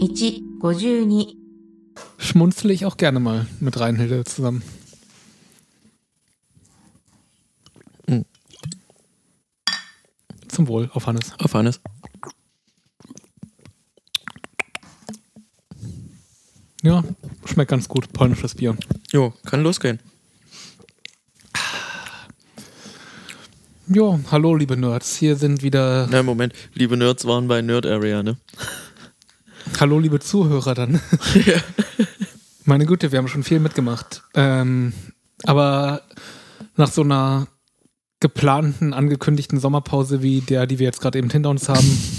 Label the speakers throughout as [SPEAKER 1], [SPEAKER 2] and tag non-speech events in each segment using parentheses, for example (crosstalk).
[SPEAKER 1] 1、52。
[SPEAKER 2] Schmunzle ich auch gerne mal mit Reinhilde zusammen.
[SPEAKER 3] Mhm.
[SPEAKER 2] Zum Wohl, auf Hannes.
[SPEAKER 3] Auf Hannes.
[SPEAKER 2] Ja, schmeckt ganz gut. Polnisches Bier.
[SPEAKER 3] Jo, kann losgehen.
[SPEAKER 2] Jo, hallo liebe Nerds. Hier sind wieder.
[SPEAKER 3] Na, Moment. Liebe Nerds waren bei Nerd Area, ne?
[SPEAKER 2] Hallo liebe Zuhörer dann.
[SPEAKER 3] ja.
[SPEAKER 2] (laughs) Meine Güte, wir haben schon viel mitgemacht. Ähm, aber nach so einer geplanten, angekündigten Sommerpause wie der, die wir jetzt gerade eben hinter uns haben,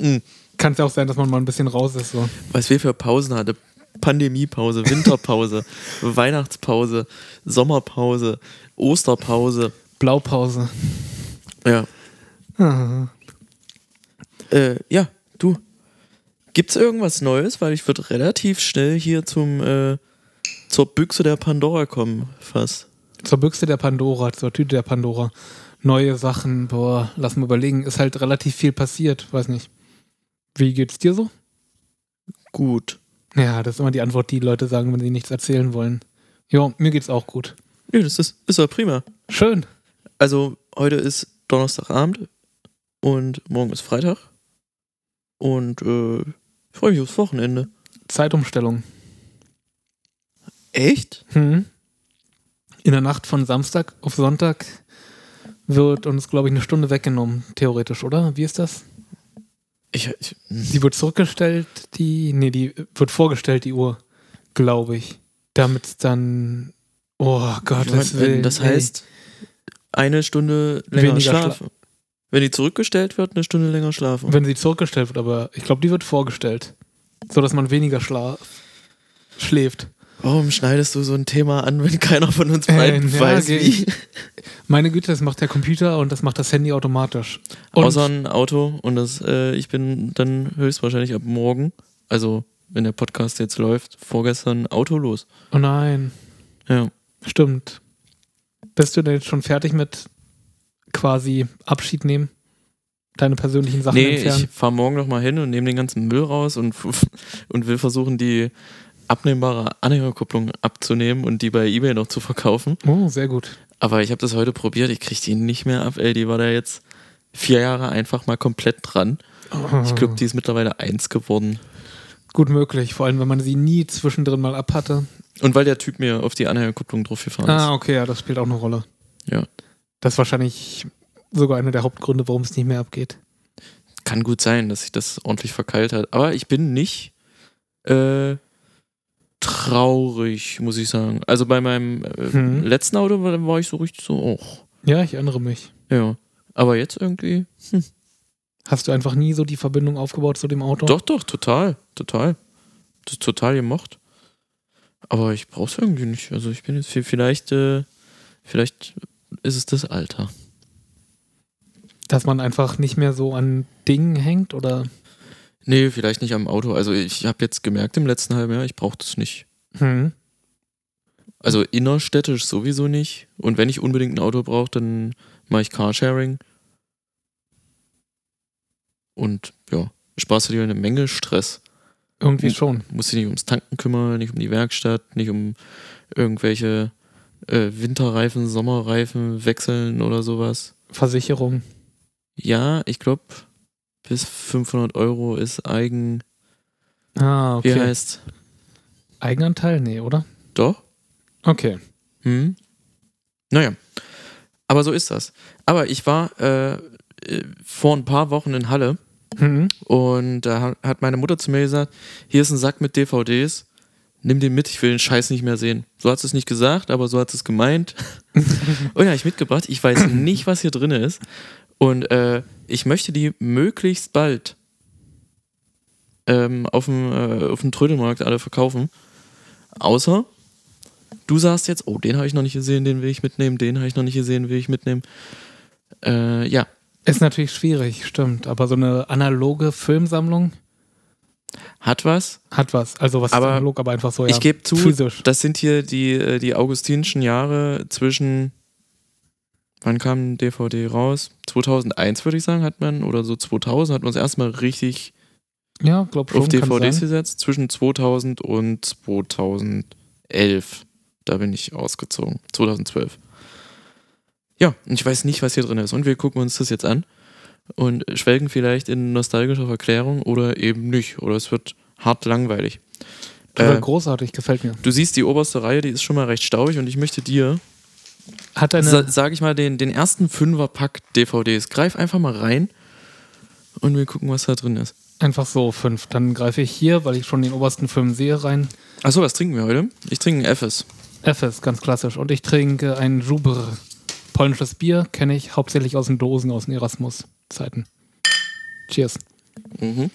[SPEAKER 3] Mhm.
[SPEAKER 2] kann es ja auch sein, dass man mal ein bisschen raus ist. So.
[SPEAKER 3] Was wir für Pausen hatte. Pandemiepause, (laughs) Winterpause, Weihnachtspause, Sommerpause, Osterpause.
[SPEAKER 2] Blaupause.
[SPEAKER 3] Ja.
[SPEAKER 2] Ah.
[SPEAKER 3] Äh, ja, du. Gibt's irgendwas Neues? Weil ich würde relativ schnell hier zum äh, zur Büchse der Pandora kommen, fast.
[SPEAKER 2] Zur Büchse der Pandora, zur Tüte der Pandora. Neue Sachen, boah, lass mal überlegen. Ist halt relativ viel passiert, weiß nicht. Wie geht's dir so?
[SPEAKER 3] Gut.
[SPEAKER 2] Ja, das ist immer die Antwort, die Leute sagen, wenn sie nichts erzählen wollen. Ja, mir geht's auch gut.
[SPEAKER 3] Nö, das ist, ist ja prima.
[SPEAKER 2] Schön.
[SPEAKER 3] Also, heute ist Donnerstagabend und morgen ist Freitag. Und äh, ich freue mich aufs Wochenende.
[SPEAKER 2] Zeitumstellung.
[SPEAKER 3] Echt?
[SPEAKER 2] Hm. In der Nacht von Samstag auf Sonntag wird uns, glaube ich, eine Stunde weggenommen, theoretisch, oder? Wie ist das?
[SPEAKER 3] Ich, ich,
[SPEAKER 2] Die wird zurückgestellt, die. Nee, die wird vorgestellt, die Uhr, glaube ich. Damit es dann. Oh Gottes
[SPEAKER 3] Moment,
[SPEAKER 2] Willen.
[SPEAKER 3] das
[SPEAKER 2] ey.
[SPEAKER 3] heißt, eine Stunde länger
[SPEAKER 2] Weniger
[SPEAKER 3] schlafen. Wenn die zurückgestellt wird, eine Stunde länger schlafen.
[SPEAKER 2] Wenn sie zurückgestellt wird, aber ich glaube, die wird vorgestellt. So dass man weniger schla schläft.
[SPEAKER 3] Warum schneidest du so ein Thema an, wenn keiner von uns
[SPEAKER 2] Äh,
[SPEAKER 3] beiden
[SPEAKER 2] ja,
[SPEAKER 3] weiß,
[SPEAKER 2] geh-
[SPEAKER 3] wie?
[SPEAKER 2] Meine Güte, das macht der Computer und das macht das Handy automatisch. Und
[SPEAKER 3] Außer ein Auto und das, äh, ich bin dann höchstwahrscheinlich ab morgen, also wenn der Podcast jetzt läuft, vorgestern Auto los.
[SPEAKER 2] oh nein.
[SPEAKER 3] Ja.
[SPEAKER 2] Stimmt. Bist du denn jetzt schon fertig mit quasi Abschied nehmen? Deine persönlichen Sachen
[SPEAKER 3] nee,
[SPEAKER 2] entfernen?
[SPEAKER 3] ich fahre morgen noch mal hin und nehme den ganzen Müll raus und, (laughs) und will versuchen, die abnehmbare Anhängerkupplung abzunehmen und die bei Ebay noch zu verkaufen.
[SPEAKER 2] oh, sehr gut.
[SPEAKER 3] Aber ich habe das heute probiert, ich kriege die nicht mehr ab, ey, die war da jetzt vier Jahre einfach mal komplett dran.
[SPEAKER 2] Ah.
[SPEAKER 3] Ich glaube, die ist mittlerweile eins geworden.
[SPEAKER 2] gut möglich, vor allem wenn man sie nie zwischendrin mal abhatte.
[SPEAKER 3] Und weil der Typ mir auf die Anhängerkupplung draufgefahren ist.
[SPEAKER 2] Ah, okay, ja, das spielt auch eine Rolle.
[SPEAKER 3] Ja.
[SPEAKER 2] Das ist wahrscheinlich sogar einer der Hauptgründe, warum es nicht mehr abgeht.
[SPEAKER 3] Kann gut sein, dass sich das ordentlich verkeilt hat. Aber ich bin nicht äh, traurig, muss ich sagen. Also bei meinem äh,
[SPEAKER 2] Hm.
[SPEAKER 3] letzten Auto war, war ich so richtig so, oh,
[SPEAKER 2] Ja, ich erinnere mich.
[SPEAKER 3] ja. Aber jetzt irgendwie,
[SPEAKER 2] Hast du einfach nie so die Verbindung aufgebaut zu dem Auto?
[SPEAKER 3] doch, doch, total, total. Das ist total gemocht. Aber ich brauch's irgendwie nicht. Also ich bin jetzt viel, vielleicht, äh, vielleicht ist es das Alter.
[SPEAKER 2] Dass man einfach nicht mehr so an Dingen hängt oder?
[SPEAKER 3] Nee, vielleicht nicht am Auto. Also ich habe jetzt gemerkt im letzten halben Jahr, ich brauche das nicht.
[SPEAKER 2] Hm.
[SPEAKER 3] Also innerstädtisch sowieso nicht. Und wenn ich unbedingt ein Auto brauche, dann mache ich Carsharing. Und ja, sparst du dir eine Menge Stress.
[SPEAKER 2] Irgendwie
[SPEAKER 3] Hm.
[SPEAKER 2] schon.
[SPEAKER 3] Musst dich nicht ums Tanken kümmern, nicht um die Werkstatt, nicht um irgendwelche äh, Winterreifen, Sommerreifen wechseln oder sowas.
[SPEAKER 2] Versicherung.
[SPEAKER 3] Ja, ich glaube, bis 500 Euro ist eigen.
[SPEAKER 2] Ah,
[SPEAKER 3] Wie
[SPEAKER 2] okay.
[SPEAKER 3] heißt?
[SPEAKER 2] Eigenanteil? Nee, oder?
[SPEAKER 3] Doch?
[SPEAKER 2] Okay.
[SPEAKER 3] Hm. Naja, aber so ist das. Aber ich war äh, äh, vor ein paar Wochen in Halle
[SPEAKER 2] Hm.
[SPEAKER 3] und da ha- hat meine Mutter zu mir gesagt, hier ist ein Sack mit DVDs, nimm den mit, ich will den Scheiß nicht mehr sehen. So hat sie es nicht gesagt, aber so hat sie es gemeint. und ja, ich mitgebracht, ich weiß nicht, was hier drin ist. Und äh, ich möchte die möglichst bald ähm, auf dem äh, auf dem Trödelmarkt alle verkaufen. Außer du sagst jetzt, oh, den habe ich noch nicht gesehen, den will ich mitnehmen, den habe ich noch nicht gesehen, will ich mitnehmen. Äh, ja,
[SPEAKER 2] Ist natürlich schwierig, stimmt. Aber so eine analoge Filmsammlung
[SPEAKER 3] hat was.
[SPEAKER 2] hat was. Also was
[SPEAKER 3] Aber
[SPEAKER 2] ist analog, aber einfach so, ja.
[SPEAKER 3] Ich gebe zu,
[SPEAKER 2] Physisch.
[SPEAKER 3] das sind hier die, äh, die augustinischen Jahre zwischen. Wann kam DVD raus? 2001, würde ich sagen, hat man, oder so 2000, hat man das erstmal richtig
[SPEAKER 2] Ja, glaub schon.
[SPEAKER 3] auf
[SPEAKER 2] kann
[SPEAKER 3] DVDs
[SPEAKER 2] sein.
[SPEAKER 3] gesetzt zwischen 2000 und 2011. Da bin ich ausgezogen. 2012. Ja, und ich weiß nicht, was hier drin ist. Und wir gucken uns das jetzt an und schwelgen vielleicht in nostalgischer Verklärung oder eben nicht. Oder es wird hart langweilig.
[SPEAKER 2] Total
[SPEAKER 3] Äh,
[SPEAKER 2] großartig, gefällt mir.
[SPEAKER 3] du siehst die oberste Reihe, die ist schon mal recht staubig und ich möchte dir,
[SPEAKER 2] Hat eine.
[SPEAKER 3] sa sage ich mal, den, den ersten Fünferpack DVDs. Greif einfach mal rein und wir gucken, was da drin ist.
[SPEAKER 2] Einfach so fünf. Dann greife ich hier, weil ich schon den obersten Film sehe, rein.
[SPEAKER 3] Achso, was trinken wir heute? Ich trinke ein FS.
[SPEAKER 2] FS, ganz klassisch. Und ich trinke ein Jubr. Polnisches Bier kenne ich hauptsächlich aus den Dosen aus den Erasmus-Zeiten. Cheers.
[SPEAKER 3] Mhm.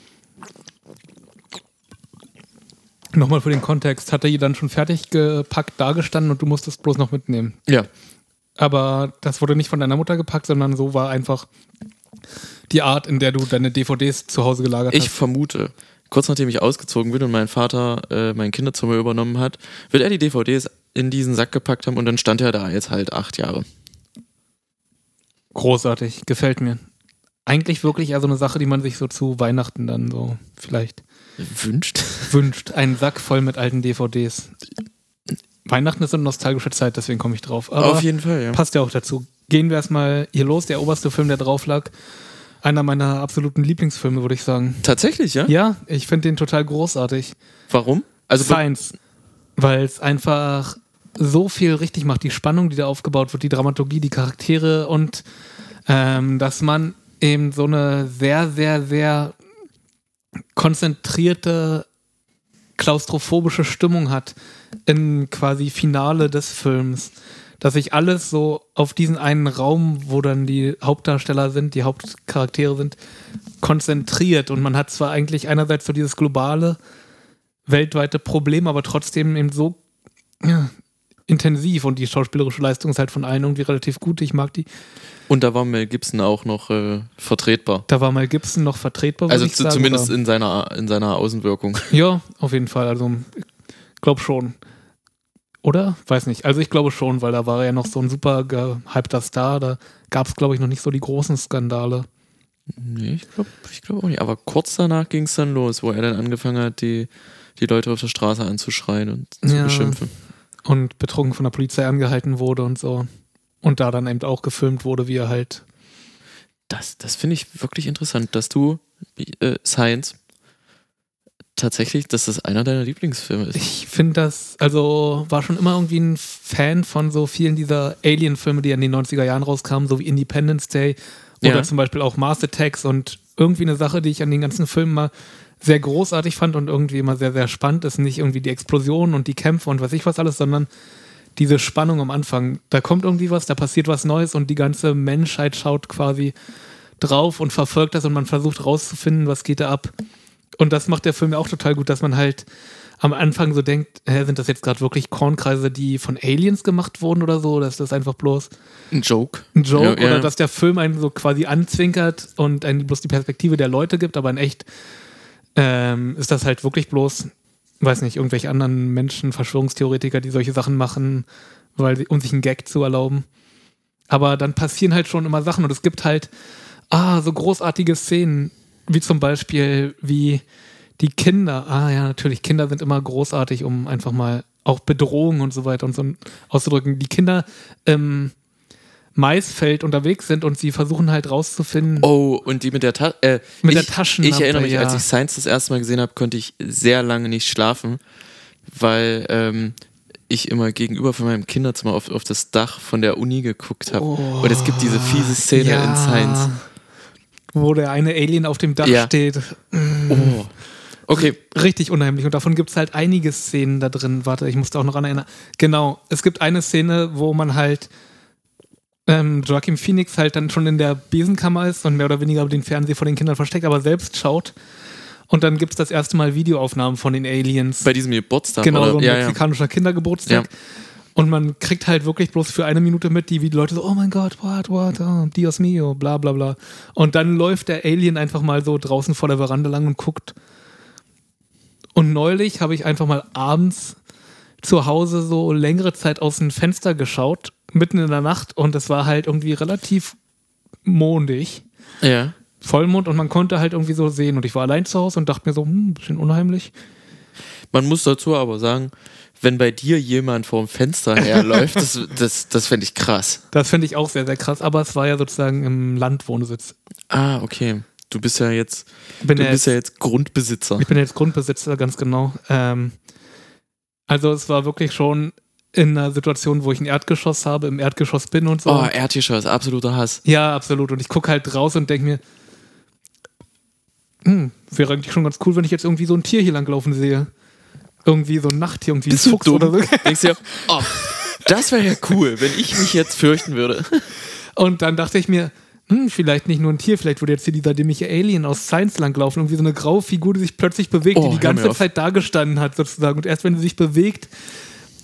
[SPEAKER 2] Nochmal für den Kontext. Hat er hier dann schon fertig gepackt dagestanden und du musstest bloß noch mitnehmen?
[SPEAKER 3] Ja,
[SPEAKER 2] Aber das wurde nicht von deiner Mutter gepackt, sondern so war einfach die Art, in der du deine DVDs zu Hause gelagert
[SPEAKER 3] Ich
[SPEAKER 2] hast.
[SPEAKER 3] vermute, kurz nachdem ich ausgezogen bin und mein Vater äh, mein Kinderzimmer übernommen hat, wird er die DVDs in diesen Sack gepackt haben und dann stand er da jetzt halt acht Jahre.
[SPEAKER 2] Großartig, gefällt mir. Eigentlich wirklich eher so eine Sache, die man sich so zu Weihnachten dann so vielleicht
[SPEAKER 3] Wünscht?
[SPEAKER 2] wünscht. Einen Sack voll mit alten DVDs. Weihnachten ist so eine nostalgische Zeit, deswegen komme ich drauf. Aber
[SPEAKER 3] (laughs) Auf jeden Fall, ja.
[SPEAKER 2] passt ja auch dazu. Gehen wir erstmal hier los. Der oberste Film, der drauf lag. Einer meiner absoluten Lieblingsfilme, würde ich sagen.
[SPEAKER 3] Tatsächlich, ja?
[SPEAKER 2] Ja, ich finde den total großartig.
[SPEAKER 3] Warum? Also, be-
[SPEAKER 2] Science. Weil es einfach so viel richtig macht. Die Spannung, die da aufgebaut wird, die Dramaturgie, die Charaktere und ähm, dass man eben so eine sehr, sehr, sehr konzentrierte, klaustrophobische Stimmung hat im quasi Finale des Films. Dass sich alles so auf diesen einen Raum, wo dann die Hauptdarsteller sind, die Hauptcharaktere sind, konzentriert. Und man hat zwar eigentlich einerseits so dieses globale, weltweite Problem, aber trotzdem eben so ja, intensiv und die schauspielerische Leistung ist halt von allen irgendwie relativ gut. Ich mag die.
[SPEAKER 3] und da war Mel Gibson auch noch äh, vertretbar.
[SPEAKER 2] Da war mal Gibson noch vertretbar.
[SPEAKER 3] Also
[SPEAKER 2] würde ich
[SPEAKER 3] zu,
[SPEAKER 2] sagen,
[SPEAKER 3] zumindest
[SPEAKER 2] aber-
[SPEAKER 3] in seiner, in seiner Außenwirkung.
[SPEAKER 2] Ja, auf jeden Fall. Also ich glaub schon. Oder? Weiß nicht. Also ich glaube schon, weil da war er ja noch so ein super gehypter Star. Da gab es, glaube ich, noch nicht so die großen Skandale.
[SPEAKER 3] Nee, ich glaube ich glaub auch nicht. Aber kurz danach ging es dann los, wo er dann angefangen hat, die, die Leute auf der Straße anzuschreien und zu
[SPEAKER 2] Ja.
[SPEAKER 3] beschimpfen.
[SPEAKER 2] Und betrunken von der Polizei angehalten wurde und so. Und da dann eben auch gefilmt wurde, wie er halt
[SPEAKER 3] Das, das finde ich wirklich interessant, dass du äh, Science tatsächlich, dass das einer deiner Lieblingsfilme ist.
[SPEAKER 2] Ich finde das, also war schon immer irgendwie ein Fan von so vielen dieser Alien-Filme, die in den 90er Jahren rauskamen, so wie Independence Day oder
[SPEAKER 3] Ja.
[SPEAKER 2] zum Beispiel auch Mars Attacks und irgendwie eine Sache, die ich an den ganzen Filmen mal sehr großartig fand und irgendwie immer sehr, sehr spannend ist. Nicht irgendwie die Explosionen und die Kämpfe und was ich was alles, sondern diese Spannung am Anfang. Da kommt irgendwie was, da passiert was Neues und die ganze Menschheit schaut quasi drauf und verfolgt das und man versucht rauszufinden, was geht da ab. Und das macht der Film ja auch total gut, dass man halt am Anfang so denkt, hä, sind das jetzt gerade wirklich Kornkreise, die von Aliens gemacht wurden oder so? Oder ist das einfach bloß
[SPEAKER 3] Ein Joke.
[SPEAKER 2] ein Joke?
[SPEAKER 3] Ja, ja.
[SPEAKER 2] Oder dass der Film einen so quasi anzwinkert und einen bloß die Perspektive der Leute gibt, aber in echt ähm, ist das halt wirklich bloß, weiß nicht, irgendwelche anderen Menschen, Verschwörungstheoretiker, die solche Sachen machen, weil sie, um sich einen Gag zu erlauben. Aber dann passieren halt schon immer Sachen und es gibt halt ah, so großartige Szenen, wie zum Beispiel, wie die Kinder, ah ja, natürlich, Kinder sind immer großartig, um einfach mal auch Bedrohungen und so weiter und so auszudrücken. Die Kinder im Maisfeld unterwegs sind und sie versuchen halt rauszufinden.
[SPEAKER 3] Oh, und die mit der, Ta äh,
[SPEAKER 2] Mit
[SPEAKER 3] ich,
[SPEAKER 2] der Taschenlampe,
[SPEAKER 3] Ich erinnere mich, als
[SPEAKER 2] ja.
[SPEAKER 3] ich Science das erste Mal gesehen habe, konnte ich sehr lange nicht schlafen, weil ähm, ich immer gegenüber von meinem Kinderzimmer auf, auf das Dach von der Uni geguckt habe.
[SPEAKER 2] Oh,
[SPEAKER 3] und es gibt diese fiese Szene in Science.
[SPEAKER 2] Wo der eine Alien auf dem Dach
[SPEAKER 3] Ja.
[SPEAKER 2] steht. Mhm.
[SPEAKER 3] Oh. Okay,
[SPEAKER 2] Richtig unheimlich. Und davon gibt es halt einige Szenen da drin. Warte, ich musste auch noch an erinnern. Genau, es gibt eine Szene, wo man halt ähm, Joaquin Phoenix halt dann schon in der Besenkammer ist und mehr oder weniger den Fernseher vor den Kindern versteckt, aber selbst schaut. Und dann gibt es das erste Mal Videoaufnahmen von den Aliens.
[SPEAKER 3] bei diesem Geburtstag.
[SPEAKER 2] Genau,
[SPEAKER 3] oder?
[SPEAKER 2] so ein
[SPEAKER 3] ja, ja.
[SPEAKER 2] mexikanischer Kindergeburtstag.
[SPEAKER 3] Ja.
[SPEAKER 2] Und man kriegt halt wirklich bloß für eine Minute mit, die, wie die Leute so, oh mein Gott, what, what, oh, Dios mio, bla bla bla. Und dann läuft der Alien einfach mal so draußen vor der Veranda lang und guckt. Und neulich habe ich einfach mal abends zu Hause so längere Zeit aus dem Fenster geschaut, mitten in der Nacht, und es war halt irgendwie relativ mondig.
[SPEAKER 3] ja.
[SPEAKER 2] Vollmond und man konnte halt irgendwie so sehen. Und ich war allein zu Hause und dachte mir so, hm, bisschen unheimlich.
[SPEAKER 3] Man muss dazu aber sagen, wenn bei dir jemand vorm Fenster
[SPEAKER 2] (laughs)
[SPEAKER 3] herläuft, das, das, das fände ich krass.
[SPEAKER 2] Das finde ich auch sehr, sehr krass. Aber es war ja sozusagen im Landwohnsitz.
[SPEAKER 3] Ah, okay. Du bist ja jetzt,
[SPEAKER 2] Bin
[SPEAKER 3] du
[SPEAKER 2] ja
[SPEAKER 3] bist ja jetzt Grundbesitzer.
[SPEAKER 2] Ich bin jetzt Grundbesitzer, ganz genau. Ähm, also es war wirklich schon in einer Situation, wo ich ein Erdgeschoss habe, im Erdgeschoss bin und so.
[SPEAKER 3] Oh, Erdgeschoss, absoluter Hass.
[SPEAKER 2] ja, absolut. Und ich gucke halt raus und denke mir, hm, wäre eigentlich schon ganz cool, wenn ich jetzt irgendwie so ein Tier hier langlaufen sehe. Irgendwie so ein Nachttier, irgendwie ein Fuchs oder (laughs) so.
[SPEAKER 3] Denkst dir, oh, das wäre ja cool, wenn ich mich jetzt fürchten würde. (laughs)
[SPEAKER 2] Und dann dachte ich mir, hm, vielleicht nicht nur ein Tier, vielleicht wurde jetzt hier dieser dämliche Alien aus Science langlaufen, irgendwie so eine graue Figur, die sich plötzlich bewegt,
[SPEAKER 3] Oh,
[SPEAKER 2] die die
[SPEAKER 3] hör mir
[SPEAKER 2] ganze
[SPEAKER 3] auf.
[SPEAKER 2] Zeit da gestanden hat, sozusagen. Und erst wenn sie sich bewegt,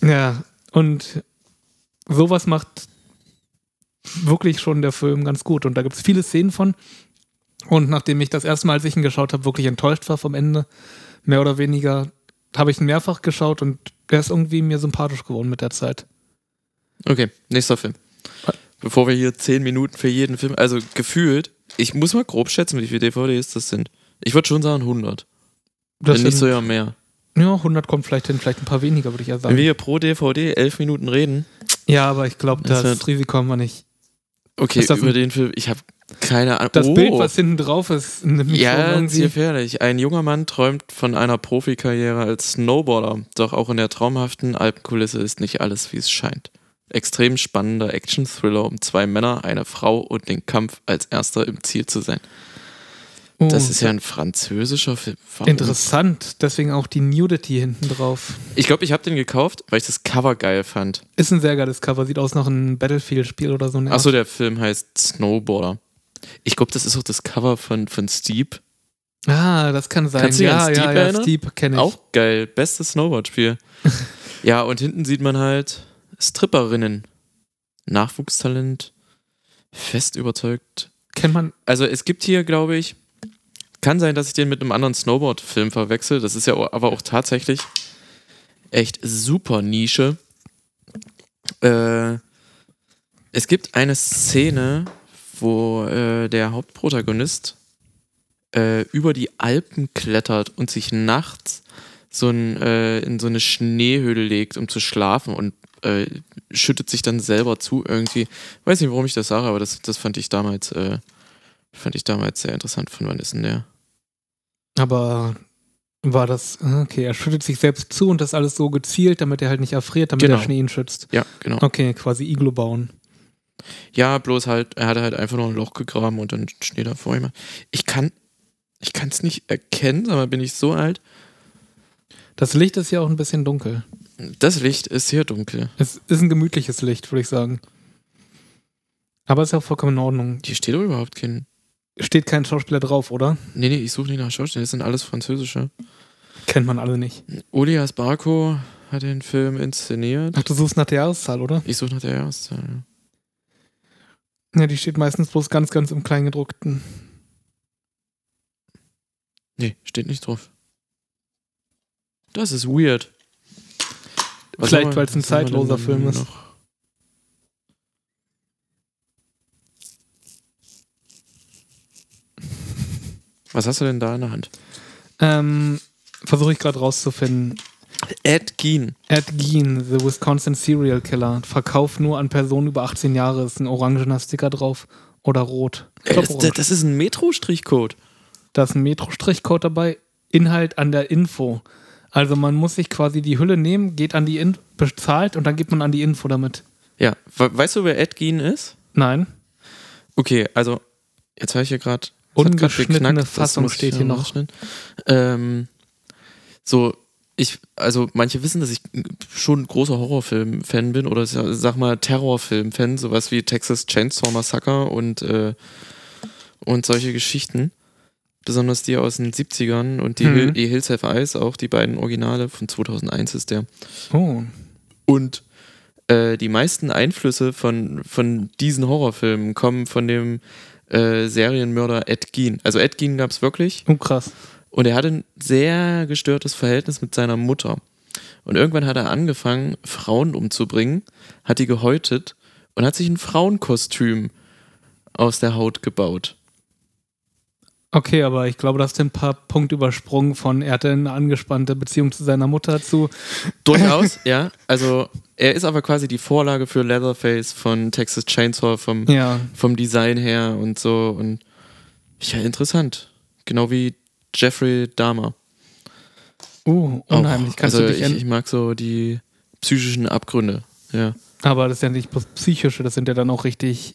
[SPEAKER 2] ja, und sowas macht wirklich schon der Film ganz gut. Und da gibt es viele Szenen von. Und nachdem ich das erste Mal, als ich ihn geschaut habe, wirklich enttäuscht war vom Ende, mehr oder weniger, habe ich ihn mehrfach geschaut und er ist irgendwie mir sympathisch geworden mit der Zeit.
[SPEAKER 3] Okay, nächster Film. Bevor wir hier zehn Minuten für jeden Film, also gefühlt, ich muss mal grob schätzen, wie viele DVDs das sind. Ich würde schon sagen 100.
[SPEAKER 2] Das
[SPEAKER 3] wenn nicht
[SPEAKER 2] sind-
[SPEAKER 3] sogar mehr.
[SPEAKER 2] Ja, 100 kommt vielleicht hin, vielleicht ein paar weniger, würde ich ja
[SPEAKER 3] Wenn
[SPEAKER 2] sagen.
[SPEAKER 3] wir hier pro DVD elf Minuten reden,
[SPEAKER 2] Ja, aber ich glaube, das,
[SPEAKER 3] Das wird-
[SPEAKER 2] Risiko haben wir nicht.
[SPEAKER 3] okay,
[SPEAKER 2] Ist das
[SPEAKER 3] über
[SPEAKER 2] ein-
[SPEAKER 3] den Film, ich habe keine Ahnung.
[SPEAKER 2] Das
[SPEAKER 3] oh,
[SPEAKER 2] Bild, was hinten drauf ist, nimmt mich
[SPEAKER 3] ja,
[SPEAKER 2] schon
[SPEAKER 3] ist
[SPEAKER 2] irgendwie.
[SPEAKER 3] gefährlich. Ein junger Mann träumt von einer Profikarriere als Snowboarder, doch auch in der traumhaften Alpenkulisse ist nicht alles, wie es scheint. Extrem spannender Action-Thriller um zwei Männer, eine Frau und den Kampf, als erster im Ziel zu sein.
[SPEAKER 2] Oh,
[SPEAKER 3] Das ist ja ein französischer Film. Warum?
[SPEAKER 2] interessant. Deswegen auch die Nudity hinten drauf.
[SPEAKER 3] Ich glaube, ich habe den gekauft, weil ich das Cover geil fand.
[SPEAKER 2] Ist ein sehr geiles Cover. Sieht aus nach einem Battlefield-Spiel oder so.
[SPEAKER 3] Achso, der Film heißt Snowboarder. Ich glaube, das ist auch das Cover von, von Steep.
[SPEAKER 2] Ah, das kann sein.
[SPEAKER 3] Kannst du dich
[SPEAKER 2] ja,
[SPEAKER 3] an Steep
[SPEAKER 2] ja, ja,
[SPEAKER 3] erinnern?
[SPEAKER 2] Steep kenne ich.
[SPEAKER 3] Auch geil. Bestes Snowboard-Spiel. ja, und hinten sieht man halt Stripperinnen. Nachwuchstalent. Fest überzeugt.
[SPEAKER 2] Kennt man.
[SPEAKER 3] Also es gibt hier, glaube ich, kann sein, dass ich den mit einem anderen Snowboard-Film verwechsel. Das ist ja au- aber auch tatsächlich echt super Nische. Äh, es gibt eine Szene, wo äh, der Hauptprotagonist äh, über die Alpen klettert und sich nachts so ein, äh, in so eine Schneehöhle legt, um zu schlafen und äh, schüttet sich dann selber zu irgendwie. Weiß nicht, warum ich das sage, aber das, das fand ich damals äh, Fand ich damals sehr interessant. Von wann ist denn der?
[SPEAKER 2] Aber war das. ah, Okay, er schüttet sich selbst zu und das alles so gezielt, damit er halt nicht erfriert, damit
[SPEAKER 3] Genau.
[SPEAKER 2] der Schnee ihn schützt.
[SPEAKER 3] Ja, genau.
[SPEAKER 2] Okay, quasi Iglo bauen.
[SPEAKER 3] Ja, bloß halt, er hatte halt einfach nur ein Loch gegraben und dann steht da vor ihm. Ich kann, ich kann es nicht erkennen, aber bin ich so alt?
[SPEAKER 2] Das Licht ist ja auch ein bisschen dunkel.
[SPEAKER 3] Das Licht ist hier dunkel.
[SPEAKER 2] Es ist ein gemütliches Licht, würde ich sagen. Aber ist ja auch vollkommen in Ordnung.
[SPEAKER 3] Hier steht doch überhaupt kein.
[SPEAKER 2] Steht kein Schauspieler drauf, oder?
[SPEAKER 3] Nee, nee, ich suche nicht nach Schauspielern, das sind alles französische.
[SPEAKER 2] Kennt man alle nicht.
[SPEAKER 3] Uli Asbarko hat den Film inszeniert.
[SPEAKER 2] Ach, du suchst nach der Jahreszahl, oder?
[SPEAKER 3] Ich suche nach der Jahreszahl.
[SPEAKER 2] Ja, die steht meistens bloß ganz, ganz im Kleingedruckten.
[SPEAKER 3] Nee, steht nicht drauf. Das ist weird.
[SPEAKER 2] Vielleicht,
[SPEAKER 3] haben wir-
[SPEAKER 2] weil es ein
[SPEAKER 3] was haben wir denn
[SPEAKER 2] zeitloser Film ist.
[SPEAKER 3] noch? Was hast du denn da in der Hand?
[SPEAKER 2] Ähm, Versuche ich gerade rauszufinden.
[SPEAKER 3] Ed Gein.
[SPEAKER 2] Ed Gein, The Wisconsin Serial Killer. Verkauf nur an Personen über 18 Jahre. Ist ein orangener Sticker drauf. Oder rot. Ich glaub,
[SPEAKER 3] Das,
[SPEAKER 2] orange.
[SPEAKER 3] das ist ein Metro-Strichcode.
[SPEAKER 2] Da ist ein Metro-Strichcode dabei, Inhalt an der Info. Also man muss sich quasi die Hülle nehmen, geht an die Info, bezahlt und dann geht man an die Info damit.
[SPEAKER 3] Ja, we weißt du, wer Ed Gein ist?
[SPEAKER 2] Nein,
[SPEAKER 3] Okay, also, jetzt habe ich hier gerade
[SPEAKER 2] Ungeschnittene Fassung steht hier noch.
[SPEAKER 3] Ähm, so, ich, also manche wissen, dass ich schon ein großer Horrorfilm-Fan bin oder sa- sag mal Terrorfilm-Fan, sowas wie Texas Chainsaw Massacre und, äh, und solche Geschichten. Besonders die aus den 70ern und die,
[SPEAKER 2] Mhm.
[SPEAKER 3] Hill- die Hills Have Eyes, auch die beiden Originale von 2001 ist der.
[SPEAKER 2] oh,
[SPEAKER 3] Und äh, die meisten Einflüsse von, von diesen Horrorfilmen kommen von dem äh, Serienmörder Ed Gein. Also Ed Gein gab es wirklich
[SPEAKER 2] oh krass.
[SPEAKER 3] und er hatte ein sehr gestörtes Verhältnis mit seiner Mutter. Und irgendwann hat er angefangen, Frauen umzubringen, hat die gehäutet und hat sich ein Frauenkostüm aus der Haut gebaut.
[SPEAKER 2] Okay, aber ich glaube, da hast du ein paar Punkte übersprungen von, er hatte eine angespannte Beziehung zu seiner Mutter zu.
[SPEAKER 3] Durchaus, ja. Also er ist aber quasi die Vorlage für Leatherface von Texas Chainsaw vom,
[SPEAKER 2] Ja.
[SPEAKER 3] vom Design her und so. Und ja, interessant. Genau wie Jeffrey Dahmer.
[SPEAKER 2] Uh, unheimlich.
[SPEAKER 3] Auch.
[SPEAKER 2] Kannst
[SPEAKER 3] also
[SPEAKER 2] du dich
[SPEAKER 3] ich,
[SPEAKER 2] en-
[SPEAKER 3] ich mag so die psychischen Abgründe. Ja.
[SPEAKER 2] Aber das ist ja nicht bloß psychische, das sind ja dann auch richtig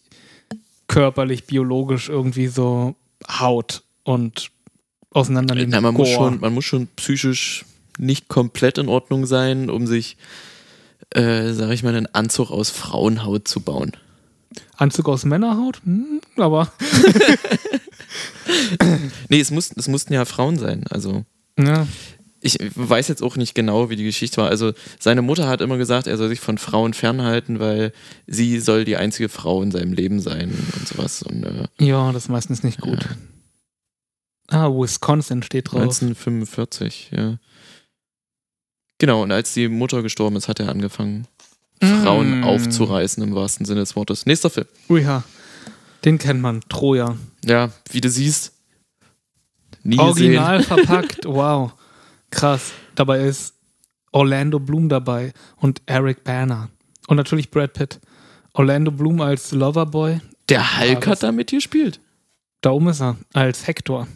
[SPEAKER 2] körperlich, biologisch irgendwie so Haut und auseinandernehmen.
[SPEAKER 3] Na, man, muss
[SPEAKER 2] Gore.
[SPEAKER 3] schon, man muss schon psychisch nicht komplett in Ordnung sein, um sich, äh, sag ich mal, einen Anzug aus Frauenhaut zu bauen.
[SPEAKER 2] Anzug aus Männerhaut? Hm, aber
[SPEAKER 3] Nee, es, muss, es mussten ja Frauen sein. Also
[SPEAKER 2] ja,
[SPEAKER 3] ich weiß jetzt auch nicht genau, wie die Geschichte war. Also seine Mutter hat immer gesagt, er soll sich von Frauen fernhalten, weil sie soll die einzige Frau in seinem Leben sein und sowas. Und, äh,
[SPEAKER 2] ja, das ist meistens nicht gut. Ah, Wisconsin steht drauf.
[SPEAKER 3] 1945, ja. Genau, und als die Mutter gestorben ist, hat er angefangen, Frauen
[SPEAKER 2] Mm.
[SPEAKER 3] aufzureißen im wahrsten Sinne des Wortes. Nächster Film.
[SPEAKER 2] Ui, ja. Den kennt man, Troja.
[SPEAKER 3] Ja, wie du siehst, nie
[SPEAKER 2] Original verpackt, wow. Krass. Dabei ist Orlando Bloom dabei und Eric Banner. Und natürlich Brad Pitt. Orlando Bloom als Loverboy,
[SPEAKER 3] gesehen. Der Hulk
[SPEAKER 2] Ja, das-
[SPEAKER 3] hat da mit gespielt.
[SPEAKER 2] da oben ist er, als Hector.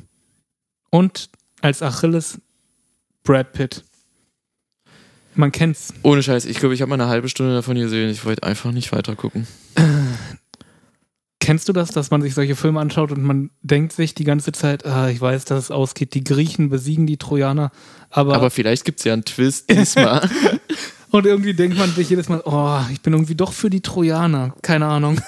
[SPEAKER 2] Und als Achilles Brad Pitt. Man kennt's.
[SPEAKER 3] Ohne Scheiß, ich glaube, ich habe mal eine halbe Stunde davon gesehen. Ich wollte einfach nicht weiter gucken.
[SPEAKER 2] Kennst du das, dass man sich solche Filme anschaut und man denkt sich die ganze Zeit, ah, ich weiß, dass es ausgeht, die Griechen besiegen die Trojaner, aber,
[SPEAKER 3] Aber vielleicht gibt es ja einen Twist
[SPEAKER 2] (laughs)
[SPEAKER 3] diesmal.
[SPEAKER 2] und irgendwie denkt man sich jedes Mal, oh, ich bin irgendwie doch für die Trojaner, keine Ahnung.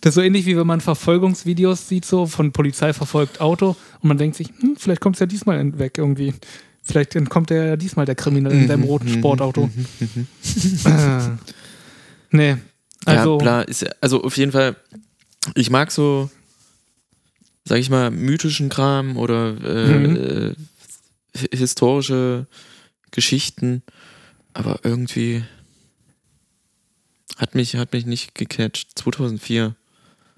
[SPEAKER 2] Das ist so ähnlich wie wenn man Verfolgungsvideos sieht, so von Polizei verfolgt Auto und man denkt sich, hm, vielleicht kommt es ja diesmal ent- weg irgendwie. Vielleicht entkommt er ja diesmal der Kriminelle in
[SPEAKER 3] Mhm,
[SPEAKER 2] seinem roten Sportauto. (laughs) Äh, nee. Also,
[SPEAKER 3] ja, bla, ist, ja- also auf jeden Fall, ich mag so, sag ich mal, mythischen Kram oder äh,
[SPEAKER 2] Mhm.
[SPEAKER 3] äh, hi- historische Geschichten, aber irgendwie hat mich, hat mich nicht gecatcht. 2004.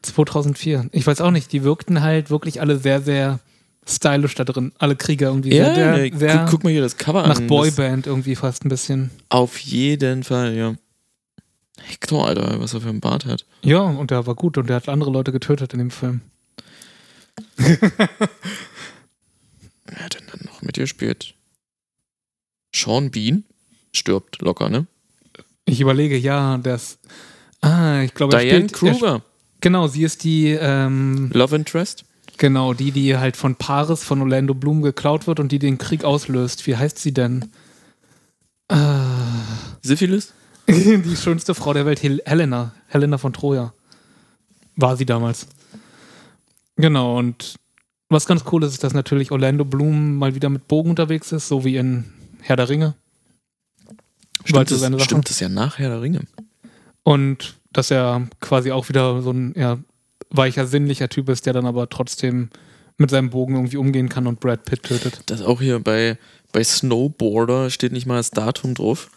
[SPEAKER 2] 2004. Ich weiß auch nicht, die wirkten halt wirklich alle sehr, sehr stylisch da drin. Alle Krieger irgendwie.
[SPEAKER 3] Ja,
[SPEAKER 2] sehr,
[SPEAKER 3] ne,
[SPEAKER 2] sehr
[SPEAKER 3] guck, guck mal hier das Cover
[SPEAKER 2] nach
[SPEAKER 3] an. Das,
[SPEAKER 2] Boyband irgendwie fast ein bisschen.
[SPEAKER 3] auf jeden Fall, ja. Hector, Alter, was er für einen Bart hat.
[SPEAKER 2] Ja, und der war gut und der hat andere Leute getötet in dem Film.
[SPEAKER 3] Wer hat denn dann noch mitgespielt? Sean Bean stirbt locker, ne?
[SPEAKER 2] Ich überlege, ja, das. Ah, ich glaube, er
[SPEAKER 3] Diane
[SPEAKER 2] spielt- er-
[SPEAKER 3] Kruger.
[SPEAKER 2] Genau, sie ist die, ähm,
[SPEAKER 3] Love Interest?
[SPEAKER 2] genau, die, die halt von Paris, von Orlando Bloom geklaut wird und die den Krieg auslöst. Wie heißt sie denn? Ah,
[SPEAKER 3] Syphilis?
[SPEAKER 2] die schönste Frau der Welt, Hel Helena. Helena von Troja. War sie damals. Genau, und was ganz cool ist, ist, dass natürlich Orlando Bloom mal wieder mit Bogen unterwegs ist, so wie in Herr der Ringe. Weil
[SPEAKER 3] Stimmt
[SPEAKER 2] so
[SPEAKER 3] das,
[SPEAKER 2] seine Sachen-
[SPEAKER 3] stimmt das ja nach Herr der Ringe.
[SPEAKER 2] Und dass er quasi auch wieder so ein eher weicher, sinnlicher Typ ist, der dann aber trotzdem mit seinem Bogen irgendwie umgehen kann und Brad Pitt tötet.
[SPEAKER 3] Das auch hier bei, bei Snowboarder steht nicht mal das
[SPEAKER 2] (laughs)
[SPEAKER 3] Datum drauf.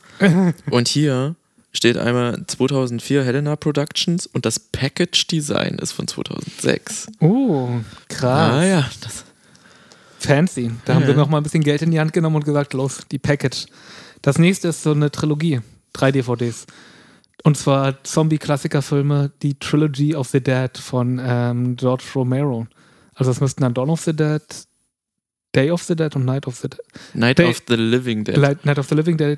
[SPEAKER 3] Und hier steht einmal 2004 Helena Productions und das Package Design ist von 2006. Uh,
[SPEAKER 2] Oh, krass.
[SPEAKER 3] Ah ja, das,
[SPEAKER 2] Fancy. Da haben
[SPEAKER 3] Ja.
[SPEAKER 2] wir noch mal ein bisschen Geld in die Hand genommen und gesagt, los, die Package. Das nächste ist so eine Trilogie. Drei DVDs. Und zwar Zombie-Klassikerfilme, die Trilogy of the Dead von ähm, George Romero. Also es müssten dann Dawn of the Dead, Day of the Dead und Night of the Dead.
[SPEAKER 3] Night
[SPEAKER 2] Hey.
[SPEAKER 3] of the Living Dead.
[SPEAKER 2] Light- Night of the Living Dead.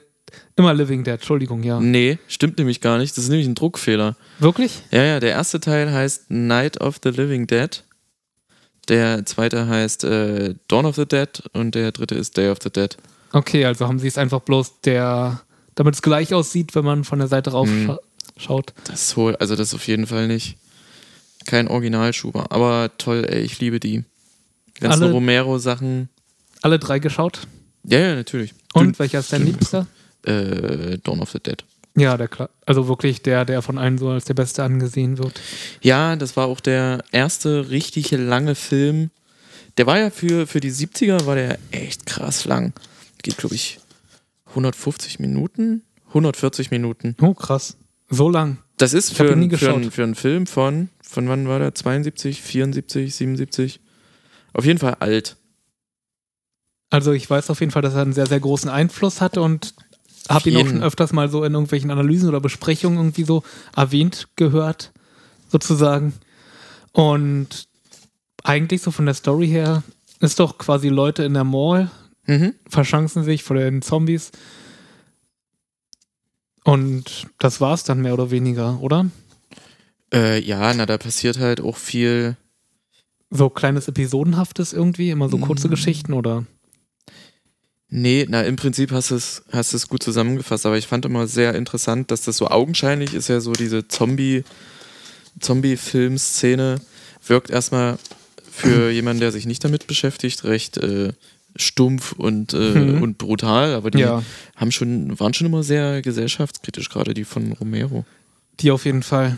[SPEAKER 2] Immer Living Dead, Entschuldigung, ja.
[SPEAKER 3] Nee, stimmt nämlich gar nicht. Das ist nämlich ein Druckfehler.
[SPEAKER 2] Wirklich?
[SPEAKER 3] Ja, ja, der erste Teil heißt Night of the Living Dead. Der zweite heißt äh, Dawn of the Dead und der dritte ist Day of the Dead.
[SPEAKER 2] Okay, also haben sie es einfach bloß der, damit es gleich aussieht, wenn man von der Seite rauf
[SPEAKER 3] Mhm.
[SPEAKER 2] scha schaut.
[SPEAKER 3] Das hol, also das ist auf jeden Fall nicht. Kein Originalschuber, aber toll, ey, ich liebe die. Ganzen
[SPEAKER 2] Alle-
[SPEAKER 3] Romero-Sachen.
[SPEAKER 2] Alle drei geschaut.
[SPEAKER 3] Ja, ja, natürlich.
[SPEAKER 2] Und welcher ist dein
[SPEAKER 3] stimmt.
[SPEAKER 2] Liebster?
[SPEAKER 3] Äh, Dawn of the Dead.
[SPEAKER 2] Ja, der klar. Also wirklich der, der von allen so als der Beste angesehen wird.
[SPEAKER 3] Ja, das war auch der erste richtige lange Film. Der war ja für, für die 70er war der echt krass lang. Geht, glaube ich, 150 Minuten? 140 Minuten.
[SPEAKER 2] Oh, krass. So lang.
[SPEAKER 3] Das ist
[SPEAKER 2] hab
[SPEAKER 3] für,
[SPEAKER 2] ihn nie
[SPEAKER 3] einen- für,
[SPEAKER 2] geschaut.
[SPEAKER 3] einen- für einen Film von, von wann war der? 72, 74, 77? Auf jeden Fall alt.
[SPEAKER 2] Also ich weiß auf jeden Fall, dass er einen sehr, sehr großen Einfluss hatte und
[SPEAKER 3] Auf
[SPEAKER 2] habe ihn auch
[SPEAKER 3] jeden.
[SPEAKER 2] schon öfters mal so in irgendwelchen Analysen oder Besprechungen irgendwie so erwähnt gehört, sozusagen. Und eigentlich so von der Story her ist doch quasi Leute in der Mall
[SPEAKER 3] Mhm.
[SPEAKER 2] verschanzen sich vor den Zombies. Und das war's dann mehr oder weniger, oder?
[SPEAKER 3] Äh, ja, na, da passiert halt auch viel.
[SPEAKER 2] So kleines Episodenhaftes irgendwie, immer so kurze
[SPEAKER 3] Mm.
[SPEAKER 2] Geschichten oder?
[SPEAKER 3] Nee, na, im Prinzip hast du es hast du es gut zusammengefasst, aber ich fand immer sehr interessant, dass das so augenscheinlich ist ja so diese Zombie, Zombie-Film-Szene wirkt erstmal für jemanden, der sich nicht damit beschäftigt, recht äh, stumpf und, äh,
[SPEAKER 2] Mhm.
[SPEAKER 3] und brutal, aber die haben schon, waren schon immer sehr gesellschaftskritisch, gerade die von Romero.
[SPEAKER 2] Die auf jeden Fall.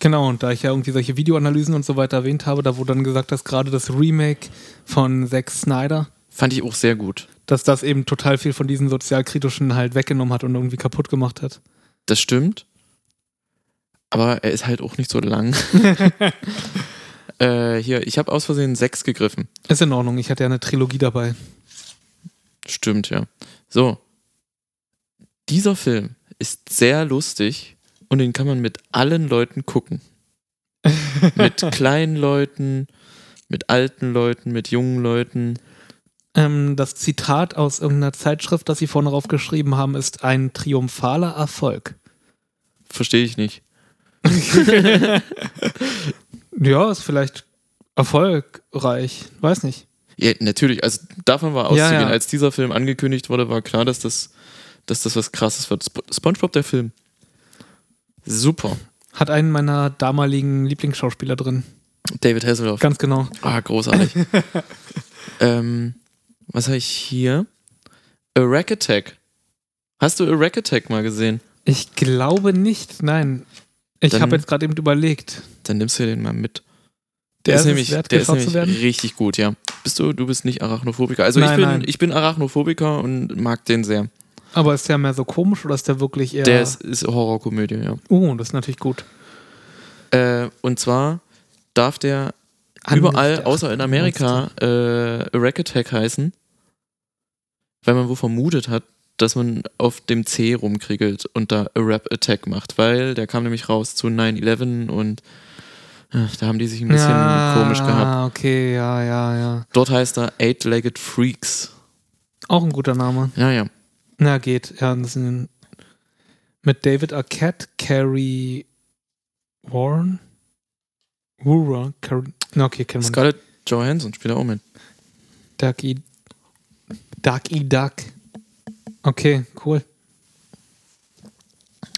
[SPEAKER 2] Genau, und da ich ja irgendwie solche Videoanalysen und so weiter erwähnt habe, da wurde dann gesagt, dass gerade das Remake von Zack Snyder,
[SPEAKER 3] Fand ich auch sehr gut.
[SPEAKER 2] dass das eben total viel von diesen sozialkritischen halt weggenommen hat und irgendwie kaputt gemacht hat.
[SPEAKER 3] Das stimmt. Aber er ist halt auch nicht so lang. äh, hier, ich habe aus Versehen sechs gegriffen.
[SPEAKER 2] Ist in Ordnung, ich hatte ja eine Trilogie dabei.
[SPEAKER 3] Stimmt, ja. So. Dieser Film ist sehr lustig und den kann man mit allen Leuten gucken. mit kleinen Leuten, mit alten Leuten, mit jungen Leuten.
[SPEAKER 2] Ähm, das Zitat aus irgendeiner Zeitschrift, das sie vorne drauf geschrieben haben, ist ein triumphaler Erfolg.
[SPEAKER 3] Verstehe ich nicht.
[SPEAKER 2] Ja, ist vielleicht erfolgreich, weiß nicht.
[SPEAKER 3] Ja, natürlich, also davon war
[SPEAKER 2] Ja, ja.
[SPEAKER 3] auszugehen. Als dieser Film angekündigt wurde, war klar, dass das, dass das was krasses wird. Sp Spongebob, der Film. Super.
[SPEAKER 2] Hat einen meiner damaligen Lieblingsschauspieler drin.
[SPEAKER 3] David Hasselhoff.
[SPEAKER 2] Ganz genau. (laughs)
[SPEAKER 3] Ah, großartig. ähm, was habe ich hier? A Rack Attack. Hast du A Rack Attack mal gesehen?
[SPEAKER 2] Ich glaube nicht, nein. Ich
[SPEAKER 3] Dann-
[SPEAKER 2] habe jetzt gerade eben überlegt.
[SPEAKER 3] Dann nimmst du den mal mit.
[SPEAKER 2] Der ist es wert,
[SPEAKER 3] der ist
[SPEAKER 2] geschaut zu
[SPEAKER 3] nämlich
[SPEAKER 2] werden?
[SPEAKER 3] richtig gut, ja. Bist du, du bist nicht Arachnophobiker. Also ich,
[SPEAKER 2] Nein,
[SPEAKER 3] bin,
[SPEAKER 2] nein.
[SPEAKER 3] ich bin Arachnophobiker und mag den sehr.
[SPEAKER 2] Aber ist der mehr so komisch oder ist der wirklich eher.
[SPEAKER 3] Der ist, ist Horrorkomödie, ja.
[SPEAKER 2] oh, das ist natürlich gut.
[SPEAKER 3] Äh, und zwar darf der überall, außer in Amerika, äh, Rack Attack heißen, weil man wo vermutet hat, dass man auf dem C rumkriegelt und da A Rap Attack macht, weil der kam nämlich raus zu 9-11 und äh, da haben die sich ein bisschen
[SPEAKER 2] ja,
[SPEAKER 3] komisch gehabt.
[SPEAKER 2] okay, ja, ja, ja.
[SPEAKER 3] Dort heißt er Eight-Legged Freaks.
[SPEAKER 2] Auch ein guter Name.
[SPEAKER 3] Naja,
[SPEAKER 2] Na, geht. Ja, das ist ein, mit David Arquette, Carrie Warren. Wura, Carrie. Na, okay, kennen wir
[SPEAKER 3] Scarlett Johansson spielt da auch mit.
[SPEAKER 2] nicht. Ducky. Ducky E Duck. Okay, cool.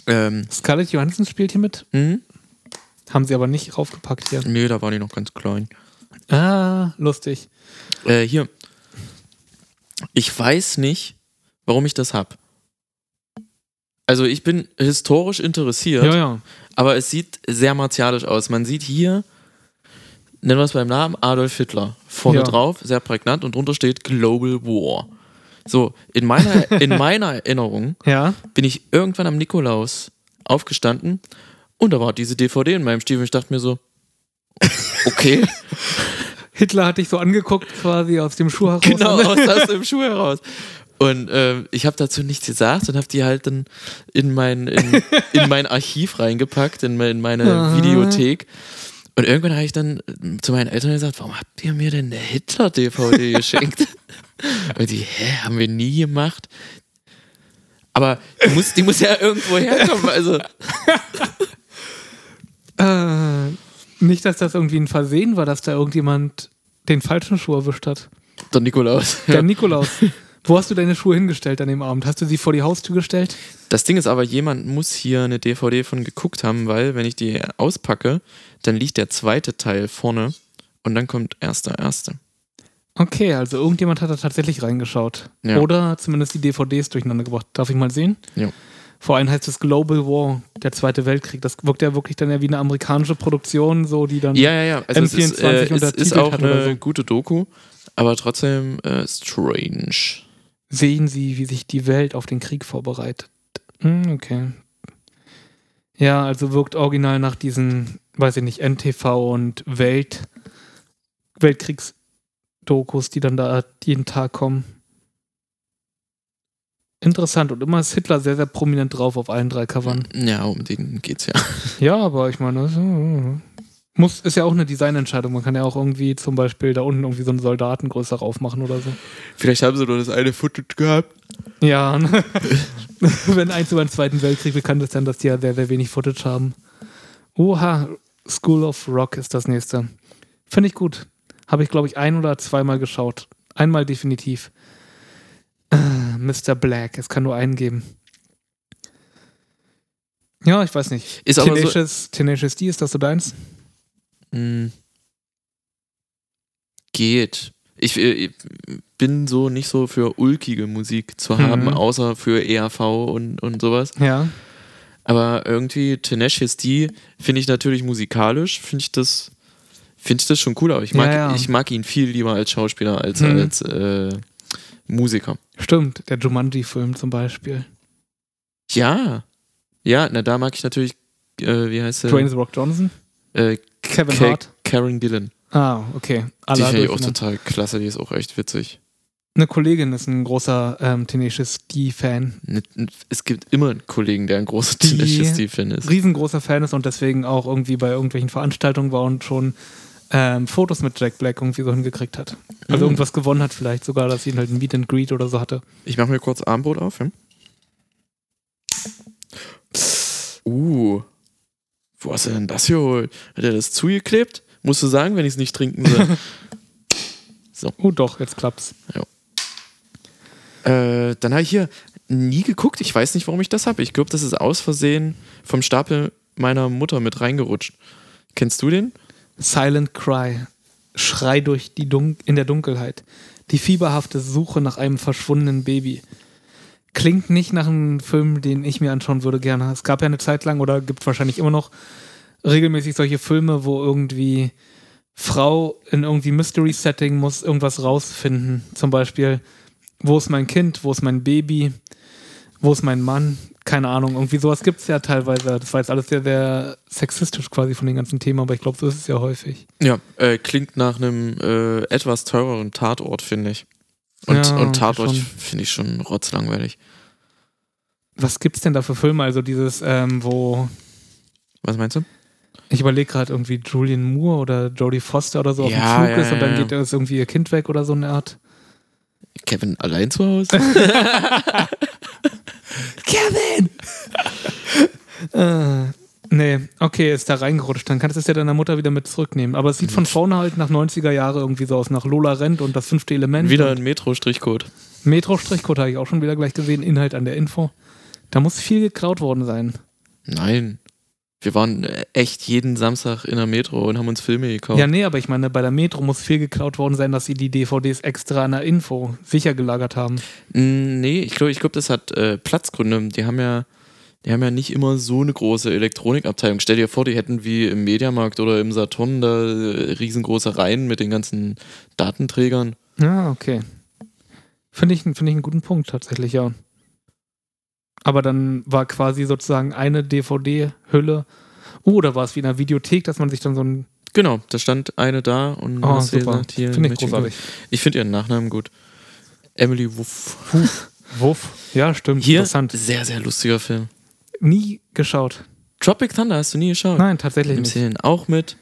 [SPEAKER 3] Ähm,
[SPEAKER 2] Scarlett Johansson spielt hier mit.
[SPEAKER 3] hm?
[SPEAKER 2] Haben sie aber nicht raufgepackt hier.
[SPEAKER 3] Nee, da war die noch ganz klein.
[SPEAKER 2] Ah, lustig.
[SPEAKER 3] Äh, hier. Ich weiß nicht, warum ich das hab. Also ich bin historisch interessiert,
[SPEAKER 2] ja.
[SPEAKER 3] aber es sieht sehr martialisch aus. Man sieht hier, nennen wir es beim Namen, Adolf Hitler. Vorne
[SPEAKER 2] Ja.
[SPEAKER 3] drauf, sehr prägnant und drunter steht Global War. So, in meiner, in meiner Erinnerung
[SPEAKER 2] Ja.
[SPEAKER 3] bin ich irgendwann am Nikolaus aufgestanden und da war diese DVD in meinem Stiefel. Ich dachte mir so, okay.
[SPEAKER 2] Hitler hat dich so angeguckt, quasi aus dem Schuh heraus.
[SPEAKER 3] (laughs) Genau, aus, aus dem Schuh heraus. Und ähm, ich habe dazu nichts gesagt und habe die halt dann in mein, in, in mein Archiv reingepackt, in, mein, in meine
[SPEAKER 2] Aha.
[SPEAKER 3] Videothek. Und irgendwann habe ich dann äh, zu meinen Eltern gesagt, warum habt ihr mir denn eine Hitler-DVD geschenkt? (laughs) und die, hä, haben wir nie gemacht. Aber die muss, die muss ja irgendwo herkommen. Also,
[SPEAKER 2] (laughs) Äh, nicht, dass das irgendwie ein Versehen war, dass da irgendjemand den falschen Schuh erwischt hat.
[SPEAKER 3] der Nikolaus.
[SPEAKER 2] Der
[SPEAKER 3] Ja.
[SPEAKER 2] Nikolaus. Wo hast du deine Schuhe hingestellt an dem Abend? Hast du sie vor die Haustür gestellt?
[SPEAKER 3] Das Ding ist aber, jemand muss hier eine DVD von geguckt haben, weil wenn ich die auspacke, dann liegt der zweite Teil vorne und dann kommt erst der erste.
[SPEAKER 2] Okay, also irgendjemand hat da tatsächlich reingeschaut.
[SPEAKER 3] Ja.
[SPEAKER 2] Oder zumindest die DVDs durcheinander gebracht. Darf ich mal sehen?
[SPEAKER 3] Ja.
[SPEAKER 2] Vor allem heißt es Global War, der Zweite Weltkrieg. Das wirkt ja wirklich dann ja wie eine amerikanische Produktion, so die dann.
[SPEAKER 3] Ja, ja, ja. Also es ist, äh,
[SPEAKER 2] M24
[SPEAKER 3] es ist
[SPEAKER 2] untertitelt
[SPEAKER 3] auch
[SPEAKER 2] hat oder
[SPEAKER 3] eine
[SPEAKER 2] so.
[SPEAKER 3] gute Doku, aber trotzdem äh, strange.
[SPEAKER 2] Sehen Sie, wie sich die Welt auf den Krieg vorbereitet. Hm, okay. Ja, also wirkt original nach diesen, weiß ich nicht, NTV und Welt, Weltkriegs Dokus, die dann da jeden Tag kommen. Interessant und immer ist Hitler sehr, sehr prominent drauf auf allen drei Covern.
[SPEAKER 3] Ja, um den geht's ja.
[SPEAKER 2] Ja, aber ich meine, das, äh, muss, ist ja auch eine Designentscheidung. Man kann ja auch irgendwie zum Beispiel da unten irgendwie so einen Soldaten größer raufmachen oder so.
[SPEAKER 3] (laughs) Vielleicht haben sie nur das eine Footage gehabt.
[SPEAKER 2] Ja, ne? (laughs) wenn eins über den Zweiten Weltkrieg bekannt ist, dann, dass die ja sehr, sehr wenig Footage haben. Oha, School of Rock ist das nächste. Finde ich gut. Habe ich, glaube ich, ein oder zweimal geschaut. Einmal definitiv. Äh, Mr. Black, es kann nur einen geben. Ja, ich weiß nicht.
[SPEAKER 3] Ist aber so-
[SPEAKER 2] Tenacious, Tenacious D, ist das so deins?
[SPEAKER 3] Hm. Geht. Ich, äh, ich bin so nicht so für ulkige Musik zu
[SPEAKER 2] Mhm.
[SPEAKER 3] haben, außer für ERV und, und sowas.
[SPEAKER 2] Ja.
[SPEAKER 3] Aber irgendwie Tenacious D finde ich natürlich musikalisch, finde ich das, finde ich das schon cool, aber ich mag,
[SPEAKER 2] Ja, ja.
[SPEAKER 3] ich mag ihn viel lieber als Schauspieler als,
[SPEAKER 2] Mhm.
[SPEAKER 3] als äh, Musiker.
[SPEAKER 2] Stimmt, der Jumanji-Film zum Beispiel.
[SPEAKER 3] Ja. Ja, na da mag ich natürlich, äh, wie heißt
[SPEAKER 2] Dwayne
[SPEAKER 3] er?
[SPEAKER 2] The Rock Johnson?
[SPEAKER 3] Äh,
[SPEAKER 2] Kevin
[SPEAKER 3] Ka-
[SPEAKER 2] Hart? ne?
[SPEAKER 3] Karen Gillen.
[SPEAKER 2] Ah, okay.
[SPEAKER 3] Die
[SPEAKER 2] Allah
[SPEAKER 3] finde ich auch
[SPEAKER 2] durcheinander.
[SPEAKER 3] total klasse, die ist auch echt witzig.
[SPEAKER 2] Eine Kollegin ist ein großer ähm, Tenacious D-Fan.
[SPEAKER 3] Ne- ne- Es gibt immer einen Kollegen, der ein großer
[SPEAKER 2] Die-
[SPEAKER 3] Tenacious D-Fan ist.
[SPEAKER 2] Riesengroßer Fan ist und deswegen auch irgendwie bei irgendwelchen Veranstaltungen war und schon ähm, Fotos mit Jack Black irgendwie so hingekriegt hat. Also
[SPEAKER 3] Mhm.
[SPEAKER 2] irgendwas gewonnen hat vielleicht sogar, dass sie ihn halt ein Meet and Greet oder so hatte.
[SPEAKER 3] Ich mache mir kurz Armbrot auf. Ja? Uh. Wo hast du denn das geholt? Hat er das zugeklebt? Musst du sagen, wenn ich es nicht trinken (laughs) soll.
[SPEAKER 2] Oh doch, jetzt klappt's.
[SPEAKER 3] äh, dann habe ich hier nie geguckt. Ich weiß nicht, warum ich das habe. Ich glaube, das ist aus Versehen vom Stapel meiner Mutter mit reingerutscht. Kennst du den?
[SPEAKER 2] Silent Cry. Schrei durch die Dun in der Dunkelheit. Die fieberhafte Suche nach einem verschwundenen Baby. Klingt nicht nach einem Film, den ich mir anschauen würde gerne. Es gab ja eine Zeit lang oder gibt wahrscheinlich immer noch regelmäßig solche Filme, wo irgendwie Frau in irgendwie Mystery-Setting muss irgendwas rausfinden. Zum Beispiel, wo ist mein Kind, wo ist mein Baby, wo ist mein Mann? Keine Ahnung, irgendwie sowas gibt es ja teilweise. Das war jetzt alles sehr, sehr sexistisch quasi von dem ganzen Thema, aber ich glaube, so ist es ja häufig.
[SPEAKER 3] Ja, äh, klingt nach einem äh, etwas teureren Tatort, finde ich. Und,
[SPEAKER 2] Ja,
[SPEAKER 3] und Tatort
[SPEAKER 2] schon.
[SPEAKER 3] finde ich schon rotzlangweilig.
[SPEAKER 2] Was gibt's denn da für Filme? Also dieses, ähm, wo
[SPEAKER 3] Was meinst du?
[SPEAKER 2] ich überlege gerade irgendwie Julian Moore oder Jodie Foster oder so auf
[SPEAKER 3] Ja,
[SPEAKER 2] dem Flug
[SPEAKER 3] ja,
[SPEAKER 2] ist und dann
[SPEAKER 3] ja, ja.
[SPEAKER 2] geht ist irgendwie ihr Kind weg oder so eine Art.
[SPEAKER 3] Kevin allein zu Hause?
[SPEAKER 2] Kevin! (laughs) äh, nee, okay, ist da reingerutscht. Dann kannst du es ja deiner Mutter wieder mit zurücknehmen. Aber es
[SPEAKER 3] Hm.
[SPEAKER 2] sieht von vorne halt nach 90er Jahre irgendwie so aus, nach Lola Rent und das fünfte Element.
[SPEAKER 3] (laughs) Wieder ein Metro-Strichcode.
[SPEAKER 2] Metro-Strichcode habe ich auch schon wieder gleich gesehen. Inhalt an der Info. Da muss viel geklaut worden sein.
[SPEAKER 3] Nein. Wir waren äh, echt jeden Samstag in der Metro und haben uns Filme gekauft.
[SPEAKER 2] Ja, nee, aber ich meine, bei der Metro muss viel geklaut worden sein, dass sie die DVDs extra an der Info sicher gelagert haben.
[SPEAKER 3] Mm, Nee, ich glaube, ich glaub, das hat äh, Platzgründe. Die haben ja, die haben ja nicht immer so eine große Elektronikabteilung. Stell dir vor, die hätten wie im Mediamarkt oder im Saturn da äh, riesengroße Reihen mit den ganzen Datenträgern.
[SPEAKER 2] Ja, okay. Finde ich, find ich einen guten Punkt tatsächlich, ja. Aber dann war quasi sozusagen eine DVD-Hülle. Oh, oder war es wie in einer Videothek, dass man sich dann so ein.
[SPEAKER 3] Genau, da stand eine da und
[SPEAKER 2] Oh,
[SPEAKER 3] hast dir
[SPEAKER 2] super.
[SPEAKER 3] gesagt, hier
[SPEAKER 2] Finde ich
[SPEAKER 3] möchte
[SPEAKER 2] großartig.
[SPEAKER 3] Ich finde ihren Nachnamen gut. Emily Wuff.
[SPEAKER 2] Wuff. Ja, stimmt.
[SPEAKER 3] Hier,
[SPEAKER 2] Interessant.
[SPEAKER 3] sehr, sehr lustiger Film.
[SPEAKER 2] Nie geschaut.
[SPEAKER 3] Tropic Thunder hast du nie geschaut.
[SPEAKER 2] Nein, tatsächlich
[SPEAKER 3] Im
[SPEAKER 2] nicht.
[SPEAKER 3] Zählen auch mit.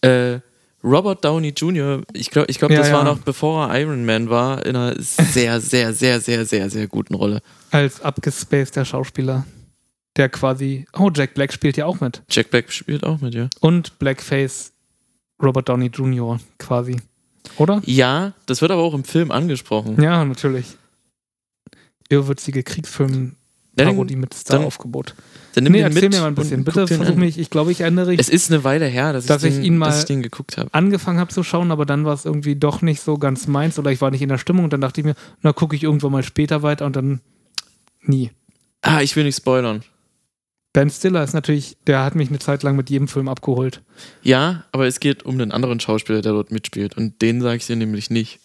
[SPEAKER 3] Äh, Robert Downey Jr., ich glaube, ich glaub,
[SPEAKER 2] Ja,
[SPEAKER 3] das war
[SPEAKER 2] ja.
[SPEAKER 3] noch bevor er Iron Man war, in einer
[SPEAKER 2] (laughs)
[SPEAKER 3] sehr, sehr, sehr, sehr, sehr, sehr guten Rolle.
[SPEAKER 2] Als abgespaceter Schauspieler, der quasi. Oh, Jack Black spielt ja auch mit.
[SPEAKER 3] Jack Black spielt auch mit, ja.
[SPEAKER 2] Und Blackface Robert Downey Jr. quasi. Oder?
[SPEAKER 3] Ja, das wird aber auch im Film angesprochen.
[SPEAKER 2] Ja, natürlich. Irrwitzige Kriegsfilm-Parodie
[SPEAKER 3] dann,
[SPEAKER 2] mit
[SPEAKER 3] dann-
[SPEAKER 2] Star-Aufgebot.
[SPEAKER 3] dann nimm
[SPEAKER 2] Nee,
[SPEAKER 3] den
[SPEAKER 2] erzähl
[SPEAKER 3] mit
[SPEAKER 2] mir mal ein bisschen.
[SPEAKER 3] und
[SPEAKER 2] Bitte
[SPEAKER 3] guck den
[SPEAKER 2] versuch
[SPEAKER 3] an.
[SPEAKER 2] mich, ich glaube, ich erinnere mich,
[SPEAKER 3] Es ist eine Weile her, dass,
[SPEAKER 2] Dass
[SPEAKER 3] ich,
[SPEAKER 2] ich
[SPEAKER 3] den,
[SPEAKER 2] ihn mal-
[SPEAKER 3] dass ich den geguckt habe.
[SPEAKER 2] angefangen habe zu schauen, aber dann war es irgendwie doch nicht so ganz meins oder ich war nicht in der Stimmung und dann dachte ich mir, na gucke ich irgendwann mal später weiter und dann nie.
[SPEAKER 3] Ah, ich will nicht spoilern.
[SPEAKER 2] Ben Stiller ist natürlich, der hat mich eine Zeit lang mit jedem Film abgeholt.
[SPEAKER 3] Ja, aber es geht um einen anderen Schauspieler, der dort mitspielt. Und den sage ich dir nämlich nicht.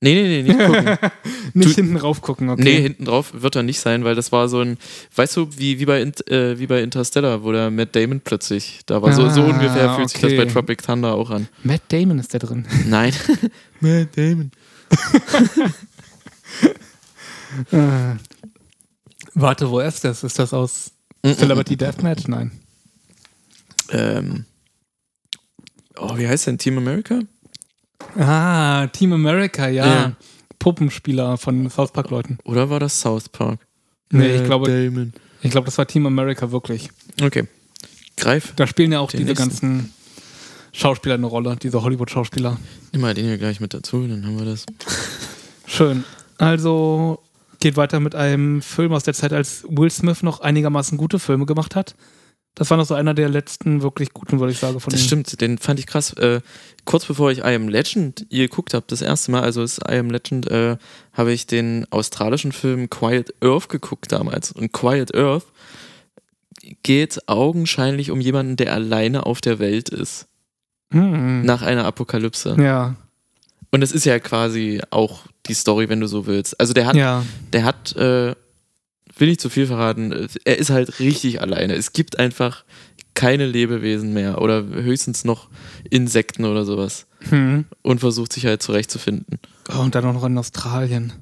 [SPEAKER 3] Nee, nee, nee,
[SPEAKER 2] (laughs)
[SPEAKER 3] nicht gucken.
[SPEAKER 2] Nicht
[SPEAKER 3] Du-
[SPEAKER 2] hinten rauf gucken, okay.
[SPEAKER 3] Nee, hinten drauf wird er nicht sein, weil das war so ein, weißt du, wie, wie, bei, Int- äh, wie bei Interstellar, wo der Matt Damon plötzlich da war. So, so
[SPEAKER 2] Ah,
[SPEAKER 3] ungefähr fühlt sich das
[SPEAKER 2] okay.
[SPEAKER 3] bei Tropic Thunder
[SPEAKER 2] (laughs)
[SPEAKER 3] auch an.
[SPEAKER 2] Matt Damon ist da drin.
[SPEAKER 3] Nein. Matt Damon.
[SPEAKER 2] Äh, (laughs) Warte, wo ist das? Ist das aus Celebrity Deathmatch? Nein.
[SPEAKER 3] Ähm. Oh, wie heißt denn Team America?
[SPEAKER 2] Ah, Team America, ja.
[SPEAKER 3] Ja.
[SPEAKER 2] Puppenspieler von South Park-Leuten.
[SPEAKER 3] Oder war das South Park?
[SPEAKER 2] Nee, ich
[SPEAKER 3] Matt
[SPEAKER 2] glaube,
[SPEAKER 3] Damon.
[SPEAKER 2] ich glaube, das war Team America wirklich.
[SPEAKER 3] Okay. Greif.
[SPEAKER 2] Da spielen ja auch
[SPEAKER 3] Den
[SPEAKER 2] diese
[SPEAKER 3] nächsten.
[SPEAKER 2] ganzen Schauspieler eine Rolle, diese Hollywood-Schauspieler.
[SPEAKER 3] Nimm mal den hier gleich mit dazu, dann haben wir das.
[SPEAKER 2] Schön. Also geht weiter mit einem Film aus der Zeit, als Will Smith noch einigermaßen gute Filme gemacht hat. Das war noch so einer der letzten wirklich guten, würde ich sagen. Von
[SPEAKER 3] Das
[SPEAKER 2] den-
[SPEAKER 3] stimmt, den fand ich krass. Äh, kurz bevor ich I Am Legend ihr geguckt habe, das erste Mal, also ist I Am Legend, äh, habe ich den australischen Film Quiet Earth geguckt damals. Und Quiet Earth geht augenscheinlich um jemanden, der alleine auf der Welt ist,
[SPEAKER 2] Hm.
[SPEAKER 3] nach einer Apokalypse.
[SPEAKER 2] Ja,
[SPEAKER 3] Und das ist ja quasi auch die Story, wenn du so willst. Also der hat,
[SPEAKER 2] ja.
[SPEAKER 3] der hat, äh, will nicht zu viel verraten, äh, er ist halt richtig alleine. Es gibt einfach keine Lebewesen mehr oder höchstens noch Insekten oder sowas
[SPEAKER 2] Hm.
[SPEAKER 3] und versucht sich halt zurechtzufinden.
[SPEAKER 2] Oh, und dann auch noch in Australien.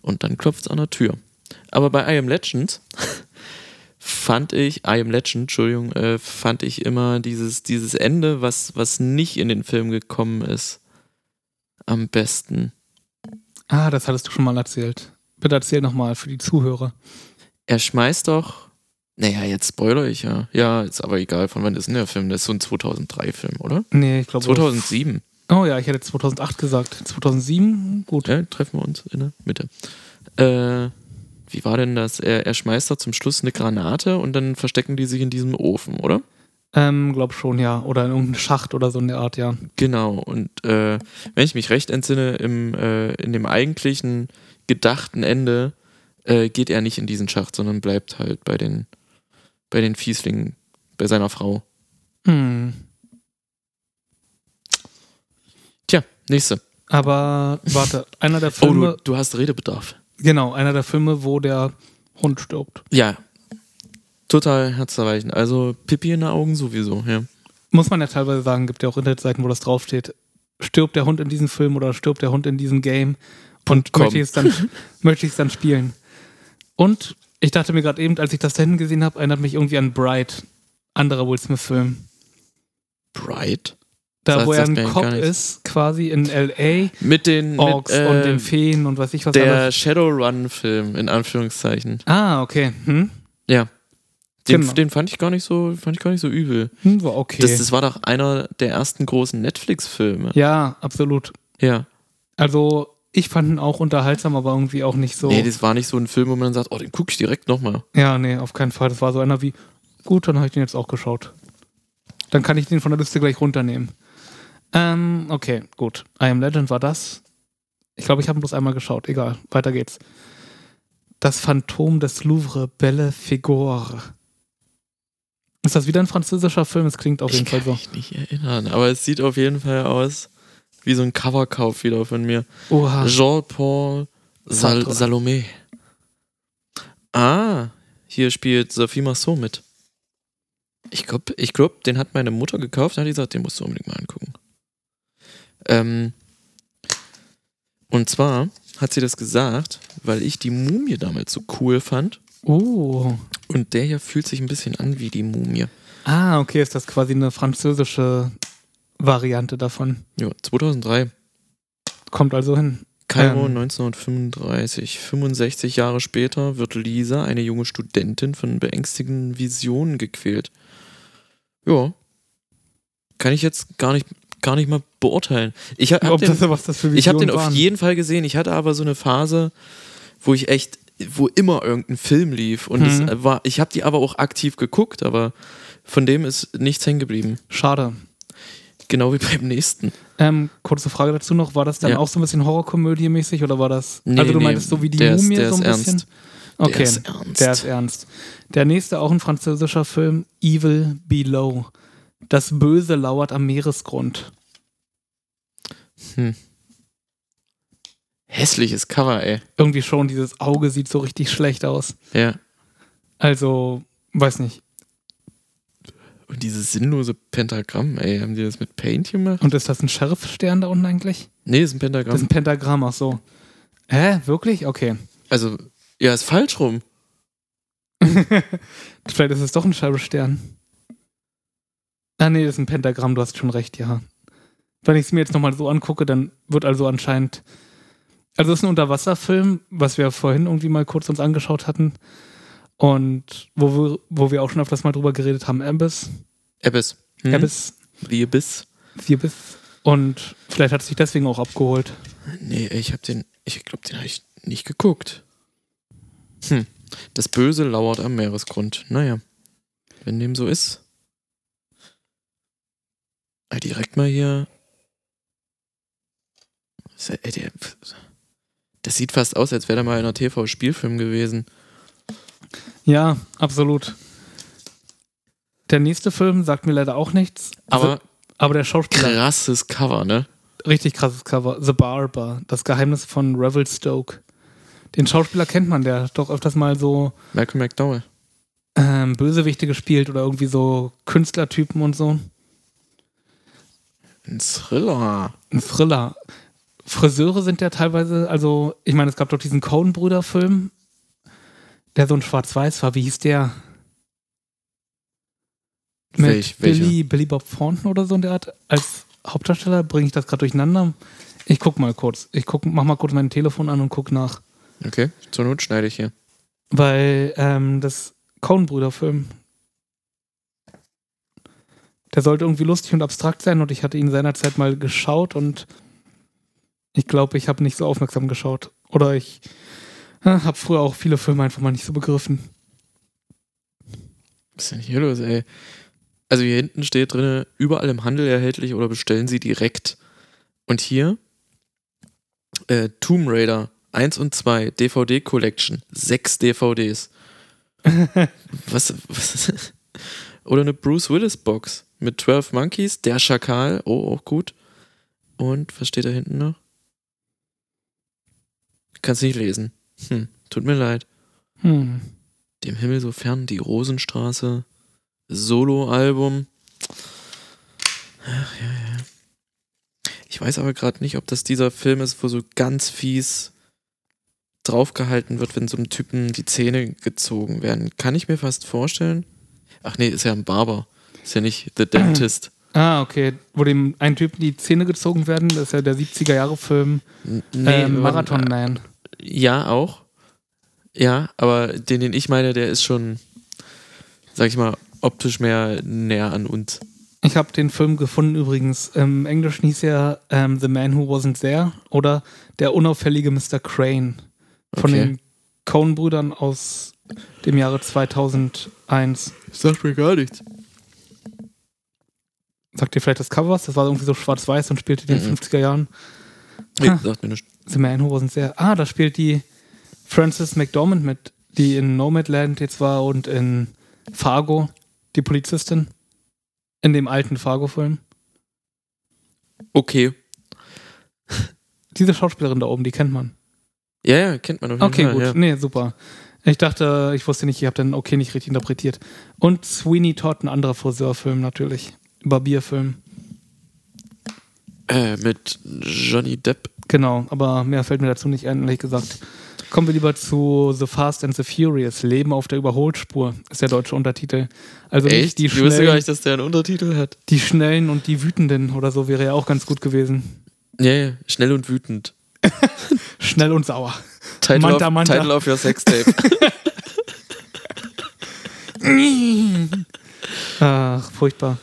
[SPEAKER 3] Und dann klopft es an der Tür. Aber bei I Am Legend (laughs) fand ich, I Am Legend, Entschuldigung, äh, fand ich immer dieses, dieses Ende, was, was nicht in den Film gekommen ist, am besten.
[SPEAKER 2] Ah, das hattest du schon mal erzählt. Bitte erzähl nochmal für die Zuhörer.
[SPEAKER 3] er schmeißt doch. Naja, jetzt spoiler ich ja. Ja, ist aber egal, von wann ist denn der Film? Das ist so ein 2003-Film, oder?
[SPEAKER 2] Nee, ich glaube.
[SPEAKER 3] 2007.
[SPEAKER 2] Oh ja, ich hätte 2008 gesagt. 2007? Gut.
[SPEAKER 3] Ja, treffen wir uns in der Mitte. Äh, wie war denn das? Er, er schmeißt doch zum Schluss eine Granate und dann verstecken die sich in diesem Ofen, oder?
[SPEAKER 2] Ähm, glaub schon, ja. Oder in irgendeinem Schacht oder so in der Art, ja.
[SPEAKER 3] Genau. Und äh, wenn ich mich recht entsinne, im, äh, in dem eigentlichen gedachten Ende äh, geht er nicht in diesen Schacht, sondern bleibt halt bei den, bei den Fieslingen, bei seiner Frau.
[SPEAKER 2] Hm.
[SPEAKER 3] Tja, nächste.
[SPEAKER 2] Aber warte, einer der
[SPEAKER 3] Oh,
[SPEAKER 2] Filme.
[SPEAKER 3] du, du hast Redebedarf.
[SPEAKER 2] Genau, einer der Filme, wo der Hund stirbt.
[SPEAKER 3] Ja. Total herzzerweichend. Also Pipi in den Augen sowieso, ja.
[SPEAKER 2] Muss man ja teilweise sagen, gibt ja auch Internetseiten, wo das draufsteht. Stirbt der Hund in diesem Film oder stirbt der Hund in diesem Game? Und
[SPEAKER 3] Komm.
[SPEAKER 2] möchte ich, es
[SPEAKER 3] (laughs)
[SPEAKER 2] dann, möchte ich es dann spielen? Und ich dachte mir gerade eben, als ich das da hinten gesehen habe, erinnert mich irgendwie an Bright, anderer Will Smith-Film.
[SPEAKER 3] Bright.
[SPEAKER 2] Da,
[SPEAKER 3] Das
[SPEAKER 2] wo er
[SPEAKER 3] sagt
[SPEAKER 2] ein
[SPEAKER 3] mir
[SPEAKER 2] Cop
[SPEAKER 3] gar nichts.
[SPEAKER 2] ist, quasi in L.A.,
[SPEAKER 3] Mit den
[SPEAKER 2] Orks
[SPEAKER 3] mit, äh,
[SPEAKER 2] und den Feen und was ich was
[SPEAKER 3] Der
[SPEAKER 2] alles.
[SPEAKER 3] Shadowrun-Film, in Anführungszeichen.
[SPEAKER 2] Ah, okay. Hm?
[SPEAKER 3] Ja. Den,
[SPEAKER 2] Genau.
[SPEAKER 3] den fand ich gar nicht so, fand ich gar nicht so übel.
[SPEAKER 2] Hm, war okay.
[SPEAKER 3] Das, das war doch einer der ersten großen Netflix-Filme.
[SPEAKER 2] ja, absolut.
[SPEAKER 3] Ja.
[SPEAKER 2] Also, ich fand ihn auch unterhaltsam, aber irgendwie auch nicht so.
[SPEAKER 3] Nee, das war nicht so ein Film, wo man dann sagt, oh, den gucke ich direkt nochmal.
[SPEAKER 2] Ja, nee, auf keinen Fall. Das war so einer wie, gut, dann habe ich den jetzt auch geschaut. Dann kann ich den von der Liste gleich runternehmen. Ähm, okay, gut. I Am Legend war das. Ich glaube, ich habe ihn bloß einmal geschaut. Egal, weiter geht's. Das Phantom des Louvre, Belle Figure. Ist das wieder ein französischer Film? Es klingt auf jeden
[SPEAKER 3] Ich
[SPEAKER 2] Fall
[SPEAKER 3] kann
[SPEAKER 2] so.
[SPEAKER 3] mich nicht erinnern, aber es sieht auf jeden Fall aus wie so ein Coverkauf wieder von mir.
[SPEAKER 2] Oha.
[SPEAKER 3] Jean-Paul Sal
[SPEAKER 2] Ah. Sartre.
[SPEAKER 3] Salomé. Ah, hier spielt Sophie Marceau mit. Ich glaube, ich glaub, den hat meine Mutter gekauft, hat die gesagt, den musst du unbedingt mal angucken. Ähm, und zwar hat sie das gesagt, weil ich die Mumie damals so cool fand.
[SPEAKER 2] Oh.
[SPEAKER 3] Und der hier fühlt sich ein bisschen an wie die Mumie.
[SPEAKER 2] Ah, okay, ist das quasi eine französische Variante davon.
[SPEAKER 3] Ja, 2003.
[SPEAKER 2] Kommt also hin.
[SPEAKER 3] Kairo
[SPEAKER 2] Ähm.
[SPEAKER 3] 1935. 65 Jahre später wird Lisa, eine junge Studentin, von beängstigenden Visionen gequält. Ja. Kann ich jetzt gar nicht, gar nicht mal beurteilen. Ich habe hab
[SPEAKER 2] Ob
[SPEAKER 3] den,
[SPEAKER 2] das, was das für
[SPEAKER 3] ich hab
[SPEAKER 2] Visionen
[SPEAKER 3] den auf
[SPEAKER 2] waren.
[SPEAKER 3] jeden Fall gesehen. Ich hatte aber so eine Phase, wo ich echt, wo immer irgendein Film lief. Und
[SPEAKER 2] Hm.
[SPEAKER 3] das war, ich habe die aber auch aktiv geguckt, aber von dem ist nichts hängen geblieben.
[SPEAKER 2] Schade.
[SPEAKER 3] Genau wie beim nächsten.
[SPEAKER 2] Ähm, kurze Frage dazu noch, war das dann
[SPEAKER 3] Ja.
[SPEAKER 2] auch so ein bisschen Horrorkomödie-mäßig oder war das.
[SPEAKER 3] Nee,
[SPEAKER 2] also du
[SPEAKER 3] nee,
[SPEAKER 2] meintest so wie die
[SPEAKER 3] der ist-
[SPEAKER 2] Mumie
[SPEAKER 3] der
[SPEAKER 2] so ein
[SPEAKER 3] ist
[SPEAKER 2] bisschen.
[SPEAKER 3] ernst.
[SPEAKER 2] Okay,
[SPEAKER 3] Der ist ernst.
[SPEAKER 2] der ist ernst. Der nächste, auch ein französischer Film, Evil Below. Das Böse lauert am Meeresgrund.
[SPEAKER 3] Hm. hässliches Cover, ey.
[SPEAKER 2] Irgendwie schon, dieses Auge sieht so richtig schlecht aus.
[SPEAKER 3] Ja.
[SPEAKER 2] Also, weiß nicht.
[SPEAKER 3] Und dieses sinnlose Pentagramm, ey. Haben die das mit Paint gemacht?
[SPEAKER 2] Und ist das ein Sheriff-Stern da unten eigentlich?
[SPEAKER 3] Nee,
[SPEAKER 2] Das
[SPEAKER 3] ist ein
[SPEAKER 2] ist
[SPEAKER 3] Pentagramm.
[SPEAKER 2] ein Pentagramm, ach so. Hä? Wirklich? Okay.
[SPEAKER 3] Also, ja, ist falsch rum.
[SPEAKER 2] Vielleicht ist es doch ein Sheriff-Stern. Ah, nee, das ist ein Pentagramm, du hast schon recht, ja. Wenn ich es mir jetzt nochmal so angucke, dann wird also anscheinend. Also, es ist ein Unterwasserfilm, was wir vorhin irgendwie mal kurz uns angeschaut hatten. Und wo wir, wo wir auch schon öfters mal drüber geredet haben: Abyss.
[SPEAKER 3] Abyss. Hm?
[SPEAKER 2] Abyss.
[SPEAKER 3] The Abyss.
[SPEAKER 2] The Abyss. Und vielleicht hat es sich deswegen auch abgeholt.
[SPEAKER 3] Nee, ey, ich hab den, ich glaube, den habe ich nicht geguckt. Hm. Das Böse lauert am Meeresgrund. Naja. Wenn dem so ist. Ey, direkt mal hier. Ist ja- ey, der- Das sieht fast aus, als wäre da mal einer TV-Spielfilm gewesen.
[SPEAKER 2] Ja, absolut. Der nächste Film sagt mir leider auch nichts.
[SPEAKER 3] Aber
[SPEAKER 2] aber der
[SPEAKER 3] Genau.
[SPEAKER 2] Schauspieler
[SPEAKER 3] krasses Cover, ne?
[SPEAKER 2] Richtig krasses Cover. The Barber, das Geheimnis von Revelstoke. Den Schauspieler kennt man, der hat doch öfters mal so
[SPEAKER 3] Malcolm McDowell.
[SPEAKER 2] ähm, Bösewichte gespielt oder irgendwie so Künstlertypen und so.
[SPEAKER 3] Ein Thriller.
[SPEAKER 2] Ein Thriller. Friseure sind ja teilweise, also ich meine, es gab doch diesen Coen-Brüder-Film, der so ein Schwarz-Weiß war. Wie hieß der? Mit
[SPEAKER 3] Welch- welcher?
[SPEAKER 2] Billy, Billy Bob Thornton oder so in der Art. Als Hauptdarsteller bringe ich das gerade durcheinander. Ich guck mal kurz. Ich guck, mach mal kurz mein Telefon an und guck nach.
[SPEAKER 3] Okay, zur Not schneide ich hier.
[SPEAKER 2] Weil ähm, das Coen-Brüder-Film, der sollte irgendwie lustig und abstrakt sein und ich hatte ihn seinerzeit mal geschaut und ich glaube, ich habe nicht so aufmerksam geschaut. Oder ich äh, habe früher auch viele Filme einfach mal nicht so begriffen.
[SPEAKER 3] Was ist denn hier los, ey? Also hier hinten steht drin, überall im Handel erhältlich oder bestellen Sie direkt. Und hier äh, Tomb Raider 1 und 2 DVD Collection. Sechs DVDs. was, was? Oder eine Bruce Willis Box mit 12 Monkeys, der Schakal, oh, auch gut. Und was steht da hinten noch? Kannst nicht lesen. Hm, tut mir leid.
[SPEAKER 2] Hm.
[SPEAKER 3] Dem Himmel so fern, die Rosenstraße, Soloalbum. Ach ja, ja. Ich weiß aber gerade nicht, ob das dieser Film ist, wo so ganz fies draufgehalten wird, wenn so einem Typen die Zähne gezogen werden. Kann ich mir fast vorstellen. Ach nee, ist ja ein Barber. Ist ja nicht The Dentist.
[SPEAKER 2] Ah, okay. Wo dem einen Typen die Zähne gezogen werden, das ist ja der 70er-Jahre-Film
[SPEAKER 3] N-
[SPEAKER 2] äh,
[SPEAKER 3] aber-
[SPEAKER 2] Marathon Man.
[SPEAKER 3] Ja, auch. Ja, aber den, den ich meine, der ist schon, sag ich mal, optisch mehr näher an uns.
[SPEAKER 2] Ich habe den Film gefunden übrigens. Im Englischen hieß er ähm, The Man Who Wasn't There oder Der unauffällige Mr. Crane von
[SPEAKER 3] Okay.
[SPEAKER 2] den Coen-Brüdern aus dem Jahre 2001.
[SPEAKER 3] Sagt mir gar nichts.
[SPEAKER 2] Sagt ihr vielleicht das Cover was? Das war irgendwie so schwarz-weiß und spielte in den
[SPEAKER 3] Mhm.
[SPEAKER 2] 50er Jahren.
[SPEAKER 3] Nee,
[SPEAKER 2] Ah.
[SPEAKER 3] sagt mir nichts.
[SPEAKER 2] The Man Who Wasn't There. Ah, da spielt die Frances McDormand mit, die in Nomadland jetzt war und in Fargo, die Polizistin. In dem alten Fargo-Film.
[SPEAKER 3] Okay.
[SPEAKER 2] Diese Schauspielerin da oben, die kennt man.
[SPEAKER 3] Ja, ja, kennt man auf jeden
[SPEAKER 2] Okay,
[SPEAKER 3] Fall.
[SPEAKER 2] gut.
[SPEAKER 3] Mhm. Ja.
[SPEAKER 2] Nee, super. Ich dachte, ich wusste nicht, ihr habt den okay nicht richtig interpretiert. Und Sweeney Todd, ein anderer Friseurfilm natürlich. Barbierfilm.
[SPEAKER 3] Äh, mit Johnny Depp.
[SPEAKER 2] Genau, aber mehr fällt mir dazu nicht ein, ehrlich gesagt. Kommen wir lieber zu The Fast and the Furious. Leben auf der Überholspur ist der deutsche Untertitel. Also nicht die
[SPEAKER 3] Ich wusste gar
[SPEAKER 2] schnellen,
[SPEAKER 3] nicht, dass der einen Untertitel hat.
[SPEAKER 2] die schnellen und die wütenden oder so wäre ja auch ganz gut gewesen.
[SPEAKER 3] Ja, ja. Schnell und wütend.
[SPEAKER 2] Schnell und sauer.
[SPEAKER 3] Title,
[SPEAKER 2] Manta,
[SPEAKER 3] of,
[SPEAKER 2] Manta.
[SPEAKER 3] Title of
[SPEAKER 2] (laughs)
[SPEAKER 3] your Sextape.
[SPEAKER 2] Ach, furchtbar.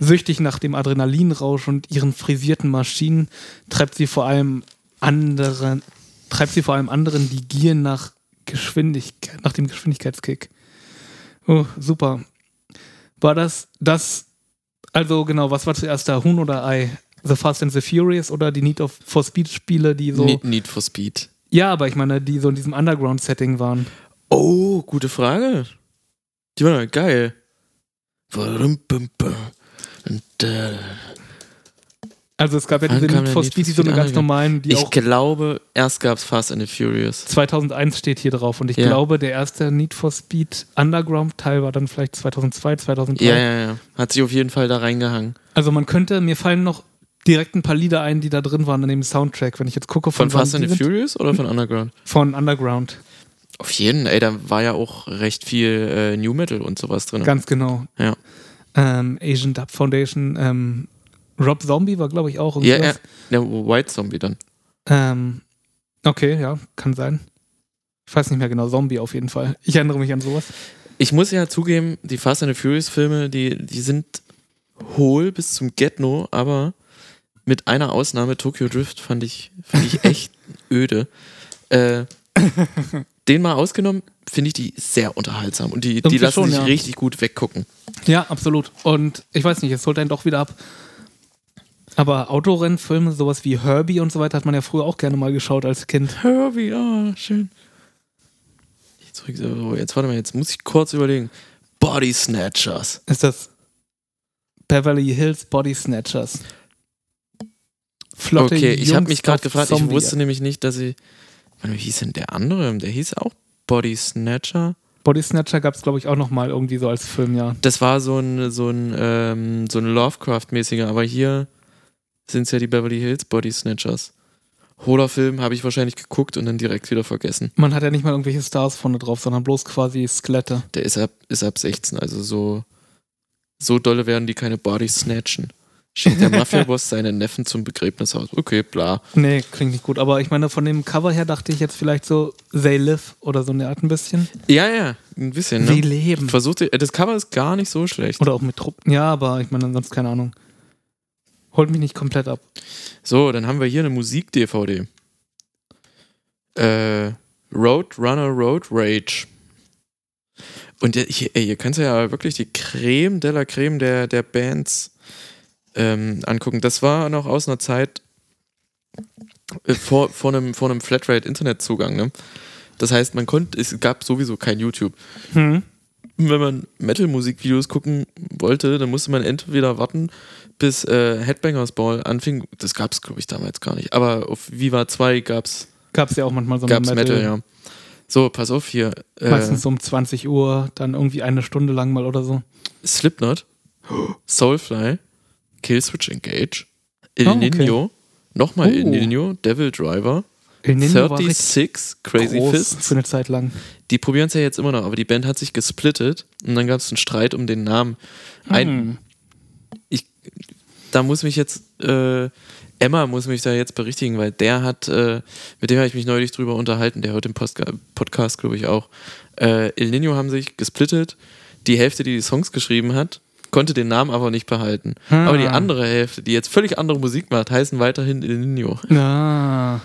[SPEAKER 2] Süchtig nach dem Adrenalinrausch und ihren frisierten Maschinen treibt sie vor allem anderen, treibt sie vor allem anderen die Gier nach Geschwindigkeit, nach dem Geschwindigkeitskick. Oh, super. War das das? Also genau, was war zuerst da, Huhn oder Ei? The Fast and the Furious oder die Need of, for Speed Spiele, die so,
[SPEAKER 3] Need, Need for Speed.
[SPEAKER 2] ja, aber ich meine, die so in diesem Underground-Setting waren.
[SPEAKER 3] Oh, gute Frage. Die halt war doch geil. Warum, bum, bum. Und, äh,
[SPEAKER 2] Also es gab ja
[SPEAKER 3] Wann
[SPEAKER 2] diese
[SPEAKER 3] kam
[SPEAKER 2] Need
[SPEAKER 3] der
[SPEAKER 2] for
[SPEAKER 3] Need for
[SPEAKER 2] Speed, die so
[SPEAKER 3] Speed
[SPEAKER 2] eine ganz
[SPEAKER 3] andere?
[SPEAKER 2] normalen, die
[SPEAKER 3] Ich
[SPEAKER 2] auch
[SPEAKER 3] glaube, erst gab es Fast and the Furious.
[SPEAKER 2] 2001 steht hier drauf und ich
[SPEAKER 3] Ja.
[SPEAKER 2] glaube, der erste Need for Speed Underground Teil war dann vielleicht 2002, 2003.
[SPEAKER 3] Ja, ja, ja. Hat sich auf jeden Fall da reingehangen.
[SPEAKER 2] Also man könnte, mir fallen noch direkt ein paar Lieder ein, die da drin waren in dem Soundtrack, wenn ich jetzt gucke
[SPEAKER 3] Von
[SPEAKER 2] wann
[SPEAKER 3] Fast
[SPEAKER 2] die
[SPEAKER 3] and the
[SPEAKER 2] sind.
[SPEAKER 3] Furious oder von Underground?
[SPEAKER 2] Von Underground,
[SPEAKER 3] Auf jeden, ey, da war ja auch recht viel äh, New Metal und sowas drin.
[SPEAKER 2] ganz genau.
[SPEAKER 3] Ja.
[SPEAKER 2] Ähm, Asian Dub Foundation, ähm, Rob Zombie war glaube ich auch
[SPEAKER 3] Ja, ja.
[SPEAKER 2] irgendwas.
[SPEAKER 3] Der White Zombie dann.
[SPEAKER 2] Ähm, okay, ja, kann sein. Ich weiß nicht mehr genau, Zombie auf jeden Fall. Ich erinnere mich an sowas.
[SPEAKER 3] Ich muss ja zugeben, die Fast and the Furious Filme, die, die sind hohl bis zum Get-No, aber mit einer Ausnahme, Tokyo Drift, fand ich, fand
[SPEAKER 2] (laughs)
[SPEAKER 3] ich echt öde. Äh, den mal ausgenommen, finde ich die sehr unterhaltsam und die, die
[SPEAKER 2] Irgendwie
[SPEAKER 3] lassen
[SPEAKER 2] schon,
[SPEAKER 3] sich
[SPEAKER 2] ja.
[SPEAKER 3] richtig gut weggucken.
[SPEAKER 2] Ja, absolut. Und ich weiß nicht, es holt einen doch wieder ab. Aber Autorennfilme, sowas wie Herbie und so weiter, hat man ja früher auch gerne mal geschaut als Kind.
[SPEAKER 3] Herbie, ah, schön. Jetzt, rück- so, jetzt warte mal, jetzt muss ich kurz überlegen. Body Snatchers.
[SPEAKER 2] Ist das Beverly Hills Body Snatchers? Flotte
[SPEAKER 3] okay, ich habe
[SPEAKER 2] Jungs
[SPEAKER 3] mich gerade
[SPEAKER 2] auf
[SPEAKER 3] gefragt,
[SPEAKER 2] Zombie.
[SPEAKER 3] ich wusste nämlich nicht, dass ich. Warte, wie hieß denn der andere? Der hieß auch Body Snatcher.
[SPEAKER 2] Body Snatcher gab es, glaube ich, auch noch mal irgendwie so als Film, ja.
[SPEAKER 3] Das war so ein, so ein, ähm, so ein Lovecraft-mäßiger, aber hier sind es ja die Beverly Hills Body Snatchers. Holer Film habe ich wahrscheinlich geguckt und dann direkt wieder vergessen.
[SPEAKER 2] Man hat ja nicht mal irgendwelche Stars vorne drauf, sondern bloß quasi Skelette.
[SPEAKER 3] Der ist ab, ist ab 16, also so, so dolle werden die keine Body snatchen. Schickt der Mafia-Boss seinen Neffen zum Begräbnishaus. Okay, bla.
[SPEAKER 2] Nee, klingt nicht gut. Aber ich meine, von dem Cover her dachte ich jetzt vielleicht so They Live oder so eine Art ein bisschen.
[SPEAKER 3] Ja, ja, ein bisschen,
[SPEAKER 2] Sie
[SPEAKER 3] ne?
[SPEAKER 2] leben.
[SPEAKER 3] Versucht, ihr- das Cover ist gar nicht so schlecht.
[SPEAKER 2] Oder auch mit Truppen. Ja, aber ich meine, ansonsten keine Ahnung. Holt mich nicht komplett ab.
[SPEAKER 3] So, dann haben wir hier eine Musik-DVD. Äh, Road Runner Road Rage. Und hier, hier, ey, hier kannst du ja wirklich die Creme de la Creme der, der Bands ähm, angucken. Das war noch aus einer Zeit äh, vor, vor einem, vor einem Flatrate-Internetzugang. Ne? Das heißt, man konnte, es gab sowieso kein YouTube.
[SPEAKER 2] Hm.
[SPEAKER 3] Wenn man Metal-Musikvideos gucken wollte, dann musste man entweder warten, bis äh, Headbangers Ball anfing. Das gab es, glaube ich, damals gar nicht. Aber auf Viva 2 gab es
[SPEAKER 2] Gab es ja auch manchmal so eine
[SPEAKER 3] Metal. Metal, ja. So, pass auf hier. Äh,
[SPEAKER 2] Meistens so um 20 Uhr, dann irgendwie eine Stunde lang mal oder so.
[SPEAKER 3] Slipknot, Soulfly, Killswitch Engage, El
[SPEAKER 2] Ah, okay.
[SPEAKER 3] Nino, nochmal El
[SPEAKER 2] Oh.
[SPEAKER 3] Nino, Devil Driver,
[SPEAKER 2] El Nino war richtig
[SPEAKER 3] 36, Crazy
[SPEAKER 2] groß
[SPEAKER 3] Fist.
[SPEAKER 2] für eine Zeit lang.
[SPEAKER 3] Die probieren es ja jetzt immer noch, aber die Band hat sich gesplittet und dann gab es einen Streit um den Namen. Ein,
[SPEAKER 2] Hm.
[SPEAKER 3] da muss mich jetzt, äh, Emma muss mich da jetzt berichtigen, weil der hat, äh, mit dem habe ich mich neulich drüber unterhalten, der hört den Postka Podcast, glaube ich, auch. Äh, El Nino haben sich gesplittet, die Hälfte, die die Songs geschrieben hat, konnte den Namen aber nicht behalten.
[SPEAKER 2] Ah.
[SPEAKER 3] Aber die andere Hälfte, die jetzt völlig andere Musik macht, heißen weiterhin El Nino.
[SPEAKER 2] Ah.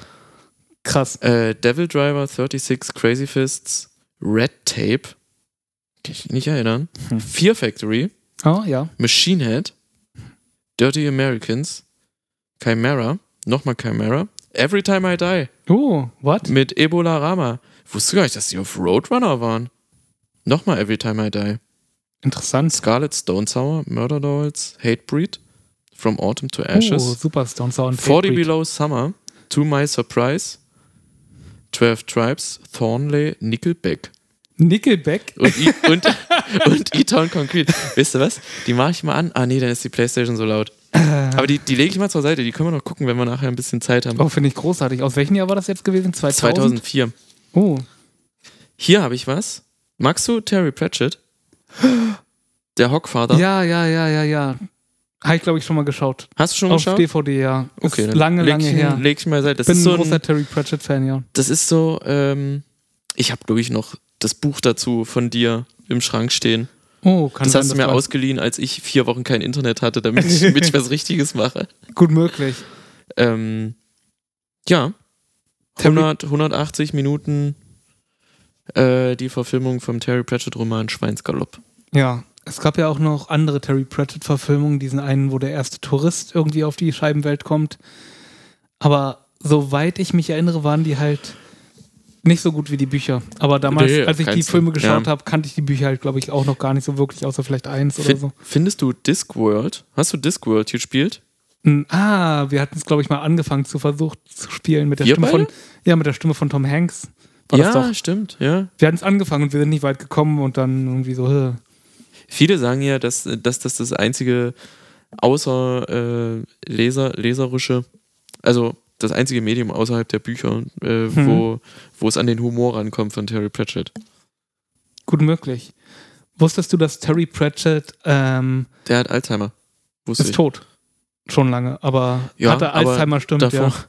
[SPEAKER 2] Krass.
[SPEAKER 3] Äh, Devil Driver, 36, Crazy Fists, Red Tape, kann ich nicht erinnern,
[SPEAKER 2] Hm.
[SPEAKER 3] Fear Factory,
[SPEAKER 2] Oh, ja.
[SPEAKER 3] Machine Head, Dirty Americans, Chimera, nochmal Chimera, Every Time I Die
[SPEAKER 2] Oh, what?
[SPEAKER 3] mit Ebola Rama. Wusste gar nicht, dass die auf Roadrunner waren. Nochmal Every Time I Die.
[SPEAKER 2] Interessant.
[SPEAKER 3] Scarlet Stone Sour, Murder Dolls, Hatebreed, From Autumn to
[SPEAKER 2] Oh,
[SPEAKER 3] Ashes,
[SPEAKER 2] super Stone Sound.
[SPEAKER 3] 40 Below Summer, To My Surprise, 12 Tribes, Thornley, Nickelback.
[SPEAKER 2] Nickelback.
[SPEAKER 3] Und, I- und, (laughs) und E-Town Concrete. Wisst ihr was? Die mache ich mal an. Ah, nee, dann ist die Playstation so laut.
[SPEAKER 2] Äh.
[SPEAKER 3] Aber die, die lege ich mal zur Seite. Die können wir noch gucken, wenn wir nachher ein bisschen Zeit haben.
[SPEAKER 2] Oh, finde ich großartig. Aus welchem Jahr war das jetzt gewesen? 2000?
[SPEAKER 3] 2004.
[SPEAKER 2] Oh,
[SPEAKER 3] Hier habe ich was. Magst du Terry Pratchett? Der Hockfather.
[SPEAKER 2] Ja, ja, ja, ja, ja. Habe ich, glaube ich, schon mal geschaut.
[SPEAKER 3] Hast du schon
[SPEAKER 2] Auf
[SPEAKER 3] geschaut?
[SPEAKER 2] DVD, ja.
[SPEAKER 3] Okay,
[SPEAKER 2] ist
[SPEAKER 3] dann
[SPEAKER 2] lange,
[SPEAKER 3] leg
[SPEAKER 2] lange
[SPEAKER 3] ich, ihn-
[SPEAKER 2] her.
[SPEAKER 3] Leg ich mal beiseite. Das
[SPEAKER 2] Bin
[SPEAKER 3] ist so
[SPEAKER 2] ein großer
[SPEAKER 3] ein,
[SPEAKER 2] Terry Pratchett-Fan, ja.
[SPEAKER 3] das ist so ähm, ich habe, glaube ich, noch das Buch dazu von dir im Schrank stehen.
[SPEAKER 2] Oh, kann
[SPEAKER 3] Das
[SPEAKER 2] sein,
[SPEAKER 3] hast du
[SPEAKER 2] dass
[SPEAKER 3] mir
[SPEAKER 2] war-
[SPEAKER 3] ausgeliehen, als ich vier Wochen kein Internet hatte, damit ich, damit ich was Richtiges mache.
[SPEAKER 2] Gut möglich.
[SPEAKER 3] Ähm, ja.
[SPEAKER 2] Terry-
[SPEAKER 3] 100, 180 Minuten äh, die Verfilmung vom Terry Pratchett-Roman Schweinsgalopp.
[SPEAKER 2] Ja. Es gab ja auch noch andere Terry Pratchett-Verfilmungen. Diesen einen, wo der erste Tourist irgendwie auf die Scheibenwelt kommt. Aber soweit ich mich erinnere, waren die halt nicht so gut wie die Bücher. Aber damals,
[SPEAKER 3] Nee,
[SPEAKER 2] als ich die
[SPEAKER 3] keinste.
[SPEAKER 2] Filme geschaut
[SPEAKER 3] Ja.
[SPEAKER 2] habe, kannte ich die Bücher halt, glaube ich, auch noch gar nicht so wirklich, außer vielleicht eins oder
[SPEAKER 3] Fin-
[SPEAKER 2] so.
[SPEAKER 3] Findest du Discworld? Hast du Discworld gespielt?
[SPEAKER 2] N- Ah, wir hatten es, glaube ich, mal angefangen zu versuchen zu spielen mit der
[SPEAKER 3] Wir
[SPEAKER 2] Stimme
[SPEAKER 3] beide?
[SPEAKER 2] von. Ja, mit der Stimme von Tom Hanks. War
[SPEAKER 3] Ja,
[SPEAKER 2] das Oh, doch.
[SPEAKER 3] stimmt, ja.
[SPEAKER 2] Wir hatten es angefangen und wir sind nicht weit gekommen und dann irgendwie so, hä.
[SPEAKER 3] Viele sagen ja, dass, dass das das einzige außer äh, Leser, leserische, also das einzige Medium außerhalb der Bücher, äh,
[SPEAKER 2] Hm.
[SPEAKER 3] wo, wo es an den Humor rankommt von Terry Pratchett.
[SPEAKER 2] gut möglich. Wusstest du, dass Terry Pratchett ähm,
[SPEAKER 3] Der hat Alzheimer. Wusste
[SPEAKER 2] ist
[SPEAKER 3] ich.
[SPEAKER 2] tot? Schon lange, aber
[SPEAKER 3] Ja,
[SPEAKER 2] hatte
[SPEAKER 3] aber
[SPEAKER 2] Alzheimer, stimmt,
[SPEAKER 3] davor-
[SPEAKER 2] ja.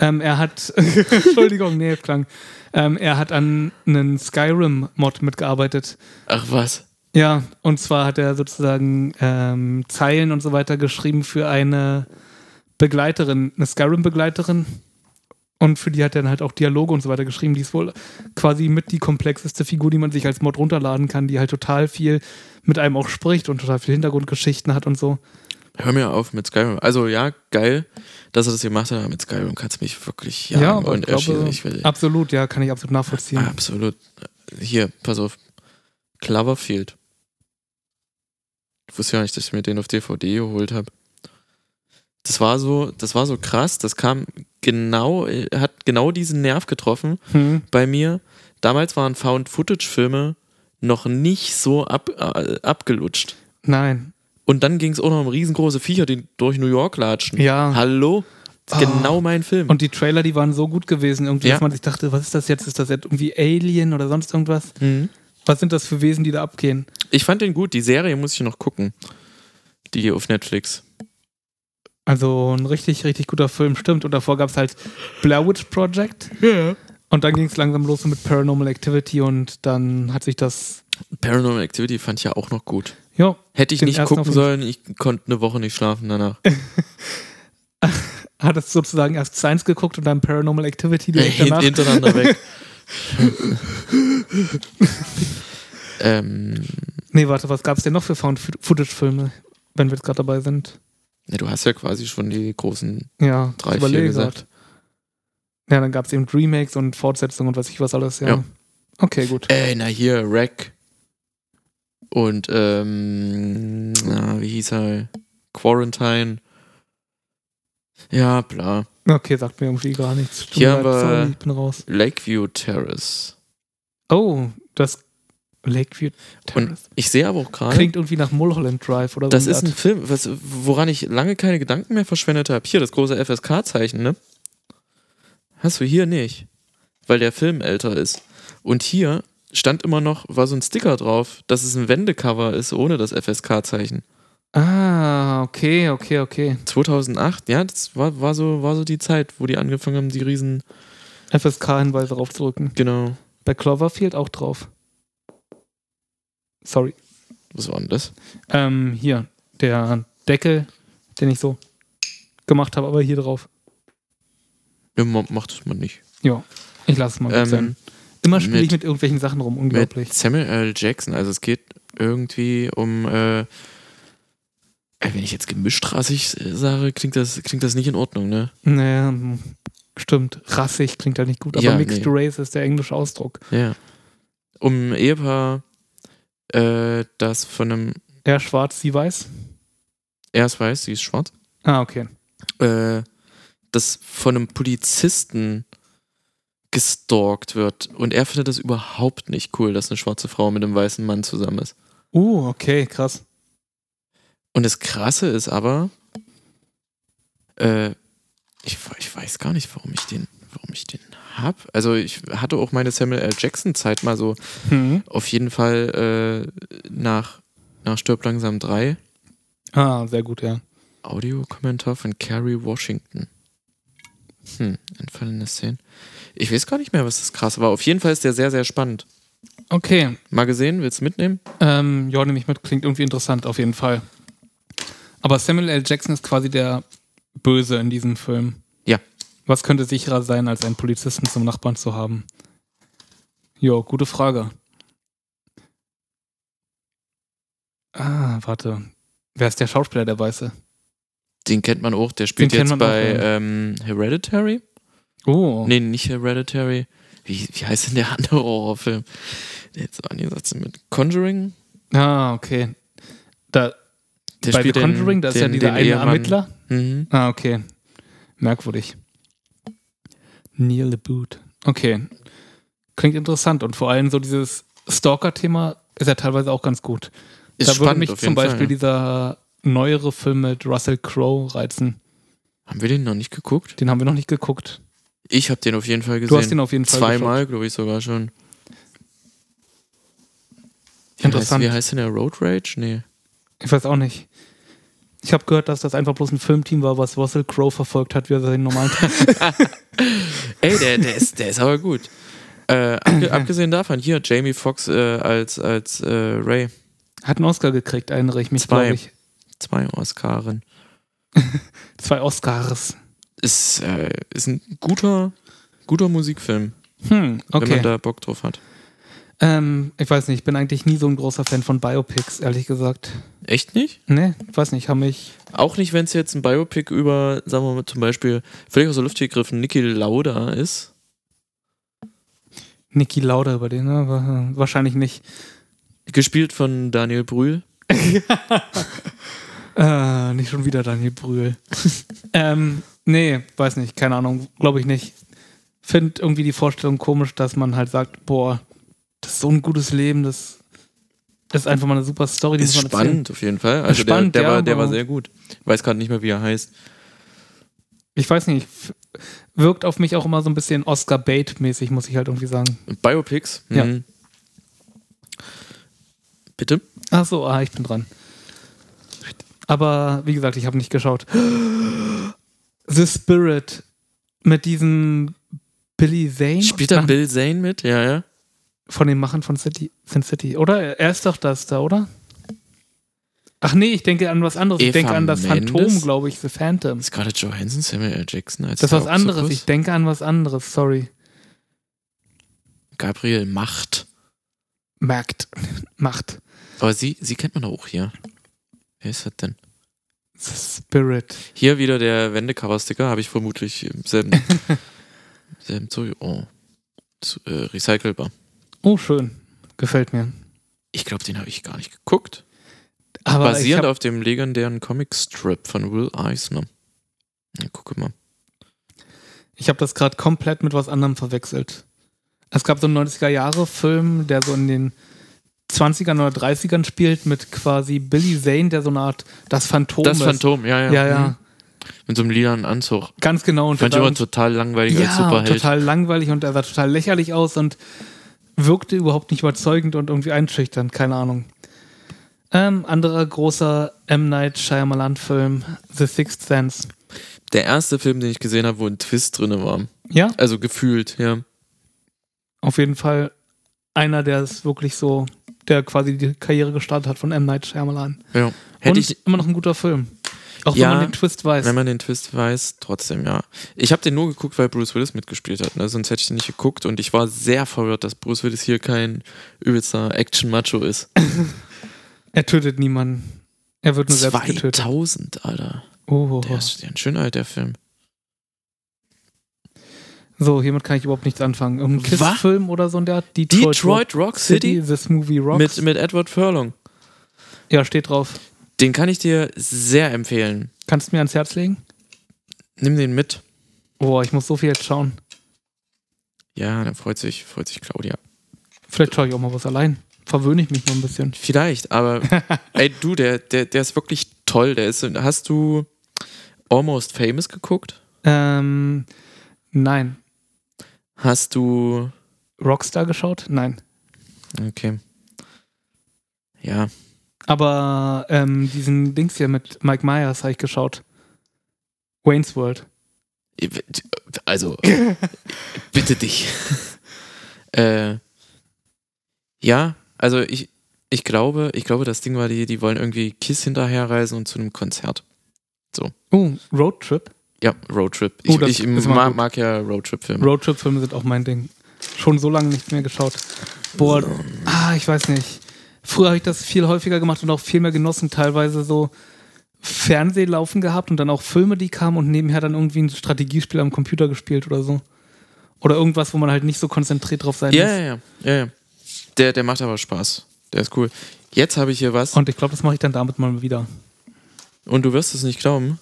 [SPEAKER 2] Ähm, er hat, (laughs) Entschuldigung, nee, es klang. Ähm, er hat an einem Skyrim-Mod mitgearbeitet.
[SPEAKER 3] Ach was.
[SPEAKER 2] Ja, und zwar hat er sozusagen ähm, Zeilen und so weiter geschrieben für eine Begleiterin, eine Skyrim-Begleiterin. Und für die hat er dann halt auch Dialoge und so weiter geschrieben. Die ist wohl quasi mit die komplexeste Figur, die man sich als Mod runterladen kann, die halt total viel mit einem auch spricht und total viel Hintergrundgeschichten hat und so.
[SPEAKER 3] Hör mir auf mit Skyrim. Also ja, geil, dass er das gemacht hat, aber mit Skyrim kannst du mich wirklich jagen
[SPEAKER 2] Ja, aber
[SPEAKER 3] und
[SPEAKER 2] ich glaube,
[SPEAKER 3] erschießen. Ich will,
[SPEAKER 2] Absolut, ja, Ah. kann ich absolut nachvollziehen.
[SPEAKER 3] absolut. Hier, pass auf. Cloverfield. Ich wusste ja nicht, dass ich mir den auf DVD geholt habe. Das war so, das war so krass. Das kam genau, äh, hat genau diesen Nerv getroffen,
[SPEAKER 2] Hm.
[SPEAKER 3] bei mir. Damals waren Found-Footage-Filme noch nicht so ab, äh, abgelutscht.
[SPEAKER 2] Nein,
[SPEAKER 3] Und dann ging es auch noch um riesengroße Viecher, die durch New York latschen.
[SPEAKER 2] ja.
[SPEAKER 3] Hallo? Das ist
[SPEAKER 2] Ah.
[SPEAKER 3] Genau mein Film.
[SPEAKER 2] Und die Trailer, die waren so gut gewesen, irgendwie,
[SPEAKER 3] Ja.
[SPEAKER 2] dass man sich dachte, was ist das jetzt? Ist das jetzt irgendwie Alien oder sonst irgendwas?
[SPEAKER 3] Mhm.
[SPEAKER 2] Was sind das für Wesen, die da abgehen?
[SPEAKER 3] Ich fand den gut. Die Serie muss ich noch gucken. Die auf Netflix.
[SPEAKER 2] Also ein richtig, richtig guter Film, stimmt. Und davor gab es halt Blair Witch Project.
[SPEAKER 3] Ja.
[SPEAKER 2] Und dann ging es langsam los mit Paranormal Activity und dann hat sich das.
[SPEAKER 3] Paranormal Activity fand ich ja auch noch gut.
[SPEAKER 2] Ja,
[SPEAKER 3] Hätte ich
[SPEAKER 2] Den
[SPEAKER 3] nicht
[SPEAKER 2] ersten
[SPEAKER 3] gucken
[SPEAKER 2] auf jeden
[SPEAKER 3] sollen, ich konnte eine Woche nicht schlafen danach.
[SPEAKER 2] hat es sozusagen erst Science geguckt und dann Paranormal Activity direkt
[SPEAKER 3] Hin-
[SPEAKER 2] danach. (laughs)
[SPEAKER 3] Hintereinander weg. ähm,
[SPEAKER 2] Nee, warte, was gab es denn noch für Found-Footage-Filme, wenn wir jetzt gerade dabei sind?
[SPEAKER 3] ja, du hast ja quasi schon die großen
[SPEAKER 2] Ja, ich
[SPEAKER 3] drei, vier
[SPEAKER 2] überlege
[SPEAKER 3] gesagt.
[SPEAKER 2] grad. Ja, dann gab es eben Remakes und Fortsetzungen und was ich was alles, ja.
[SPEAKER 3] Ja.
[SPEAKER 2] Okay, gut.
[SPEAKER 3] Äh, na hier, Rack. Und, ähm, na, wie hieß er? Quarantine. Ja, bla.
[SPEAKER 2] Okay, sagt mir irgendwie gar nichts. Tut mir
[SPEAKER 3] Hier
[SPEAKER 2] leid,
[SPEAKER 3] haben wir-
[SPEAKER 2] sorry, ich bin raus.
[SPEAKER 3] Lakeview Terrace.
[SPEAKER 2] Oh, das Lakeview Terrace.
[SPEAKER 3] Ich sehe aber auch gerade,
[SPEAKER 2] Klingt irgendwie nach Mulholland Drive oder
[SPEAKER 3] das
[SPEAKER 2] so.
[SPEAKER 3] ist ein Film, was, woran ich lange keine Gedanken mehr verschwendet habe. Hier, das große FSK-Zeichen, ne? Hast du hier nicht. Weil der Film älter ist. Und hier stand immer noch, war so ein Sticker drauf, dass es ein Wendecover ist ohne das FSK-Zeichen.
[SPEAKER 2] Ah, okay, okay, okay.
[SPEAKER 3] 2008, ja, das war, war, so, war so die Zeit, wo die angefangen haben, die Riesen.
[SPEAKER 2] FSK-Hinweise draufdrücken.
[SPEAKER 3] Genau.
[SPEAKER 2] Bei Cloverfield auch drauf. Sorry.
[SPEAKER 3] Was war denn das?
[SPEAKER 2] Ähm, hier, der Deckel, den ich so gemacht habe, aber hier drauf.
[SPEAKER 3] Ja, ma- macht das mal nicht.
[SPEAKER 2] Ja, ich lasse es mal gut
[SPEAKER 3] Ähm,
[SPEAKER 2] sein. Immer spiele ich
[SPEAKER 3] mit-
[SPEAKER 2] mit irgendwelchen Sachen rum,
[SPEAKER 3] mit
[SPEAKER 2] unglaublich.
[SPEAKER 3] Samuel L. Jackson, also es geht irgendwie um. Äh, äh, wenn ich jetzt gemischtrassig äh, sage, klingt das, klingt das nicht in Ordnung, ne?
[SPEAKER 2] Naja, hm, stimmt. Rassig klingt ja nicht gut, aber
[SPEAKER 3] Ja,
[SPEAKER 2] Mixed
[SPEAKER 3] nee.
[SPEAKER 2] Race ist der englische Ausdruck.
[SPEAKER 3] Ja. Um ein Ehepaar, äh, das von einem.
[SPEAKER 2] Er schwarz, sie weiß.
[SPEAKER 3] Er ist weiß, sie ist schwarz.
[SPEAKER 2] Ah, okay.
[SPEAKER 3] äh, das von einem Polizisten gestalkt wird. Und er findet das überhaupt nicht cool, dass eine schwarze Frau mit einem weißen Mann zusammen ist.
[SPEAKER 2] Uh, okay, krass.
[SPEAKER 3] Und das Krasse ist aber, äh, ich, we- ich weiß gar nicht, warum ich den, warum ich den hab. Also ich hatte auch meine Samuel L. Jackson Zeit mal so
[SPEAKER 2] Hm.
[SPEAKER 3] auf jeden Fall äh, nach, nach Stirb langsam 3
[SPEAKER 2] Ah, sehr gut, ja.
[SPEAKER 3] Audiokommentar von Kerry Washington. Hm, entfallene Szenen. Ich weiß gar nicht mehr, was das krass war. Auf jeden Fall ist der sehr, sehr spannend.
[SPEAKER 2] Okay.
[SPEAKER 3] Mal gesehen, willst du mitnehmen?
[SPEAKER 2] Ähm, ja, nämlich mit klingt irgendwie interessant auf jeden Fall. Aber Samuel L. Jackson ist quasi der Böse in diesem Film.
[SPEAKER 3] Ja.
[SPEAKER 2] Was könnte sicherer sein, als einen Polizisten zum Nachbarn zu haben? Jo, gute Frage. Ah, warte. Wer ist der Schauspieler, der Weiße?
[SPEAKER 3] Den kennt man auch, der spielt
[SPEAKER 2] Den kennt
[SPEAKER 3] jetzt
[SPEAKER 2] man auch,
[SPEAKER 3] bei
[SPEAKER 2] ja.
[SPEAKER 3] ähm, Hereditary.
[SPEAKER 2] Oh.
[SPEAKER 3] Nee, nicht Hereditary. Wie, wie heißt denn der andere Horrorfilm? Der jetzt so angesagt ist mit Conjuring.
[SPEAKER 2] Ah, okay. Da,
[SPEAKER 3] Der
[SPEAKER 2] Bei The
[SPEAKER 3] spielt den-
[SPEAKER 2] Conjuring, da ist
[SPEAKER 3] den-
[SPEAKER 2] ja dieser
[SPEAKER 3] den
[SPEAKER 2] eine
[SPEAKER 3] Ehemann.
[SPEAKER 2] Ermittler.
[SPEAKER 3] Mhm.
[SPEAKER 2] Ah, okay. Merkwürdig. Neil Boot. Okay. Klingt interessant und vor allem so dieses Stalker-Thema ist ja teilweise auch ganz gut.
[SPEAKER 3] Ist
[SPEAKER 2] da würde
[SPEAKER 3] spannend
[SPEAKER 2] mich
[SPEAKER 3] auf
[SPEAKER 2] zum
[SPEAKER 3] jeden
[SPEAKER 2] Beispiel
[SPEAKER 3] Fall, ja.
[SPEAKER 2] dieser neuere Film mit Russell Crowe reizen.
[SPEAKER 3] Haben wir den noch nicht geguckt?
[SPEAKER 2] Den haben wir noch nicht geguckt.
[SPEAKER 3] Ich habe den auf jeden Fall gesehen.
[SPEAKER 2] Du hast den auf jeden Fall
[SPEAKER 3] Zweimal, glaube ich, sogar schon. Wie
[SPEAKER 2] Interessant.
[SPEAKER 3] Heißt, wie heißt denn der Road Rage? Nee.
[SPEAKER 2] geschaut. Ich weiß auch nicht. Ich habe gehört, dass das einfach bloß ein Filmteam war, was Russell Crowe verfolgt hat, wie er seinen
[SPEAKER 3] (laughs)
[SPEAKER 2] normalen
[SPEAKER 3] Ey, der, der, ist, der ist aber gut. Äh,
[SPEAKER 2] (clears throat)
[SPEAKER 3] abge abgesehen davon, hier Jamie Foxx äh, als, als äh, Ray.
[SPEAKER 2] Hat einen Oscar gekriegt, erinnere ich mich,
[SPEAKER 3] Zwei.
[SPEAKER 2] glaube ich.
[SPEAKER 3] Zwei Oscaren.
[SPEAKER 2] Zwei Oscars.
[SPEAKER 3] Ist, äh, ist ein guter, guter Musikfilm,
[SPEAKER 2] Hm,
[SPEAKER 3] wenn man
[SPEAKER 2] okay.
[SPEAKER 3] da Bock drauf hat.
[SPEAKER 2] Ähm, ich weiß nicht, ich bin eigentlich nie so ein großer Fan von Biopics, ehrlich gesagt.
[SPEAKER 3] Echt nicht?
[SPEAKER 2] Ne, weiß nicht, habe mich.
[SPEAKER 3] Auch nicht, wenn es jetzt ein Biopic über, sagen wir mal zum Beispiel, völlig aus der Luft gegriffen, Niki Lauda ist.
[SPEAKER 2] Niki Lauda über den, ne? Wa- Wahrscheinlich nicht.
[SPEAKER 3] Gespielt von Daniel Brühl.
[SPEAKER 2] Äh, nicht schon wieder Daniel Brühl. (laughs) ähm, nee, weiß nicht, keine Ahnung, glaube ich nicht. Find irgendwie die Vorstellung komisch, dass man halt sagt, boah, das ist so ein gutes Leben, das ist einfach mal eine super Story, die
[SPEAKER 3] Ist
[SPEAKER 2] muss man erzählen.
[SPEAKER 3] spannend auf jeden Fall. Also
[SPEAKER 2] Spannend,
[SPEAKER 3] der, der,
[SPEAKER 2] ja,
[SPEAKER 3] war, der
[SPEAKER 2] aber-
[SPEAKER 3] war sehr gut. Weiß gerade nicht mehr, wie er heißt.
[SPEAKER 2] Ich weiß nicht, f- wirkt auf mich auch immer so ein bisschen Oscar-Bait-mäßig, muss ich halt irgendwie sagen.
[SPEAKER 3] Biopics?
[SPEAKER 2] Ja.
[SPEAKER 3] Mhm. Bitte?
[SPEAKER 2] Ach so, ah, ich bin dran. Aber wie gesagt, ich habe nicht geschaut. The Spirit mit diesem Billy Zane
[SPEAKER 3] Spielt da Bill Zane mit? Ja, ja.
[SPEAKER 2] von den Machern von City, Sin City, oder? Er ist doch das da, oder? Ach nee, ich denke an was anderes. ich
[SPEAKER 3] Eva
[SPEAKER 2] denke an das
[SPEAKER 3] Mendes?
[SPEAKER 2] Phantom, glaube ich, The Phantom.
[SPEAKER 3] Scarlett Johansson, Samuel L. Jackson als
[SPEAKER 2] Das ist was
[SPEAKER 3] der Oktopus.
[SPEAKER 2] anderes. Ich denke an was anderes. Sorry.
[SPEAKER 3] Gabriel Macht.
[SPEAKER 2] Merkt. (laughs) Macht.
[SPEAKER 3] Aber sie, sie kennt man doch auch hier. Wer ist das denn?
[SPEAKER 2] The Spirit.
[SPEAKER 3] Hier wieder der Wendecover-Sticker, habe ich vermutlich im selben,
[SPEAKER 2] (laughs)
[SPEAKER 3] selben Zeug. Oh. Zu, äh, recycelbar.
[SPEAKER 2] Oh, schön. Gefällt mir.
[SPEAKER 3] Ich glaube, den habe ich gar nicht geguckt.
[SPEAKER 2] Aber ich
[SPEAKER 3] Basierend
[SPEAKER 2] hab-
[SPEAKER 3] auf dem legendären Comic-Strip von Will Eisner. Ja, gucke mal.
[SPEAKER 2] Ich habe das gerade komplett mit was anderem verwechselt. Es gab so einen 90er-Jahre-Film, der so in den 20ern oder 30ern spielt, mit quasi Billy Zane, der so eine Art das Phantom
[SPEAKER 3] Das
[SPEAKER 2] ist.
[SPEAKER 3] Phantom, ja, ja.
[SPEAKER 2] Ja, ja,
[SPEAKER 3] Mhm. Mit so einem lilanen Anzug.
[SPEAKER 2] ganz genau. Und
[SPEAKER 3] Fand ich
[SPEAKER 2] der
[SPEAKER 3] immer
[SPEAKER 2] da-
[SPEAKER 3] total langweilig als
[SPEAKER 2] ja, und
[SPEAKER 3] Superheld.
[SPEAKER 2] total langweilig und er sah total lächerlich aus und wirkte überhaupt nicht überzeugend und irgendwie einschüchternd, keine Ahnung. Ähm, anderer großer M. Night Shyamalan-Film, The Sixth Sense.
[SPEAKER 3] Der erste Film, den ich gesehen habe, wo ein Twist drin war.
[SPEAKER 2] Ja,
[SPEAKER 3] Also gefühlt, ja.
[SPEAKER 2] auf jeden Fall einer, der es wirklich so, der quasi die Karriere gestartet hat von M. Night Shyamalan.
[SPEAKER 3] ja.
[SPEAKER 2] und
[SPEAKER 3] Hätte ich,
[SPEAKER 2] immer noch ein guter Film. Auch
[SPEAKER 3] Ja,
[SPEAKER 2] wenn man den Twist weiß.
[SPEAKER 3] wenn man den Twist weiß, trotzdem, ja. Ich habe den nur geguckt, weil Bruce Willis mitgespielt hat, ne? sonst hätte ich den nicht geguckt und ich war sehr verwirrt, dass Bruce Willis hier kein übelster Action-Macho ist.
[SPEAKER 2] er tötet niemanden. Er wird nur selbst getötet.
[SPEAKER 3] 2000, Alter.
[SPEAKER 2] Oh, oh,
[SPEAKER 3] Der
[SPEAKER 2] oh.
[SPEAKER 3] ist ja ein schön alt, der Film.
[SPEAKER 2] So, hiermit kann ich überhaupt nichts anfangen. Irgendein
[SPEAKER 3] Was?
[SPEAKER 2] Kiss-Film oder so in der Art. Detroit,
[SPEAKER 3] Detroit Rock
[SPEAKER 2] Rock
[SPEAKER 3] City,
[SPEAKER 2] City, This Movie Rocks.
[SPEAKER 3] mit, mit Edward Furlong.
[SPEAKER 2] ja, steht drauf.
[SPEAKER 3] Den kann ich dir sehr empfehlen.
[SPEAKER 2] Kannst du mir ans Herz legen?
[SPEAKER 3] Nimm den mit.
[SPEAKER 2] Boah, ich muss so viel jetzt schauen.
[SPEAKER 3] Ja, dann freut sich, freut sich Claudia.
[SPEAKER 2] Vielleicht schaue ich auch mal was allein. Verwöhne ich mich mal ein bisschen. (laughs)
[SPEAKER 3] Vielleicht, aber ey, du, der, der, der ist wirklich toll. Der ist, hast du Almost Famous geguckt?
[SPEAKER 2] Ähm, nein.
[SPEAKER 3] Hast du.
[SPEAKER 2] Rockstar geschaut? Nein.
[SPEAKER 3] Okay. Ja.
[SPEAKER 2] Aber ähm, diesen Dings hier mit Mike Myers habe ich geschaut. Wayne's World.
[SPEAKER 3] Also, bitte dich. äh, ja, also ich, ich glaube, ich glaube, das Ding war, die, die wollen irgendwie Kiss hinterherreisen und zu einem Konzert.
[SPEAKER 2] Oh, Roadtrip.
[SPEAKER 3] Ja, Roadtrip.
[SPEAKER 2] Oh,
[SPEAKER 3] Ich,
[SPEAKER 2] das
[SPEAKER 3] ich
[SPEAKER 2] ist mal
[SPEAKER 3] mag,
[SPEAKER 2] gut.
[SPEAKER 3] mag ja Roadtrip-Filme.
[SPEAKER 2] Roadtrip-Filme sind auch mein Ding. Schon so lange nicht mehr geschaut. Boah, ah, ich weiß nicht. Früher habe ich das viel häufiger gemacht und auch viel mehr genossen. Teilweise so Fernsehlaufen gehabt und dann auch Filme, die kamen und nebenher dann irgendwie ein Strategiespiel am Computer gespielt oder so. Oder irgendwas, wo man halt nicht so konzentriert drauf sein
[SPEAKER 3] Ja,
[SPEAKER 2] muss.
[SPEAKER 3] ja, ja, ja, ja. Der, der macht aber Spaß. Der ist cool. Jetzt habe ich hier was.
[SPEAKER 2] Und ich glaube, das mache ich dann damit mal wieder.
[SPEAKER 3] Und du wirst es nicht glauben.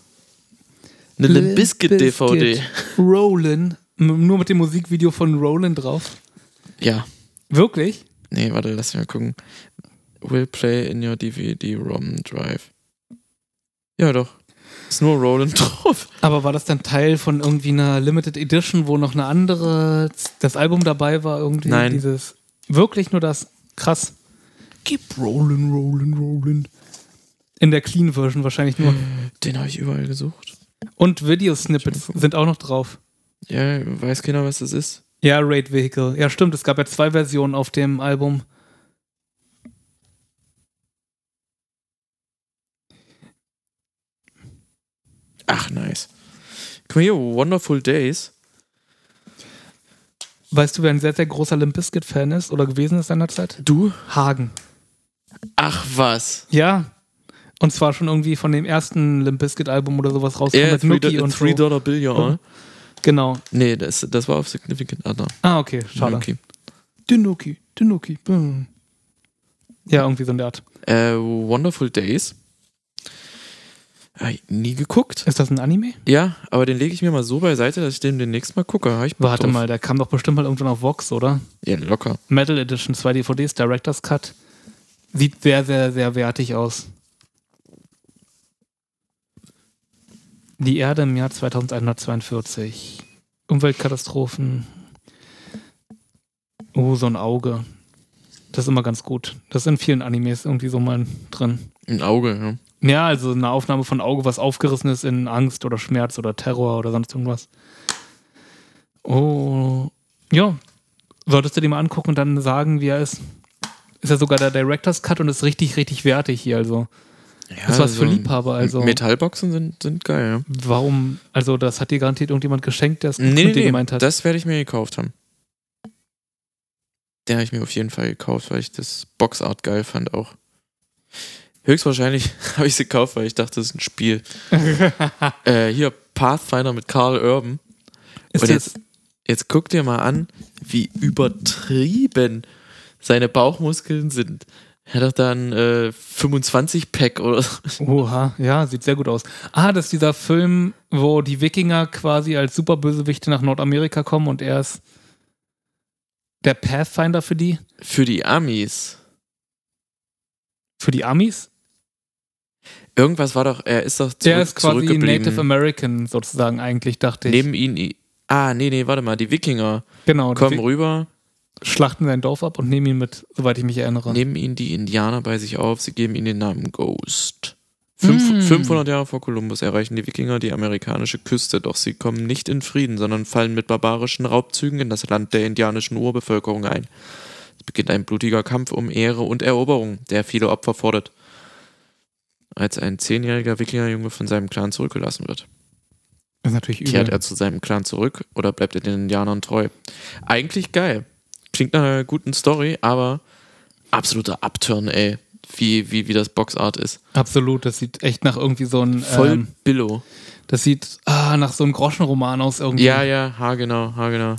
[SPEAKER 3] Eine Limp Bizkit DVD.
[SPEAKER 2] Rollin. M- Nur mit dem Musikvideo von Rollin drauf.
[SPEAKER 3] Ja.
[SPEAKER 2] Wirklich?
[SPEAKER 3] Nee, warte, lass mich mal gucken. Will play in your DVD-ROM drive. Ja, doch. Ist nur Roland (laughs) drauf.
[SPEAKER 2] Aber war das dann Teil von irgendwie einer Limited Edition, wo noch eine andere, das Album dabei war? Irgendwie
[SPEAKER 3] Nein.
[SPEAKER 2] Dieses, wirklich nur das? Krass. Keep rollin', rollin', rollin'. In der Clean Version wahrscheinlich
[SPEAKER 3] Mhm.
[SPEAKER 2] nur.
[SPEAKER 3] Den habe ich überall gesucht.
[SPEAKER 2] Und Videosnippets sind auch noch drauf.
[SPEAKER 3] Ja, weiß keiner, was das ist.
[SPEAKER 2] Ja, Raid Vehicle. Ja, stimmt. Es gab ja zwei Versionen auf dem Album.
[SPEAKER 3] Ach, nice. Guck mal hier, Wonderful Days.
[SPEAKER 2] Weißt du, wer ein sehr, sehr großer Limp Bizkit-Fan ist oder gewesen ist seinerzeit?
[SPEAKER 3] Du?
[SPEAKER 2] Hagen.
[SPEAKER 3] Ach, was.
[SPEAKER 2] Ja. Und zwar schon irgendwie von dem ersten Limp Bizkit-Album oder sowas rauskam
[SPEAKER 3] Ja,
[SPEAKER 2] mit
[SPEAKER 3] Three
[SPEAKER 2] Nuki
[SPEAKER 3] Do-
[SPEAKER 2] und
[SPEAKER 3] Three
[SPEAKER 2] so.
[SPEAKER 3] Dollar Bill, ja.
[SPEAKER 2] Oh. Genau.
[SPEAKER 3] Nee, das, das war auf Significant Other.
[SPEAKER 2] Ah, okay. Schade.
[SPEAKER 3] Okay.
[SPEAKER 2] Den Nuki, den Nuki. Hm. Ja, irgendwie so eine Art.
[SPEAKER 3] Äh, Wonderful Days. Hab ich nie geguckt.
[SPEAKER 2] Ist das ein Anime?
[SPEAKER 3] Ja, aber den lege ich mir mal so beiseite, dass ich den demnächst mal gucke. Hab ich Bock
[SPEAKER 2] Warte
[SPEAKER 3] drauf.
[SPEAKER 2] mal, der kam doch bestimmt mal irgendwann auf Vox, oder?
[SPEAKER 3] Ja, locker.
[SPEAKER 2] Metal Edition, zwei DVDs, Director's Cut. Sieht sehr, sehr, sehr wertig aus. Die Erde im Jahr 2142. Umweltkatastrophen. Oh, so ein Auge. Das ist immer ganz gut. Das ist in vielen Animes irgendwie so mal drin.
[SPEAKER 3] Ein Auge, ja.
[SPEAKER 2] Ja, also eine Aufnahme von Auge, was aufgerissen ist in Angst oder Schmerz oder Terror oder sonst irgendwas. Oh, ja. Solltest du dir mal angucken und dann sagen, wie er ist. Ist ja sogar der Director's Cut und ist richtig, richtig wertig hier. Also,
[SPEAKER 3] Ja,
[SPEAKER 2] ist was für Liebhaber. Also,
[SPEAKER 3] Metallboxen sind, sind geil, ja.
[SPEAKER 2] warum? Also, das hat dir garantiert irgendjemand geschenkt, der es gut
[SPEAKER 3] Nee,
[SPEAKER 2] mit dir
[SPEAKER 3] nee, nee
[SPEAKER 2] gemeint hat.
[SPEAKER 3] das werde ich mir gekauft haben. Den habe ich mir auf jeden Fall gekauft, weil ich das Boxart geil fand auch. Höchstwahrscheinlich (laughs) habe ich es gekauft, weil ich dachte, das ist
[SPEAKER 2] (laughs)
[SPEAKER 3] ein Spiel. äh, hier, Pathfinder mit Carl Urban.
[SPEAKER 2] ist
[SPEAKER 3] Und
[SPEAKER 2] jetzt,
[SPEAKER 3] jetzt, jetzt guck dir mal an, wie übertrieben seine Bauchmuskeln sind. Er hat doch da ein äh, 25-Pack oder so.
[SPEAKER 2] oha, ja, sieht sehr gut aus. Ah, das ist dieser Film, wo die Wikinger quasi als Superbösewichte nach Nordamerika kommen und er ist der Pathfinder für die.
[SPEAKER 3] für die Amis.
[SPEAKER 2] Für die Amis?
[SPEAKER 3] Irgendwas war doch, er ist doch zurück,
[SPEAKER 2] Der ist quasi
[SPEAKER 3] zurückgeblieben.
[SPEAKER 2] Native American sozusagen eigentlich, dachte ich.
[SPEAKER 3] Neben ihnen. i- Ah, nee, nee, warte mal, die Wikinger
[SPEAKER 2] genau, die
[SPEAKER 3] kommen rüber,
[SPEAKER 2] schlachten sein Dorf ab und nehmen ihn mit, soweit ich mich erinnere.
[SPEAKER 3] nehmen ihnen die Indianer bei sich auf, sie geben ihnen den Namen Ghost. Fünf,
[SPEAKER 2] Mm.
[SPEAKER 3] 500 Jahre vor Kolumbus erreichen die Wikinger die amerikanische Küste, doch sie kommen nicht in Frieden, sondern fallen mit barbarischen Raubzügen in das Land der indianischen Urbevölkerung ein. Es beginnt ein blutiger Kampf um Ehre und Eroberung, der viele Opfer fordert. Als ein zehnjähriger Wikingerjunge von seinem Clan zurückgelassen wird.
[SPEAKER 2] Das ist natürlich übel.
[SPEAKER 3] Kehrt er zu seinem Clan zurück oder bleibt er den Indianern treu? Eigentlich geil. Klingt nach einer guten Story, aber absoluter Upturn, ey. Wie, wie, wie das Boxart ist.
[SPEAKER 2] Absolut, das sieht echt nach irgendwie so ein,
[SPEAKER 3] Voll
[SPEAKER 2] ähm,
[SPEAKER 3] Billo.
[SPEAKER 2] das sieht ah, nach so einem Groschenroman aus irgendwie.
[SPEAKER 3] Ja, ja, ha, genau, ha, genau.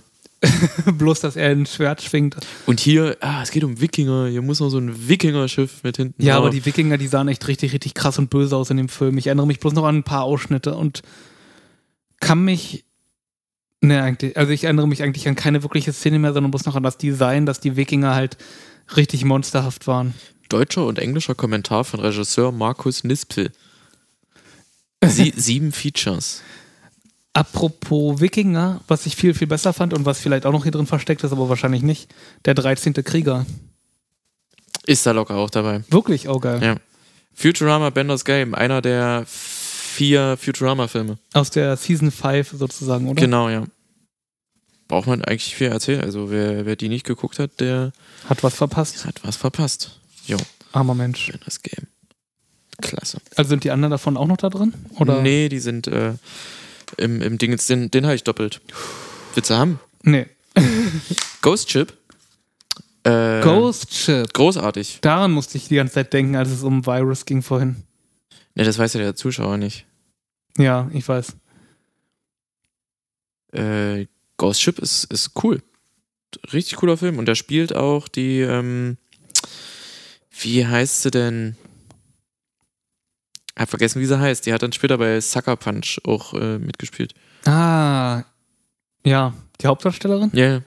[SPEAKER 2] (laughs) Bloß, dass er ein Schwert schwingt.
[SPEAKER 3] Und hier, ah, es geht um Wikinger. Hier muss noch so ein Wikinger-Schiff mit hinten.
[SPEAKER 2] Ja,
[SPEAKER 3] drauf.
[SPEAKER 2] aber die Wikinger, die sahen echt richtig, richtig krass und böse aus in dem Film. Ich erinnere mich bloß noch an ein paar Ausschnitte und kann mich. Ne, eigentlich, also ich erinnere mich eigentlich an keine wirkliche Szene mehr, sondern bloß noch an das Design, dass die Wikinger halt richtig monsterhaft waren.
[SPEAKER 3] Deutscher und englischer Kommentar von Regisseur Markus Nispel.
[SPEAKER 2] (laughs)
[SPEAKER 3] Sie, sieben Features.
[SPEAKER 2] Apropos Wikinger, was ich viel, viel besser fand und was vielleicht auch noch hier drin versteckt ist, aber wahrscheinlich nicht, der 13. Krieger.
[SPEAKER 3] Ist da locker auch dabei.
[SPEAKER 2] Wirklich, oh geil.
[SPEAKER 3] Ja. Futurama Benders Game, einer der vier Futurama-Filme.
[SPEAKER 2] Aus der Season 5 sozusagen, oder?
[SPEAKER 3] Genau, ja. Braucht man eigentlich viel erzählen. Also wer, wer die nicht geguckt hat, der
[SPEAKER 2] Hat was verpasst.
[SPEAKER 3] hat was verpasst. Jo,
[SPEAKER 2] Armer Mensch.
[SPEAKER 3] wenn das Game. Klasse.
[SPEAKER 2] Also sind die anderen davon auch noch da drin? Oder?
[SPEAKER 3] Nee, die sind äh, im, im Dingens, den, den habe ich doppelt. Witze haben.
[SPEAKER 2] nee.
[SPEAKER 3] Ghost Chip. Äh,
[SPEAKER 2] Ghost Ship.
[SPEAKER 3] Großartig.
[SPEAKER 2] Daran musste ich die ganze Zeit denken, als es um Virus ging vorhin.
[SPEAKER 3] Ne, das weiß ja der Zuschauer nicht.
[SPEAKER 2] Ja, ich weiß.
[SPEAKER 3] Äh, Ghost Ship ist, ist cool. Richtig cooler Film. Und da spielt auch die, ähm, wie heißt sie denn? hab vergessen, wie sie heißt. Die hat dann später bei Sucker Punch auch äh, mitgespielt.
[SPEAKER 2] Ah, ja, die Hauptdarstellerin?
[SPEAKER 3] Ja, ja.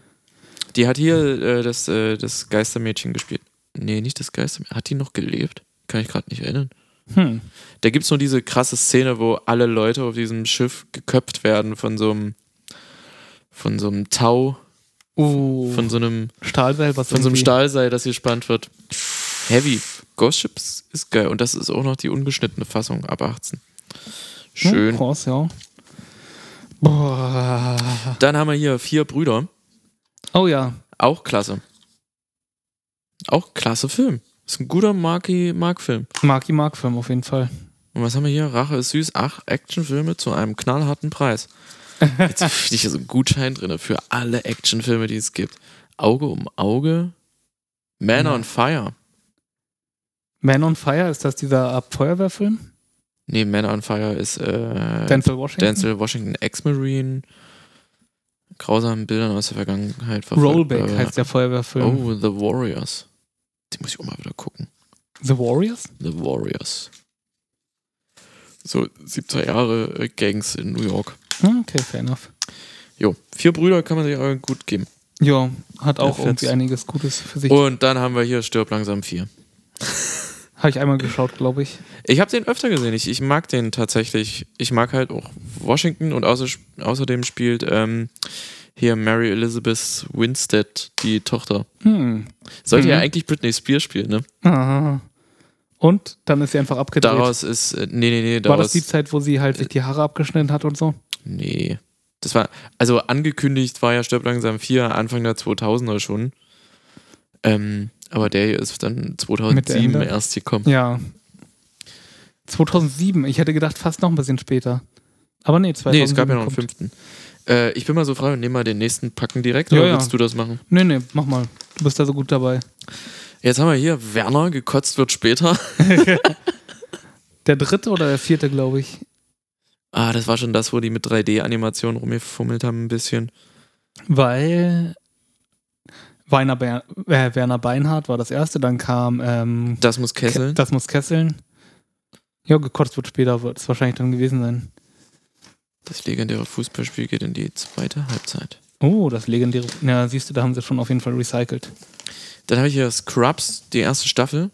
[SPEAKER 3] Die hat hier äh, das, äh, das Geistermädchen gespielt. Nee, nicht das Geistermädchen. Hat die noch gelebt? Kann ich gerade nicht erinnern.
[SPEAKER 2] Hm.
[SPEAKER 3] Da gibt's nur diese krasse Szene, wo alle Leute auf diesem Schiff geköpft werden von so einem von so einem Tau,
[SPEAKER 2] Uh,
[SPEAKER 3] von so einem
[SPEAKER 2] Stahlseil, was
[SPEAKER 3] von so einem
[SPEAKER 2] irgendwie-
[SPEAKER 3] Stahlseil, das hier gespannt wird. Heavy. Ghost Ships ist geil. Und das ist auch noch die ungeschnittene Fassung ab 18. Schön.
[SPEAKER 2] Hm, Krass, ja. Boah.
[SPEAKER 3] Dann haben wir hier vier Brüder.
[SPEAKER 2] Oh ja.
[SPEAKER 3] Auch klasse. Auch klasse Film. Ist ein guter Marky-Mark-Film.
[SPEAKER 2] Marky Mark Film auf jeden (laughs) Fall.
[SPEAKER 3] Und was haben wir hier? Rache ist süß. Ach, Actionfilme zu einem knallharten Preis. Jetzt ist hier so ein Gutschein drin für alle Actionfilme, die es gibt. Auge um Auge. Man
[SPEAKER 2] Ja.
[SPEAKER 3] on Fire.
[SPEAKER 2] Man on Fire, ist das dieser Ab Feuerwehrfilm?
[SPEAKER 3] Nee, Man on Fire ist äh,
[SPEAKER 2] Denzel Washington.
[SPEAKER 3] Denzel Washington, Ex-Marine. Grausamen Bildern aus der Vergangenheit. verfolgt.
[SPEAKER 2] Rollback
[SPEAKER 3] Äh,
[SPEAKER 2] heißt der Feuerwehrfilm.
[SPEAKER 3] Oh, The Warriors. Die muss ich auch mal wieder gucken.
[SPEAKER 2] The Warriors?
[SPEAKER 3] The Warriors. So 70er Jahre äh, Gangs in New York.
[SPEAKER 2] Hm, okay, fair enough.
[SPEAKER 3] Jo, vier Brüder kann man sich aber gut geben.
[SPEAKER 2] Ja, Oh. hat auch
[SPEAKER 3] Ja,
[SPEAKER 2] irgendwie
[SPEAKER 3] fetz.
[SPEAKER 2] einiges Gutes für sich.
[SPEAKER 3] Und dann haben wir hier Stirb langsam vier.
[SPEAKER 2] Habe ich einmal geschaut, glaube ich.
[SPEAKER 3] Ich habe den öfter gesehen. Ich, ich mag den tatsächlich. Ich mag halt auch Washington und außer, außerdem spielt ähm, hier Mary Elizabeth Winstead die Tochter.
[SPEAKER 2] Hm.
[SPEAKER 3] Sollte
[SPEAKER 2] Mhm.
[SPEAKER 3] ja eigentlich Britney Spears spielen, ne?
[SPEAKER 2] Aha. Und dann ist sie einfach abgedreht.
[SPEAKER 3] Daraus ist. Äh, nee, nee, nee.
[SPEAKER 2] War
[SPEAKER 3] Daraus,
[SPEAKER 2] das die Zeit, wo sie halt sich die Haare abgeschnitten hat und so?
[SPEAKER 3] Nee. Das war, also angekündigt war ja Stirb langsam 4 Anfang der 2000er schon. Ähm, aber der hier ist dann 2007
[SPEAKER 2] Ende?
[SPEAKER 3] erst gekommen.
[SPEAKER 2] Ja. 2007. Ich hätte gedacht, fast noch ein bisschen später. Aber nee, 2007.
[SPEAKER 3] Nee, es gab ja noch einen
[SPEAKER 2] Hm, kommt.
[SPEAKER 3] fünften. Äh, ich bin mal so frei und nehme mal den nächsten Packen direkt,
[SPEAKER 2] Ja,
[SPEAKER 3] oder
[SPEAKER 2] ja.
[SPEAKER 3] willst du das machen?
[SPEAKER 2] Nee, nee, mach mal. Du bist da so gut
[SPEAKER 3] (laughs)
[SPEAKER 2] dabei.
[SPEAKER 3] Jetzt haben wir hier Werner, gekotzt wird später. (laughs)
[SPEAKER 2] Der dritte oder der vierte, glaube ich.
[SPEAKER 3] Ah, das war schon das, wo die mit 3D-Animationen rumgefummelt haben ein bisschen.
[SPEAKER 2] Weil Werner, Ber äh, Werner Beinhardt war das erste, dann kam ähm,
[SPEAKER 3] Das muss kesseln.
[SPEAKER 2] Ke- Das muss kesseln. Ja, gekotzt wird später, wird es wahrscheinlich dann gewesen sein.
[SPEAKER 3] Das legendäre Fußballspiel geht in die zweite Halbzeit.
[SPEAKER 2] Oh, das legendäre. Ja, siehst du, da haben sie schon auf jeden Fall recycelt.
[SPEAKER 3] Dann habe ich hier Scrubs, die erste Staffel.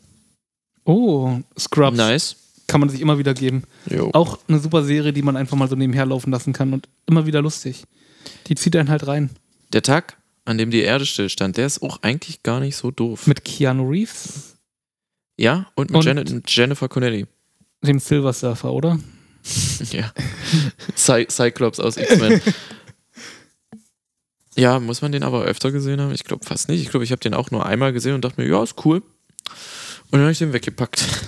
[SPEAKER 2] Oh, Scrubs.
[SPEAKER 3] Nice.
[SPEAKER 2] Kann man sich immer wieder geben.
[SPEAKER 3] Jo.
[SPEAKER 2] Auch eine super Serie, die man einfach mal so nebenher laufen lassen kann und immer wieder lustig. Die zieht einen halt rein.
[SPEAKER 3] Der Tag, an dem die Erde stillstand, der ist auch eigentlich gar nicht so doof.
[SPEAKER 2] Mit Keanu Reeves,
[SPEAKER 3] ja, und mit
[SPEAKER 2] Und-
[SPEAKER 3] Janet, mit Jennifer Connelly.
[SPEAKER 2] dem Silver Surfer, oder?
[SPEAKER 3] ja. Cy Cyclops
[SPEAKER 2] (laughs)
[SPEAKER 3] aus X-Men. ja, muss man den aber öfter gesehen haben? Ich glaube fast nicht. Ich glaube, ich habe den auch nur einmal gesehen und dachte mir, ja, ist cool. Und dann habe ich den weggepackt. (laughs)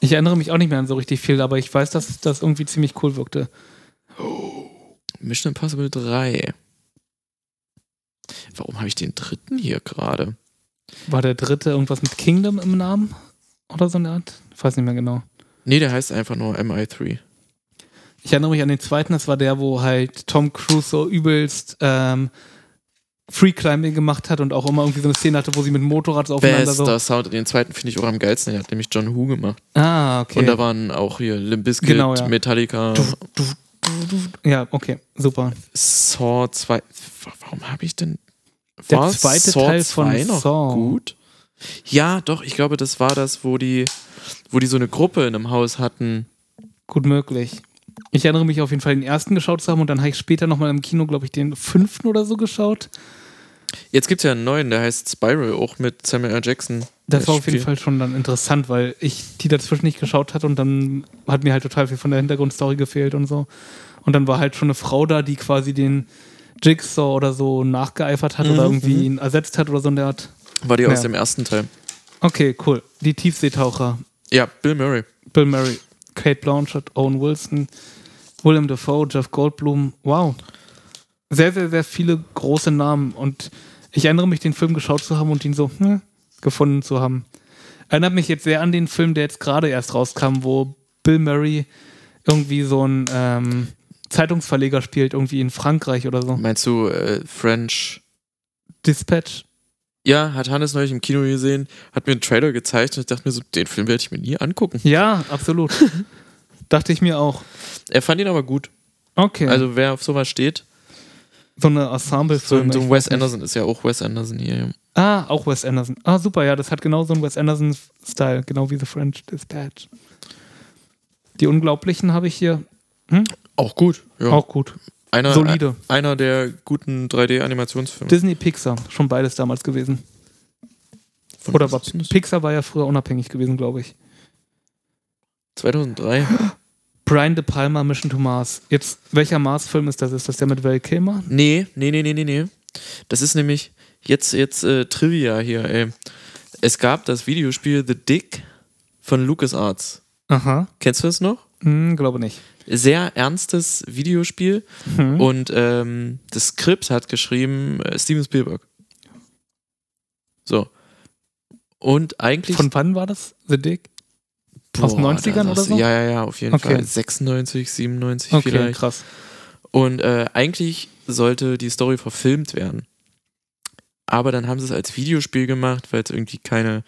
[SPEAKER 2] Ich erinnere mich auch nicht mehr an so richtig viel, aber ich weiß, dass das irgendwie ziemlich cool wirkte.
[SPEAKER 3] Mission Impossible 3. Warum habe ich den dritten hier gerade?
[SPEAKER 2] War der dritte irgendwas mit Kingdom im Namen? Oder so eine Art? Ich weiß nicht mehr genau.
[SPEAKER 3] Nee, der heißt einfach nur MI3.
[SPEAKER 2] Ich erinnere mich an den zweiten, das war der, wo halt Tom Cruise so übelst ähm, Free Climbing gemacht hat und auch immer irgendwie so eine Szene hatte, wo sie mit dem Motorrad so aufeinander
[SPEAKER 3] Bester Sound. Den zweiten finde ich auch am geilsten. Den hat nämlich John Who gemacht.
[SPEAKER 2] so. Ah, okay.
[SPEAKER 3] Und da waren auch hier Limp Bizkit,
[SPEAKER 2] Genau, ja.
[SPEAKER 3] Metallica,
[SPEAKER 2] ja, okay, super.
[SPEAKER 3] Saw 2. Warum habe ich denn.
[SPEAKER 2] Der
[SPEAKER 3] war
[SPEAKER 2] zweite
[SPEAKER 3] Saw
[SPEAKER 2] Teil von
[SPEAKER 3] 2 noch
[SPEAKER 2] Saw.
[SPEAKER 3] gut? Ja, doch, ich glaube, das war das, wo die, wo die so eine Gruppe in einem Haus hatten.
[SPEAKER 2] Gut möglich. Ich erinnere mich auf jeden Fall, den ersten geschaut zu haben und dann habe ich später nochmal im Kino, glaube ich, den fünften oder so geschaut.
[SPEAKER 3] Jetzt gibt es ja einen neuen, der heißt Spiral, auch mit Samuel L. Jackson.
[SPEAKER 2] Das war auf
[SPEAKER 3] spielt-
[SPEAKER 2] jeden Fall schon dann interessant, weil ich die dazwischen nicht geschaut hatte und dann hat mir halt total viel von der Hintergrundstory gefehlt und so. Und dann war halt schon eine Frau da, die quasi den Jigsaw oder so nachgeeifert hat oder
[SPEAKER 3] Mhm,
[SPEAKER 2] irgendwie ihn ersetzt hat oder so in der Art.
[SPEAKER 3] War die aus
[SPEAKER 2] Ja.
[SPEAKER 3] dem ersten Teil.
[SPEAKER 2] Okay, cool. Die Tiefseetaucher.
[SPEAKER 3] Ja, Bill Murray.
[SPEAKER 2] Bill Murray, Kate Blanchett, Owen Wilson, Willem Dafoe, Jeff Goldblum. Wow. Sehr, sehr, sehr viele große Namen. Und ich erinnere mich, den Film geschaut zu haben und ihn so hm, gefunden zu haben. Erinnert mich jetzt sehr an den Film, der jetzt gerade erst rauskam, wo Bill Murray irgendwie so ein ähm, Zeitungsverleger spielt, irgendwie in Frankreich oder so.
[SPEAKER 3] Meinst du äh, French?
[SPEAKER 2] Dispatch.
[SPEAKER 3] Ja, hat Hannes neulich im Kino (laughs) gesehen, hat mir einen Trailer gezeigt und ich dachte mir so, den Film werde ich mir nie angucken.
[SPEAKER 2] Ja, absolut. Dachte ich mir auch.
[SPEAKER 3] Er fand ihn aber gut.
[SPEAKER 2] Okay.
[SPEAKER 3] Also wer auf sowas steht,
[SPEAKER 2] so eine ensemble
[SPEAKER 3] so, so ein Wes Anderson ist ja auch Wes Anderson hier. ja.
[SPEAKER 2] Ah, auch Wes Anderson. Ah, super, ja, das hat genau so einen Wes Anderson-Style, genau wie The French Dispatch. Die Unglaublichen habe ich hier. Hm?
[SPEAKER 3] Auch gut. Ja. äh,
[SPEAKER 2] Auch gut.
[SPEAKER 3] einer,
[SPEAKER 2] solide.
[SPEAKER 3] e- Einer der guten 3D-Animationsfilme.
[SPEAKER 2] Disney Pixar, schon beides damals gewesen.
[SPEAKER 3] Von
[SPEAKER 2] Oder war
[SPEAKER 3] Disney.
[SPEAKER 2] Pixar war ja früher unabhängig gewesen, glaube ich.
[SPEAKER 3] 2003.
[SPEAKER 2] Brian De Palma, Mission to Mars. Jetzt, welcher Mars-Film ist das? Ist das der mit Val Kilmer?
[SPEAKER 3] Nee, nee, nee, nee, nee, nee. Das ist nämlich jetzt, jetzt äh, Trivia hier, ey. Es gab das Videospiel The Dick von LucasArts.
[SPEAKER 2] Aha.
[SPEAKER 3] Kennst du das noch?
[SPEAKER 2] Hm, glaube nicht.
[SPEAKER 3] Sehr ernstes Videospiel
[SPEAKER 2] Hm.
[SPEAKER 3] und ähm, das Skript hat geschrieben äh, Steven Spielberg. So. Und eigentlich.
[SPEAKER 2] Von wann war das? The Dick? aus den 90ern
[SPEAKER 3] da
[SPEAKER 2] oder
[SPEAKER 3] sagst du-
[SPEAKER 2] so?
[SPEAKER 3] Ja, ja, ja, auf jeden
[SPEAKER 2] Okay.
[SPEAKER 3] Fall. 96, 97
[SPEAKER 2] Okay,
[SPEAKER 3] vielleicht.
[SPEAKER 2] krass.
[SPEAKER 3] Und äh, eigentlich sollte die Story verfilmt werden. Aber dann haben sie es als Videospiel gemacht, weil es irgendwie keine,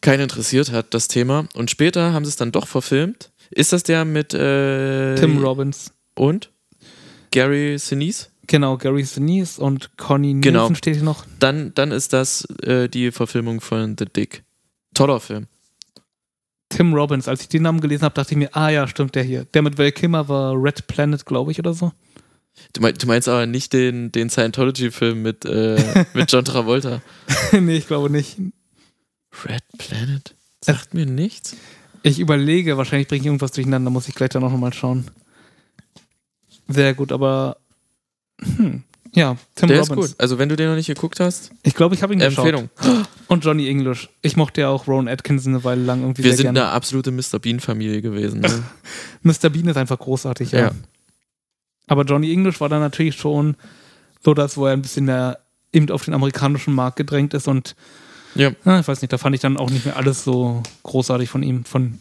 [SPEAKER 3] keine interessiert hat, das Thema. Und später haben sie es dann doch verfilmt. Ist das der mit äh,
[SPEAKER 2] Tim Robbins.
[SPEAKER 3] und Gary Sinise?
[SPEAKER 2] Genau, Gary Sinise und Connie Nielsen
[SPEAKER 3] Genau.
[SPEAKER 2] steht hier noch.
[SPEAKER 3] Dann, dann ist das äh, die Verfilmung von The Dick. Toller Film.
[SPEAKER 2] Tim Robbins. Als ich den Namen gelesen habe, dachte ich mir, ah ja, stimmt der hier. Der mit Val Kilmer war Red Planet, glaube ich, oder so. (laughs)
[SPEAKER 3] Du, mein, du meinst aber nicht den, den Scientology-Film mit, äh, mit John Travolta.
[SPEAKER 2] nee, ich glaube nicht.
[SPEAKER 3] (laughs) Red Planet? Sagt mir nichts.
[SPEAKER 2] Ich überlege, wahrscheinlich bringe ich irgendwas durcheinander, muss ich gleich dann auch nochmal schauen. Sehr gut, aber hm. ja, Tim
[SPEAKER 3] Der ist
[SPEAKER 2] Robbins.
[SPEAKER 3] gut. Also wenn du den noch nicht geguckt hast,
[SPEAKER 2] Ich glaube, ich habe ihn geschaut.
[SPEAKER 3] Empfehlung.
[SPEAKER 2] Und Johnny English. Ich mochte ja auch Rowan Atkinson eine Weile lang irgendwie
[SPEAKER 3] Wir
[SPEAKER 2] sehr
[SPEAKER 3] sind
[SPEAKER 2] gerne.
[SPEAKER 3] eine absolute Mr. Bean-Familie gewesen. (laughs) Ne?
[SPEAKER 2] Mr. Bean ist einfach großartig, ja.
[SPEAKER 3] Ja.
[SPEAKER 2] Aber Johnny English war dann natürlich schon so das, wo er ein bisschen mehr eben auf den amerikanischen Markt gedrängt ist und
[SPEAKER 3] Ja.
[SPEAKER 2] Ah, ich weiß nicht, da fand ich dann auch nicht mehr alles so großartig von ihm, von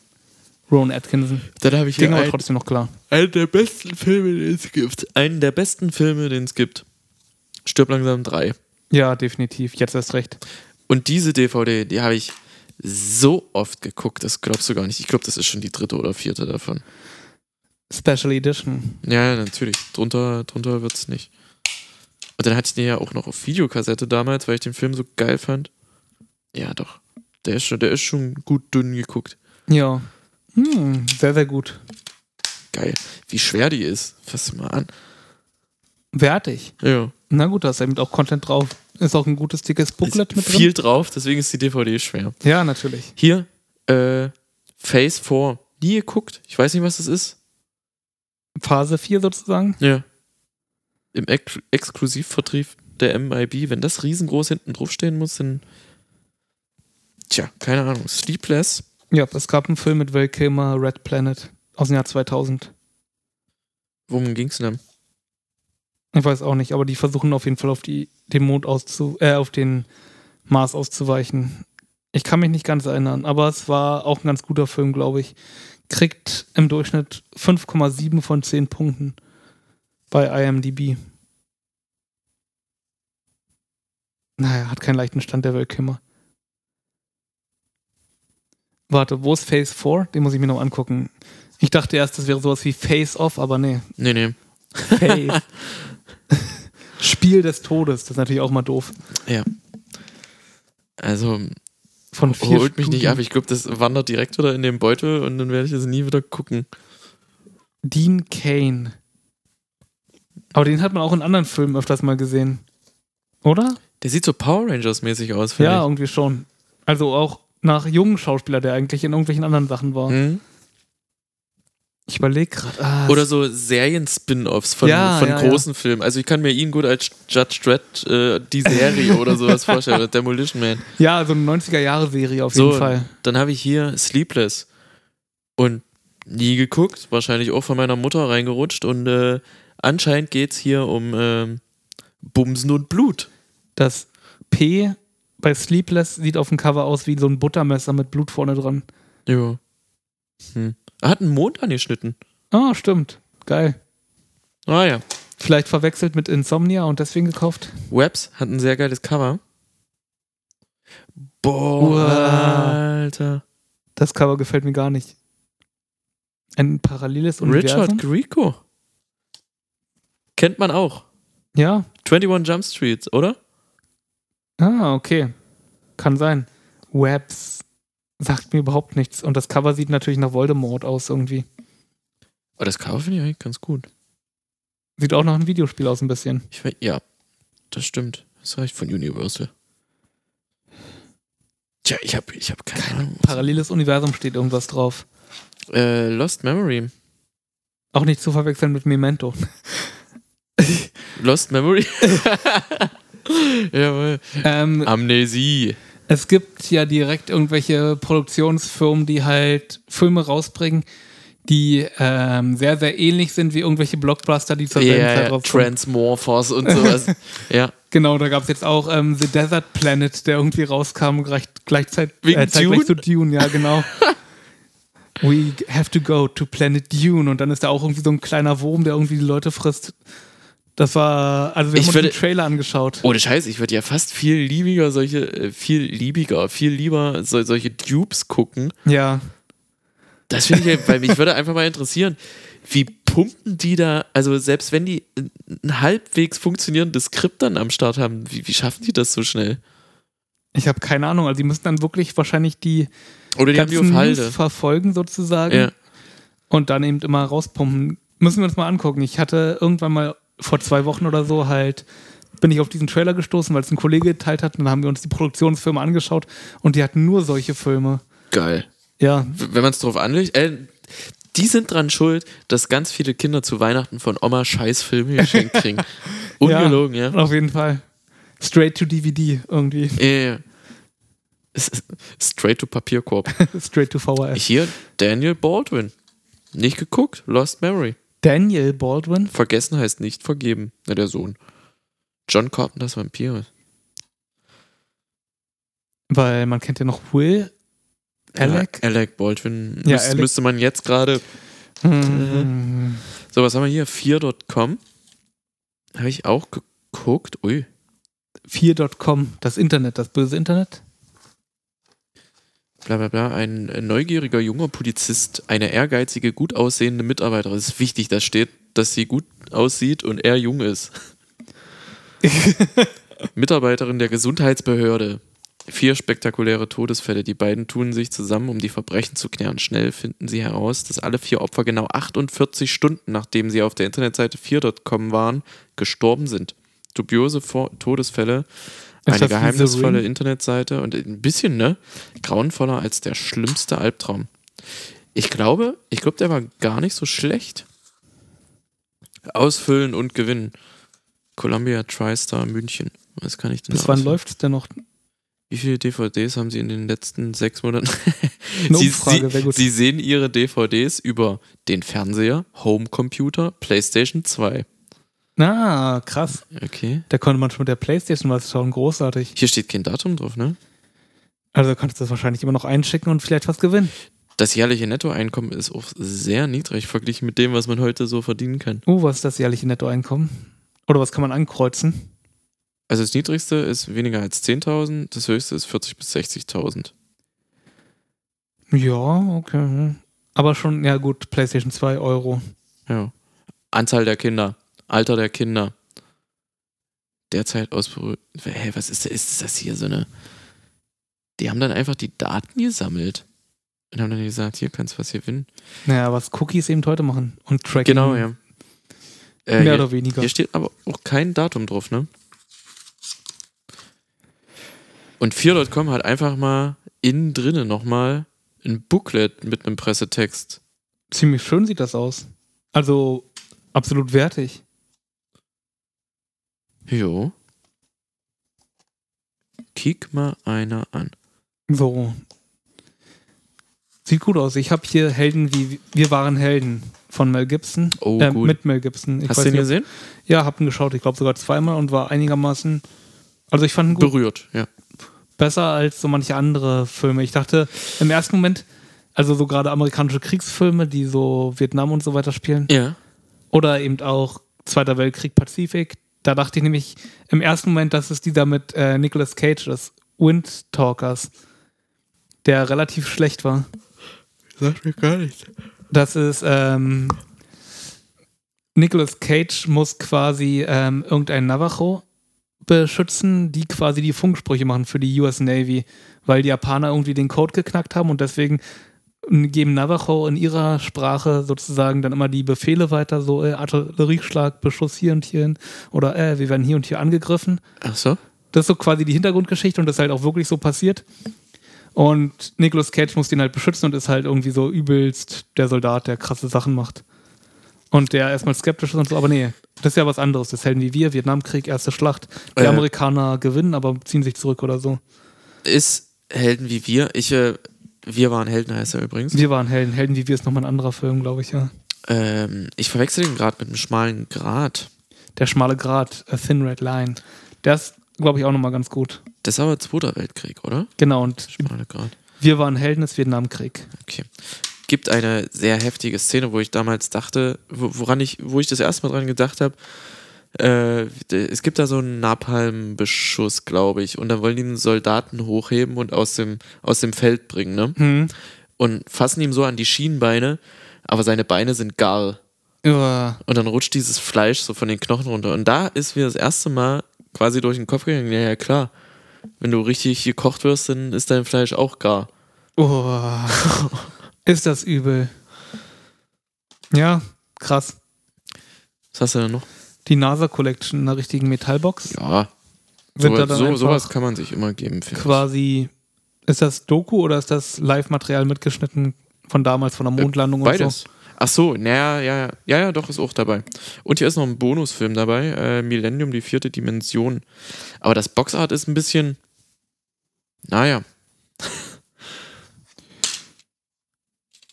[SPEAKER 2] Rowan Atkinson.
[SPEAKER 3] Dann habe ich hier
[SPEAKER 2] Ging aber
[SPEAKER 3] einen,
[SPEAKER 2] trotzdem noch klar.
[SPEAKER 3] einen der besten Filme, den es gibt. Einen der besten Filme, den es gibt. Stirb langsam 3.
[SPEAKER 2] Ja, definitiv. Jetzt erst recht.
[SPEAKER 3] Und diese DVD, die habe ich so oft geguckt, das glaubst du gar nicht. Ich glaube, das ist schon die dritte oder vierte davon.
[SPEAKER 2] Special Edition.
[SPEAKER 3] Ja, natürlich. Drunter, drunter wird es nicht. Und dann hatte ich den ja auch noch auf Videokassette damals, weil ich den Film so geil fand. Ja, doch. Der ist schon, der ist schon gut dünn geguckt.
[SPEAKER 2] Ja. Hm, sehr, sehr gut.
[SPEAKER 3] Geil. Wie schwer die ist. Fass sie mal an.
[SPEAKER 2] Wertig.
[SPEAKER 3] Ja.
[SPEAKER 2] Na gut, da ist eben auch Content drauf. Ist auch ein gutes, dickes Booklet mit
[SPEAKER 3] ist viel
[SPEAKER 2] drin.
[SPEAKER 3] drauf, deswegen ist die DVD schwer.
[SPEAKER 2] Ja, natürlich.
[SPEAKER 3] Hier, äh, Phase 4. Nie geguckt. Ich weiß nicht, was das ist.
[SPEAKER 2] Phase 4 sozusagen.
[SPEAKER 3] Ja. Im Ex Exklusivvertrieb der MIB. Wenn das riesengroß hinten draufstehen muss, dann. Tja, keine Ahnung. Sleepless.
[SPEAKER 2] Ja, es gab einen Film mit Val Kilmer, Red Planet, aus dem Jahr 2000.
[SPEAKER 3] Worum ging's denn?
[SPEAKER 2] Ich weiß auch nicht, aber die versuchen auf jeden Fall auf die, den Mond auszu, äh, auf den Mars auszuweichen. Ich kann mich nicht ganz erinnern, aber es war auch ein ganz guter Film, glaube ich. Kriegt im Durchschnitt 5,7 von 10 Punkten bei IMDb. Naja, hat keinen leichten Stand der Weltkümmer. Warte, wo ist Phase 4? Den muss ich mir noch angucken. Ich dachte erst, das wäre sowas wie Phase Off, aber nee.
[SPEAKER 3] Nee, nee.
[SPEAKER 2] Face. (laughs) Spiel des Todes, das ist natürlich auch mal doof.
[SPEAKER 3] Also,
[SPEAKER 2] Von vier
[SPEAKER 3] holt mich nicht
[SPEAKER 2] Studien.
[SPEAKER 3] ab. Ich glaube, das wandert direkt wieder in den Beutel und dann werde ich es nie wieder gucken.
[SPEAKER 2] Dean Kane. Aber den hat man auch in anderen Filmen öfters mal gesehen. Oder?
[SPEAKER 3] Der sieht so Power Rangers-mäßig aus, finde
[SPEAKER 2] Ja, irgendwie schon. Also auch nach jungen Schauspieler, der eigentlich in irgendwelchen anderen Sachen war.
[SPEAKER 3] ich. Hm?
[SPEAKER 2] Ich überlege gerade. Ah,
[SPEAKER 3] Oder so Serien-Spin-Offs von,
[SPEAKER 2] Ja,
[SPEAKER 3] von
[SPEAKER 2] ja,
[SPEAKER 3] großen Filmen. Also ich kann mir ihn gut als Judge Dredd äh, die Serie
[SPEAKER 2] (laughs)
[SPEAKER 3] oder sowas vorstellen. Oder Demolition Man.
[SPEAKER 2] ja, so eine 90er-Jahre-Serie auf
[SPEAKER 3] So.
[SPEAKER 2] jeden Fall.
[SPEAKER 3] Dann habe ich hier Sleepless. Und nie geguckt. Wahrscheinlich auch von meiner Mutter reingerutscht. Und äh, anscheinend geht es hier um ähm, Bumsen und Blut.
[SPEAKER 2] Das P bei Sleepless sieht auf dem Cover aus wie so ein Buttermesser mit Blut vorne dran.
[SPEAKER 3] Ja. Hm. Er hat einen Mond angeschnitten.
[SPEAKER 2] Ah, stimmt. Geil.
[SPEAKER 3] Ah ja.
[SPEAKER 2] Vielleicht verwechselt mit Insomnia und deswegen gekauft?
[SPEAKER 3] Webs hat ein sehr geiles Cover. Boah,
[SPEAKER 2] Uah.
[SPEAKER 3] Alter.
[SPEAKER 2] Das Cover gefällt mir gar nicht. Ein paralleles Universum.
[SPEAKER 3] Richard Grieco. Kennt man auch.
[SPEAKER 2] Ja.
[SPEAKER 3] 21 Jump Street, oder?
[SPEAKER 2] Ah, okay. Kann sein. Webs sagt mir überhaupt nichts. Und das Cover sieht natürlich nach Voldemort aus irgendwie.
[SPEAKER 3] Aber Oh, das Cover finde ich eigentlich ganz gut.
[SPEAKER 2] Sieht auch nach einem Videospiel aus ein bisschen.
[SPEAKER 3] Ich weiß, ja, das stimmt. Das reicht von Universal. Tja, ich habe ich hab keine, Ahnung.
[SPEAKER 2] Paralleles Universum steht irgendwas drauf.
[SPEAKER 3] Äh, Lost Memory.
[SPEAKER 2] Auch nicht zu verwechseln mit Memento.
[SPEAKER 3] Lost Memory? (laughs) Jawohl.
[SPEAKER 2] Ähm,
[SPEAKER 3] Amnesie.
[SPEAKER 2] Es gibt ja direkt irgendwelche Produktionsfirmen, die halt Filme rausbringen, die ähm, sehr, sehr ähnlich sind wie irgendwelche Blockbuster, die zur
[SPEAKER 3] Ja,
[SPEAKER 2] selben
[SPEAKER 3] ja,
[SPEAKER 2] Zeit rauskommen.
[SPEAKER 3] Transmorphers und sowas. ja.
[SPEAKER 2] Genau, da gab es jetzt auch ähm, The Desert Planet, der irgendwie rauskam, gleich, gleichzeitig,
[SPEAKER 3] Wegen
[SPEAKER 2] äh, zeitgleich
[SPEAKER 3] Dune?
[SPEAKER 2] zu Dune, ja,
[SPEAKER 3] (laughs)
[SPEAKER 2] genau. We have to go to Planet Dune und dann ist da auch irgendwie so ein kleiner Wurm, der irgendwie die Leute frisst. Das war, also wir
[SPEAKER 3] Ich
[SPEAKER 2] haben uns
[SPEAKER 3] würde-
[SPEAKER 2] den Trailer angeschaut.
[SPEAKER 3] Ohne Scheiß, ich würde ja fast viel liebiger solche, äh, viel liebiger, viel lieber so, solche Dupes gucken.
[SPEAKER 2] Ja,
[SPEAKER 3] Das finde ich, ja- weil mich würde einfach mal interessieren, wie pumpen die da, also selbst wenn die ein halbwegs funktionierendes Skript dann am Start haben, wie, wie schaffen die das so schnell?
[SPEAKER 2] ich habe keine Ahnung. Also die müssen dann wirklich wahrscheinlich die
[SPEAKER 3] Oder die haben die auf
[SPEAKER 2] ganzen News
[SPEAKER 3] Halde.
[SPEAKER 2] verfolgen sozusagen
[SPEAKER 3] Ja.
[SPEAKER 2] und dann eben immer rauspumpen. Müssen wir uns mal angucken. Ich hatte irgendwann mal vor zwei Wochen oder so halt, bin ich auf diesen Trailer gestoßen, weil es ein Kollege geteilt hat und dann haben wir uns die Produktionsfirma angeschaut und die hatten nur solche Filme.
[SPEAKER 3] Geil.
[SPEAKER 2] Ja,
[SPEAKER 3] W- Wenn man es drauf anlegt, äh, die sind dran schuld, dass ganz viele Kinder zu Weihnachten von Oma scheiß Filme geschenkt kriegen. Ungelogen, ja.
[SPEAKER 2] auf jeden Fall. Straight to DVD irgendwie. (laughs)
[SPEAKER 3] ja. ja. Es ist Äh, Straight to Papierkorb.
[SPEAKER 2] (laughs) Straight to VHS.
[SPEAKER 3] Hier Daniel Baldwin. Nicht geguckt, Lost Memory.
[SPEAKER 2] Daniel Baldwin?
[SPEAKER 3] Vergessen heißt nicht vergeben. Na, der Sohn. John Carpenters Vampire.
[SPEAKER 2] Weil man kennt ja noch Will. Alec?
[SPEAKER 3] Ja, Äh, Alec Baldwin.
[SPEAKER 2] Ja,
[SPEAKER 3] Müs
[SPEAKER 2] Alec.
[SPEAKER 3] Müsste man jetzt gerade.
[SPEAKER 2] Mhm.
[SPEAKER 3] So, was haben wir hier? 4.com. Habe ich auch geguckt. Ui.
[SPEAKER 2] Äh, 4.com, das Internet, das böse Internet.
[SPEAKER 3] Bla bla bla. Ein äh, neugieriger junger Polizist, eine ehrgeizige, gut aussehende Mitarbeiterin. Es ist wichtig, dass steht, dass sie gut aussieht und er jung ist. Mitarbeiterin der Gesundheitsbehörde. Vier spektakuläre Todesfälle. Die beiden tun sich zusammen, um die Verbrechen zu klären. Schnell finden sie heraus, dass alle vier Opfer genau 48 Stunden, nachdem sie auf der Internetseite 4.com waren, gestorben sind. Dubiose Vor Todesfälle,
[SPEAKER 2] Ist das
[SPEAKER 3] eine
[SPEAKER 2] wie The
[SPEAKER 3] geheimnisvolle
[SPEAKER 2] Ring?
[SPEAKER 3] Internetseite und ein bisschen, ne? Grauenvoller als der schlimmste Albtraum. Ich glaube, ich glaube, der war gar nicht so schlecht. Ausfüllen und gewinnen. Columbia TriStar München. Was kann ich denn
[SPEAKER 2] Bis wann
[SPEAKER 3] auswählen?
[SPEAKER 2] läuft's denn noch?
[SPEAKER 3] Wie viele DVDs haben Sie in den letzten sechs Monaten?
[SPEAKER 2] (laughs) Eine
[SPEAKER 3] Sie,
[SPEAKER 2] Umfrage, wäre
[SPEAKER 3] Sie,
[SPEAKER 2] gut.
[SPEAKER 3] Sie sehen Ihre DVDs über den Fernseher, Homecomputer, PlayStation 2.
[SPEAKER 2] Na, Ah, krass.
[SPEAKER 3] Okay.
[SPEAKER 2] Da konnte man schon mit der Playstation was schauen, großartig.
[SPEAKER 3] Hier steht kein Datum drauf, ne?
[SPEAKER 2] Also kannst du das wahrscheinlich immer noch einschicken und vielleicht was gewinnen.
[SPEAKER 3] Das jährliche Nettoeinkommen ist auch sehr niedrig verglichen mit dem, was man heute so verdienen kann.
[SPEAKER 2] Uh, was ist das jährliche Nettoeinkommen? Oder was kann man ankreuzen?
[SPEAKER 3] Also das niedrigste ist weniger als 10.000, das höchste ist 40.000 bis 60.000.
[SPEAKER 2] Ja, okay. hm. Aber schon, ja gut, Playstation 2 Euro.
[SPEAKER 3] Ja. Anzahl der Kinder, Alter der Kinder. Derzeit ausberührt. Hä, was ist, ist das hier so eine? Die haben dann einfach die Daten gesammelt und haben dann gesagt, hier kannst du was gewinnen.
[SPEAKER 2] Naja, was Cookies eben heute machen und Tracking.
[SPEAKER 3] Genau, ja. Äh,
[SPEAKER 2] Mehr
[SPEAKER 3] hier,
[SPEAKER 2] oder weniger.
[SPEAKER 3] hier steht aber auch kein Datum drauf, ne? Und 4.com hat einfach mal innen drinnen nochmal ein Booklet mit einem Pressetext.
[SPEAKER 2] Ziemlich schön sieht das aus. Also absolut wertig.
[SPEAKER 3] Jo. Kick mal einer an.
[SPEAKER 2] So. Sieht gut aus. Ich habe hier Helden wie Wir waren Helden von Mel Gibson.
[SPEAKER 3] Oh,
[SPEAKER 2] äh,
[SPEAKER 3] gut.
[SPEAKER 2] Mit Mel Gibson. Ich
[SPEAKER 3] Hast du den
[SPEAKER 2] nicht, ob-
[SPEAKER 3] gesehen?
[SPEAKER 2] Ja, hab ihn geschaut, ich glaube sogar zweimal und war einigermaßen. Also ich fand ihn gut,
[SPEAKER 3] Berührt, ja.
[SPEAKER 2] besser als so manche andere Filme. Ich dachte im ersten Moment, also so gerade amerikanische Kriegsfilme, die so Vietnam und so weiter spielen,
[SPEAKER 3] Ja.
[SPEAKER 2] oder eben auch Zweiter Weltkrieg Pazifik, da dachte ich nämlich im ersten Moment, dass es dieser mit äh, Nicolas Cage ist, Wind Talkers, der relativ schlecht war.
[SPEAKER 3] Sagt mir gar nichts.
[SPEAKER 2] Das ist, ähm, Nicolas Cage muss quasi ähm, irgendeinen Navajo beschützen, die quasi die Funksprüche machen für die US Navy, weil die Japaner irgendwie den Code geknackt haben und deswegen geben Navajo in ihrer Sprache sozusagen dann immer die Befehle weiter, so äh, Artillerieschlag, Beschuss hier und hierhin oder äh, wir werden hier und hier angegriffen.
[SPEAKER 3] Ach so?
[SPEAKER 2] Das ist so quasi die Hintergrundgeschichte und das ist halt auch wirklich so passiert. Und Nicolas Cage muss den halt beschützen und ist halt irgendwie so übelst der Soldat, der krasse Sachen macht. Und der erstmal skeptisch ist und so, aber nee, das ist ja was anderes. Das Helden wie wir, Vietnamkrieg, erste Schlacht. Die
[SPEAKER 3] Äh.
[SPEAKER 2] Amerikaner gewinnen, aber ziehen sich zurück oder so.
[SPEAKER 3] Ist Helden wie wir. Ich, äh, wir waren Helden, heißt er übrigens.
[SPEAKER 2] Wir waren Helden. Helden wie wir ist nochmal ein anderer Film, glaube ich, ja.
[SPEAKER 3] Ähm, ich verwechsel den gerade mit einem schmalen Grat.
[SPEAKER 2] Der schmale Grat, A Thin Red Line. Der ist, glaube ich, auch nochmal ganz gut.
[SPEAKER 3] Das ist aber Zweiter Weltkrieg, oder?
[SPEAKER 2] Genau, und
[SPEAKER 3] Schmale Grat.
[SPEAKER 2] wir waren Helden des Vietnamkrieg.
[SPEAKER 3] Okay. Gibt eine sehr heftige Szene, wo ich damals dachte, wo- woran ich, wo ich das erste Mal dran gedacht habe, äh, d- es gibt da so einen Napalm-Beschuss, glaube ich, und dann wollen die einen Soldaten hochheben und aus dem, aus dem Feld bringen, ne?
[SPEAKER 2] Hm.
[SPEAKER 3] Und fassen ihm so an die Schienenbeine, aber seine Beine sind gar.
[SPEAKER 2] Ja.
[SPEAKER 3] Und dann rutscht dieses Fleisch so von den Knochen runter. Und da ist mir das erste Mal quasi durch den Kopf gegangen, ja, ja, klar. Wenn du richtig gekocht wirst, dann ist dein Fleisch auch gar.
[SPEAKER 2] Oh. Ist das übel. Ja, krass.
[SPEAKER 3] Was hast du denn noch?
[SPEAKER 2] Die NASA Collection in einer richtigen Metallbox.
[SPEAKER 3] Ja,
[SPEAKER 2] Sind
[SPEAKER 3] so,
[SPEAKER 2] da dann
[SPEAKER 3] so,
[SPEAKER 2] einfach
[SPEAKER 3] sowas kann man sich immer geben, finde
[SPEAKER 2] quasi. Ist das Doku oder ist das Live-Material mitgeschnitten von damals, von der Mondlandung
[SPEAKER 3] ich.
[SPEAKER 2] und
[SPEAKER 3] Äh, Beides. Ach so, naja, ja, ja, ja, ja, doch, ist auch dabei. Und hier ist noch ein Bonusfilm dabei, äh, Millennium, die vierte Dimension. Aber das Boxart ist ein bisschen, naja,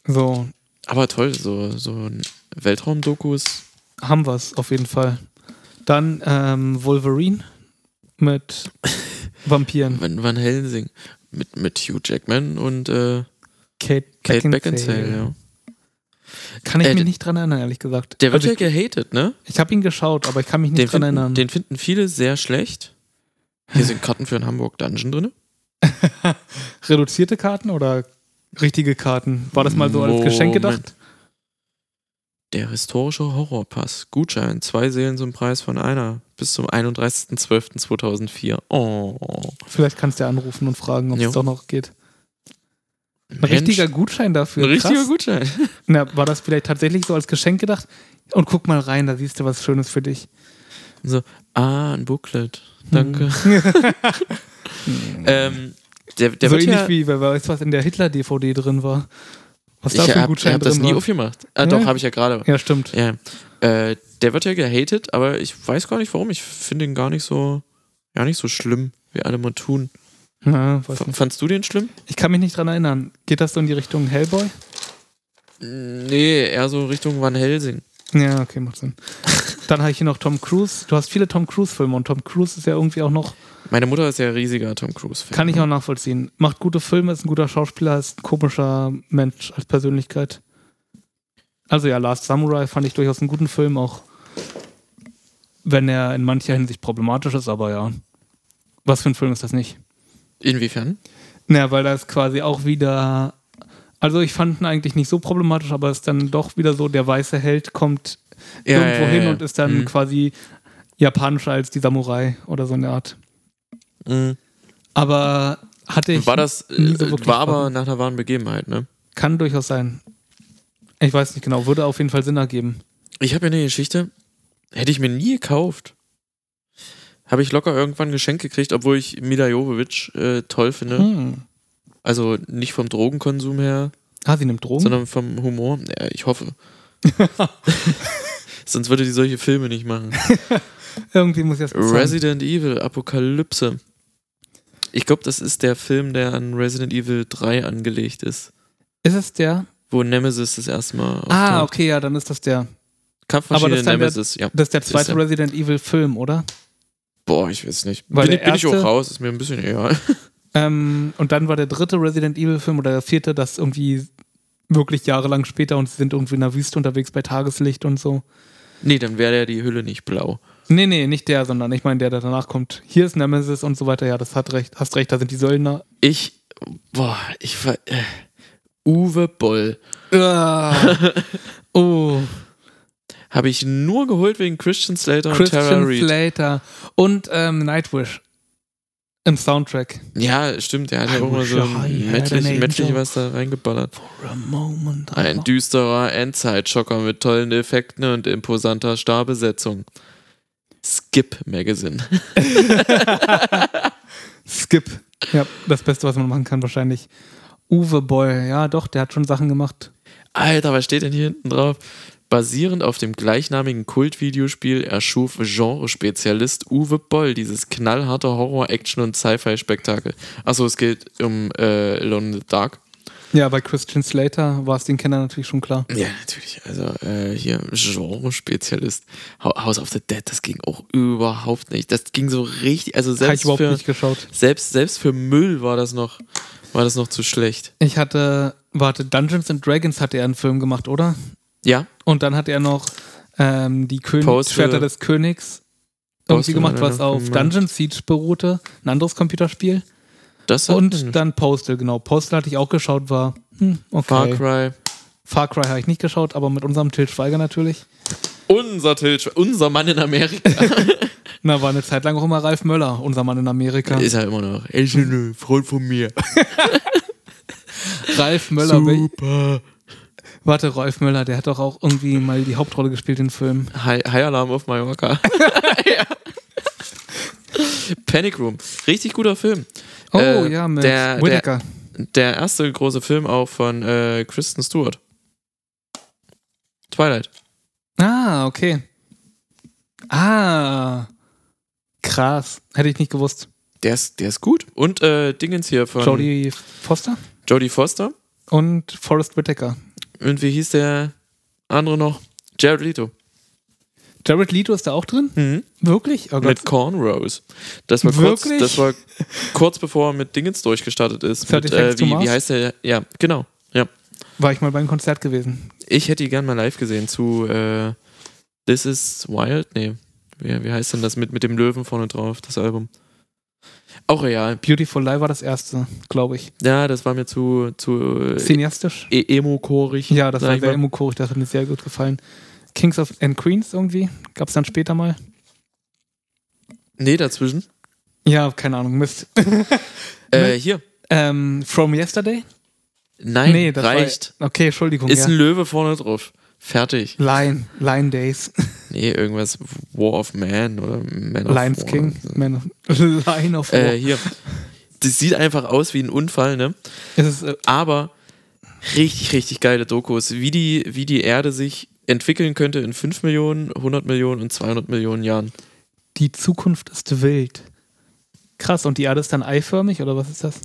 [SPEAKER 2] so? So,
[SPEAKER 3] aber toll, so, so ein Weltraumdoku ist,
[SPEAKER 2] haben wir es auf jeden Fall. Dann ähm, Wolverine
[SPEAKER 3] (laughs)
[SPEAKER 2] mit Vampiren.
[SPEAKER 3] Van, Van Helsing mit, mit Hugh Jackman und äh,
[SPEAKER 2] Kate, Beckinsale.
[SPEAKER 3] Kate
[SPEAKER 2] Also
[SPEAKER 3] Beckinsale, ja.
[SPEAKER 2] Kann ich
[SPEAKER 3] Äh,
[SPEAKER 2] mich
[SPEAKER 3] d-
[SPEAKER 2] nicht dran erinnern, ehrlich gesagt.
[SPEAKER 3] Der wird
[SPEAKER 2] also
[SPEAKER 3] ja
[SPEAKER 2] ich
[SPEAKER 3] gehatet, ne?
[SPEAKER 2] ich habe ihn geschaut, aber ich kann mich nicht
[SPEAKER 3] Den
[SPEAKER 2] dran
[SPEAKER 3] finden,
[SPEAKER 2] erinnern.
[SPEAKER 3] den finden viele sehr schlecht. Hier sind Karten für einen Hamburg Dungeon drin.
[SPEAKER 2] Reduzierte Karten oder richtige Karten? War das mal so als Geschenk
[SPEAKER 3] Moment.
[SPEAKER 2] gedacht?
[SPEAKER 3] Der historische Horrorpass. Gutschein. Zwei Seelen zum Preis von einer. Bis zum 31.12.2004. Oh.
[SPEAKER 2] Vielleicht kannst du ja anrufen und fragen, ob
[SPEAKER 3] Jo.
[SPEAKER 2] es doch noch geht. Ein
[SPEAKER 3] Mensch,
[SPEAKER 2] richtiger Gutschein
[SPEAKER 3] ein
[SPEAKER 2] dafür.
[SPEAKER 3] richtiger
[SPEAKER 2] krass.
[SPEAKER 3] Gutschein.
[SPEAKER 2] Na, war das vielleicht tatsächlich so als Geschenk gedacht? Und guck mal rein, da siehst du was Schönes für dich.
[SPEAKER 3] Ah, ein Booklet.
[SPEAKER 2] Hm. (laughs)
[SPEAKER 3] Danke. (laughs) ähm, der der
[SPEAKER 2] so
[SPEAKER 3] wird
[SPEAKER 2] ähnlich
[SPEAKER 3] ja,
[SPEAKER 2] wie, wer weiß, was in der Hitler-DVD drin war. Was
[SPEAKER 3] ich
[SPEAKER 2] da für ein
[SPEAKER 3] habe
[SPEAKER 2] Gutschein
[SPEAKER 3] hab das
[SPEAKER 2] drin
[SPEAKER 3] nie
[SPEAKER 2] war.
[SPEAKER 3] aufgemacht. Ah,
[SPEAKER 2] Ja.
[SPEAKER 3] doch, habe ich ja gerade.
[SPEAKER 2] Ja, stimmt.
[SPEAKER 3] Ja. Äh, der wird ja gehatet, aber ich weiß gar nicht warum. Ich finde ihn gar nicht so, gar nicht so schlimm, wie alle mal tun.
[SPEAKER 2] Ja, weiß
[SPEAKER 3] F
[SPEAKER 2] nicht.
[SPEAKER 3] fandst du den schlimm?
[SPEAKER 2] Ich kann mich nicht dran erinnern. Geht das so in die Richtung Hellboy?
[SPEAKER 3] Nee, eher so Richtung Van Helsing.
[SPEAKER 2] Ja, okay, macht
[SPEAKER 3] (laughs)
[SPEAKER 2] Sinn. Dann habe ich hier noch Tom Cruise. Du hast viele Tom Cruise-Filme und Tom Cruise ist ja irgendwie auch noch,
[SPEAKER 3] Meine Mutter ist ja riesiger Tom Cruise-Fan.
[SPEAKER 2] kann ich auch nachvollziehen. Macht gute Filme, ist ein guter Schauspieler, ist ein komischer Mensch als Persönlichkeit. Also ja, Last Samurai fand ich durchaus einen guten Film, auch wenn er in mancher Hinsicht problematisch ist, aber ja. Was für ein Film ist das nicht?
[SPEAKER 3] Inwiefern?
[SPEAKER 2] Naja, weil das quasi auch wieder. Also ich fand ihn eigentlich nicht so problematisch, aber es ist dann doch wieder so, der weiße Held kommt irgendwo hin und ist dann
[SPEAKER 3] Mhm.
[SPEAKER 2] quasi japanischer als die Samurai oder so eine Art.
[SPEAKER 3] Mhm.
[SPEAKER 2] Aber hatte ich.
[SPEAKER 3] War das,
[SPEAKER 2] nie
[SPEAKER 3] äh,
[SPEAKER 2] so wirklich
[SPEAKER 3] war aber
[SPEAKER 2] Spaß.
[SPEAKER 3] nach einer wahren Begebenheit, ne?
[SPEAKER 2] Kann durchaus sein. Ich weiß nicht genau, würde auf jeden Fall Sinn ergeben.
[SPEAKER 3] Ich habe ja eine Geschichte, hätte ich mir nie gekauft. Habe ich locker irgendwann geschenkt gekriegt, obwohl ich Mila Jovovich äh, toll finde.
[SPEAKER 2] Hm.
[SPEAKER 3] Also nicht vom Drogenkonsum her,
[SPEAKER 2] Ah, sie nimmt Drogen?
[SPEAKER 3] sondern vom Humor. Ja, ich
[SPEAKER 2] (laughs)
[SPEAKER 3] hoffe. (laughs) Sonst würde die solche Filme nicht machen.
[SPEAKER 2] Irgendwie muss ich das bezahlen.
[SPEAKER 3] Resident Evil Apokalypse. Ich glaube, das ist der Film, der an Resident Evil 3 angelegt ist,
[SPEAKER 2] Ist es der?
[SPEAKER 3] wo Nemesis das erste Mal
[SPEAKER 2] Ah,
[SPEAKER 3] auftaucht.
[SPEAKER 2] okay, ja, dann ist das der. aber
[SPEAKER 3] Kampfmaschine
[SPEAKER 2] das ist dann der-
[SPEAKER 3] Nemesis, ja.
[SPEAKER 2] Das ist der
[SPEAKER 3] Ist
[SPEAKER 2] zweite
[SPEAKER 3] er.
[SPEAKER 2] Resident Evil Film, oder?
[SPEAKER 3] Boah, ich weiß nicht.
[SPEAKER 2] Weil
[SPEAKER 3] bin ich,
[SPEAKER 2] der
[SPEAKER 3] bin ich auch
[SPEAKER 2] erste-
[SPEAKER 3] raus, ist mir ein bisschen egal. (laughs)
[SPEAKER 2] Ähm, und dann war der dritte Resident Evil Film oder der vierte, das irgendwie wirklich jahrelang später und sie sind irgendwie in der Wüste unterwegs bei Tageslicht und so.
[SPEAKER 3] Nee, dann wäre ja die Hülle nicht blau.
[SPEAKER 2] Nee, nee, nicht der, sondern ich meine der, der danach kommt. Hier ist Nemesis (laughs) und so weiter. Ja, das hat recht. Hast recht, da sind die Söldner.
[SPEAKER 3] Ich, boah, ich ver- äh, Uwe Boll.
[SPEAKER 2] Ah. oh,
[SPEAKER 3] Habe ich nur geholt wegen Christian Slater und
[SPEAKER 2] Christian
[SPEAKER 3] Tara Reid.
[SPEAKER 2] Slater und ähm, Nightwish im Soundtrack.
[SPEAKER 3] ja, stimmt, der hat ja
[SPEAKER 2] I
[SPEAKER 3] auch mal
[SPEAKER 2] wish
[SPEAKER 3] so
[SPEAKER 2] I
[SPEAKER 3] ein
[SPEAKER 2] had
[SPEAKER 3] Mettlich,
[SPEAKER 2] an
[SPEAKER 3] Mettlich
[SPEAKER 2] angel.
[SPEAKER 3] was da reingeballert.
[SPEAKER 2] For a moment. I
[SPEAKER 3] Ein
[SPEAKER 2] thought-
[SPEAKER 3] düsterer Endzeitschocker mit tollen Effekten und imposanter Starbesetzung. Skip Magazine.
[SPEAKER 2] Skip. Ja, das Beste, was man machen kann, wahrscheinlich. Uwe Boll, ja, doch, der hat schon Sachen gemacht.
[SPEAKER 3] Alter, was steht denn hier hinten drauf? Basierend auf dem gleichnamigen Kultvideospiel erschuf Genrespezialist Uwe Boll dieses knallharte Horror-, Action- und Sci-Fi-Spektakel. Achso, es geht um äh, Alone in the Dark.
[SPEAKER 2] Ja, bei Christian Slater war es den Kindern natürlich schon klar.
[SPEAKER 3] Ja, natürlich. Also äh, hier Genrespezialist. Ha- House of the Dead, das ging auch überhaupt nicht. Das ging so richtig, also
[SPEAKER 2] Habe
[SPEAKER 3] selbst
[SPEAKER 2] ich überhaupt
[SPEAKER 3] für,
[SPEAKER 2] nicht geschaut.
[SPEAKER 3] selbst, selbst für Müll war das noch, war das noch zu schlecht.
[SPEAKER 2] Ich hatte, warte, Dungeons and Dragons hatte er einen Film gemacht, oder?
[SPEAKER 3] Ja,
[SPEAKER 2] Und dann hat er noch ähm, die König
[SPEAKER 3] Postal-
[SPEAKER 2] Schwerter des Königs
[SPEAKER 3] Postal
[SPEAKER 2] irgendwie gemacht,
[SPEAKER 3] hat er
[SPEAKER 2] was
[SPEAKER 3] noch
[SPEAKER 2] auf
[SPEAKER 3] gemacht.
[SPEAKER 2] Dungeon Siege beruhte, ein anderes Computerspiel.
[SPEAKER 3] das hat
[SPEAKER 2] Und dann Postal, genau. Postal hatte ich auch geschaut, war hm, okay.
[SPEAKER 3] Far Cry.
[SPEAKER 2] Far Cry habe ich nicht geschaut, aber mit unserem Til Schweiger natürlich.
[SPEAKER 3] Unser Til, Schwe- unser Mann in Amerika.
[SPEAKER 2] Na, war eine Zeit lang auch immer Ralf Möller, unser Mann in Amerika.
[SPEAKER 3] Ist er immer noch. Er ist ein Freund von mir.
[SPEAKER 2] Ralf Möller, wel-
[SPEAKER 3] Super.
[SPEAKER 2] warte, Ralf Möller, der hat doch auch irgendwie mal die Hauptrolle gespielt in Filmen.
[SPEAKER 3] High, High Alarm auf (laughs) Mallorca. ja. Panic Room. Richtig guter Film.
[SPEAKER 2] Oh
[SPEAKER 3] Äh,
[SPEAKER 2] ja, mit
[SPEAKER 3] der-
[SPEAKER 2] Whittaker.
[SPEAKER 3] Der erste große Film auch von äh, Kristen Stewart. Twilight.
[SPEAKER 2] Ah, okay. Ah. Krass. Hätte ich nicht gewusst.
[SPEAKER 3] Der ist, der ist gut. Und äh, Dingens hier von Jodie,
[SPEAKER 2] Jodie Foster
[SPEAKER 3] Foster.
[SPEAKER 2] und Forrest Whitaker.
[SPEAKER 3] Und wie hieß der andere noch? Jared Leto.
[SPEAKER 2] Jared Leto ist da auch drin? Wirklich? Oh Gott.
[SPEAKER 3] Mit Cornrows. Das war, kurz,
[SPEAKER 2] Wirklich? (laughs)
[SPEAKER 3] das war kurz bevor er mit Dingens durchgestartet ist.
[SPEAKER 2] Thirty
[SPEAKER 3] Mit, äh,
[SPEAKER 2] Seconds to
[SPEAKER 3] wie,
[SPEAKER 2] Mars?
[SPEAKER 3] wie heißt der? Ja, genau. Ja.
[SPEAKER 2] War ich mal beim Konzert gewesen.
[SPEAKER 3] Ich hätte die gern mal live gesehen zu äh, This is Wild. Nee. Wie, wie heißt denn das mit, mit dem Löwen vorne drauf, das Album? Auch real.
[SPEAKER 2] Beautiful Lie war das erste, glaube ich.
[SPEAKER 3] Ja, das war mir zu, zu äh,
[SPEAKER 2] Cineastisch?
[SPEAKER 3] e emo-chorig.
[SPEAKER 2] Ja, das
[SPEAKER 3] sag
[SPEAKER 2] war
[SPEAKER 3] ich
[SPEAKER 2] sehr
[SPEAKER 3] mal.
[SPEAKER 2] emokorig. Das hat mir sehr gut gefallen. Kings of and Queens irgendwie? Gab es dann später mal?
[SPEAKER 3] Nee, dazwischen.
[SPEAKER 2] Ja, keine Ahnung. Mist.
[SPEAKER 3] Äh, hier.
[SPEAKER 2] ähm, From Yesterday?
[SPEAKER 3] Nein,
[SPEAKER 2] war-
[SPEAKER 3] reicht.
[SPEAKER 2] okay, Entschuldigung.
[SPEAKER 3] Ist ein
[SPEAKER 2] ja.
[SPEAKER 3] Löwe vorne drauf. Fertig.
[SPEAKER 2] Lion. Lion Days.
[SPEAKER 3] Nee, irgendwas War of Man oder Man of
[SPEAKER 2] Lions
[SPEAKER 3] War.
[SPEAKER 2] King. Man of, (laughs) Lion of War.
[SPEAKER 3] Äh, hier. Das sieht einfach aus wie ein Unfall, ne?
[SPEAKER 2] es ist, äh,
[SPEAKER 3] Aber richtig, richtig geile Dokus, wie die, wie die Erde sich entwickeln könnte in 5 Millionen, 100 Millionen und 200 Millionen Jahren.
[SPEAKER 2] die Zukunft ist wild. Krass, und die Erde ist dann eiförmig oder was ist das?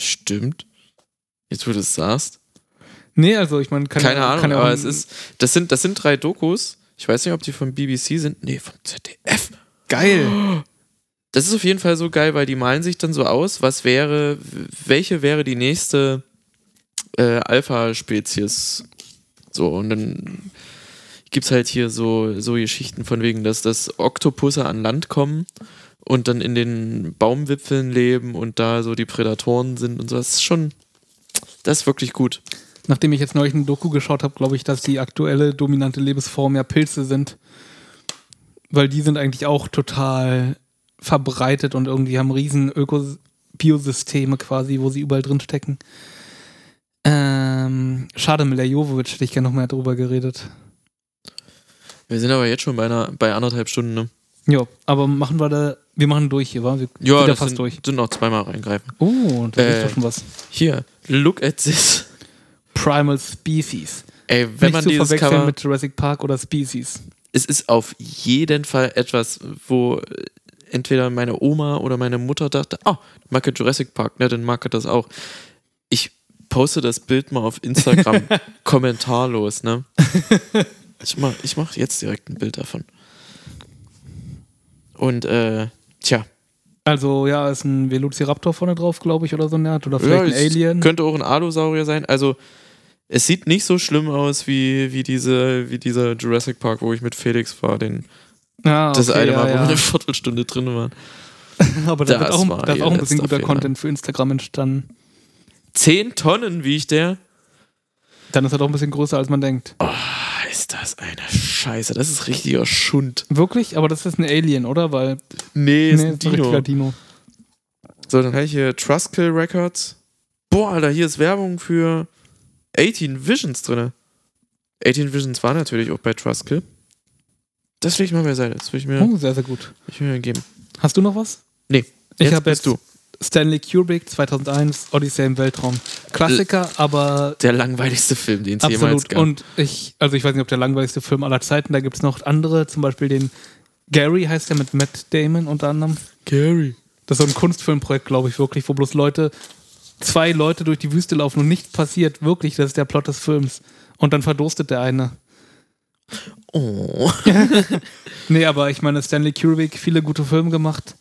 [SPEAKER 3] Stimmt. Jetzt, wo du es sagst.
[SPEAKER 2] Nee, also ich meine, kann
[SPEAKER 3] Keine
[SPEAKER 2] ja-
[SPEAKER 3] Ahnung,
[SPEAKER 2] kann ja auch
[SPEAKER 3] aber
[SPEAKER 2] ein-
[SPEAKER 3] es ist, das sind, das sind drei Dokus. Ich weiß nicht, ob die vom BBC sind. Nee, vom ZDF.
[SPEAKER 2] geil.
[SPEAKER 3] (gasps) Das ist auf jeden Fall so geil, weil die malen sich dann so aus, was wäre, welche wäre die nächste äh, Alpha-Spezies. So, und dann gibt es halt hier so, so Geschichten von wegen, dass das Oktopusse an Land kommen und dann in den Baumwipfeln leben und da so die Prädatoren sind und so. Das ist schon, das ist wirklich gut.
[SPEAKER 2] Nachdem ich jetzt neulich ein Doku geschaut habe, glaube ich, dass die aktuelle dominante Lebensform ja Pilze sind. Weil die sind eigentlich auch total verbreitet und irgendwie haben riesen Öko Biosysteme quasi, wo sie überall drin stecken. Ähm, schade, Mila Jovovich hätte ich gerne noch mal drüber geredet.
[SPEAKER 3] Wir sind aber jetzt schon bei, einer, bei anderthalb Stunden, ne?
[SPEAKER 2] Ja, aber machen wir da, wir machen durch hier, war? Wir
[SPEAKER 3] Ja,
[SPEAKER 2] wieder
[SPEAKER 3] das
[SPEAKER 2] fast
[SPEAKER 3] sind,
[SPEAKER 2] durch.
[SPEAKER 3] sind noch zweimal reingreifen.
[SPEAKER 2] Oh, das
[SPEAKER 3] Äh,
[SPEAKER 2] ist doch schon was.
[SPEAKER 3] Hier, look at this.
[SPEAKER 2] Primal Species.
[SPEAKER 3] Ey, wenn
[SPEAKER 2] Nicht
[SPEAKER 3] man
[SPEAKER 2] zu
[SPEAKER 3] dieses
[SPEAKER 2] verwechseln
[SPEAKER 3] Cover...
[SPEAKER 2] mit Jurassic Park oder Species.
[SPEAKER 3] es ist auf jeden Fall etwas, wo äh, entweder meine Oma oder meine Mutter dachte, ah, Marke Jurassic Park, ne, dann mag er das auch. Ich poste das Bild mal auf
[SPEAKER 2] (laughs)
[SPEAKER 3] Instagram kommentarlos, ne? Ich mach, ich mach jetzt direkt ein Bild davon. Und äh, tja,
[SPEAKER 2] Also ja, ist ein Velociraptor vorne drauf, glaube ich, oder so eine Art. Oder vielleicht
[SPEAKER 3] ja,
[SPEAKER 2] ein
[SPEAKER 3] es
[SPEAKER 2] Alien.
[SPEAKER 3] könnte auch ein Allosaurier sein. Also es sieht nicht so schlimm aus wie, wie, diese, wie dieser Jurassic Park, wo ich mit Felix war, den,
[SPEAKER 2] Ah,
[SPEAKER 3] das
[SPEAKER 2] okay,
[SPEAKER 3] eine Mal, wo wir
[SPEAKER 2] ja,
[SPEAKER 3] eine
[SPEAKER 2] ja.
[SPEAKER 3] Viertelstunde drin waren.
[SPEAKER 2] (laughs) Aber da
[SPEAKER 3] Das
[SPEAKER 2] wird auch,
[SPEAKER 3] war
[SPEAKER 2] da ist
[SPEAKER 3] ihr
[SPEAKER 2] auch ein bisschen
[SPEAKER 3] letzter
[SPEAKER 2] guter
[SPEAKER 3] Fehler.
[SPEAKER 2] Content für Instagram entstanden.
[SPEAKER 3] 10 Tonnen wiegt der.
[SPEAKER 2] Dann ist er doch ein bisschen größer, als man denkt.
[SPEAKER 3] Ah, Ist das eine Scheiße. Das ist richtiger Schund.
[SPEAKER 2] Wirklich? Aber das ist ein Alien, oder? Weil
[SPEAKER 3] Nee, ist ein
[SPEAKER 2] ein
[SPEAKER 3] Dino.
[SPEAKER 2] richtiger Dino.
[SPEAKER 3] So, dann habe ich hier Truskill Records. Boah, Alter, hier ist Werbung für 18 Visions drin. 18 Visions war natürlich auch bei Truskill. Das lege ich mal beiseite. Das will ich mir,
[SPEAKER 2] Oh, sehr, sehr gut.
[SPEAKER 3] ich will mir geben.
[SPEAKER 2] Hast du noch was?
[SPEAKER 3] Nee.
[SPEAKER 2] Ich
[SPEAKER 3] Jetzt
[SPEAKER 2] habe jetzt
[SPEAKER 3] bist du.
[SPEAKER 2] Stanley Kubrick 2001, Odyssey im Weltraum. Klassiker, aber
[SPEAKER 3] Der langweiligste Film, den es jemals
[SPEAKER 2] absolut.
[SPEAKER 3] gab.
[SPEAKER 2] Und ich, also ich weiß nicht, ob der langweiligste Film aller Zeiten, da gibt es noch andere, zum Beispiel den Gary heißt der mit Matt Damon unter anderem.
[SPEAKER 3] Gary.
[SPEAKER 2] Das ist so ein Kunstfilmprojekt, glaube ich, wirklich, wo bloß Leute, zwei Leute durch die Wüste laufen und nichts passiert. Wirklich, das ist der Plot des Films. Und dann verdurstet der eine.
[SPEAKER 3] Oh.
[SPEAKER 2] Nee, aber ich meine, Stanley Kubrick, viele gute Filme gemacht.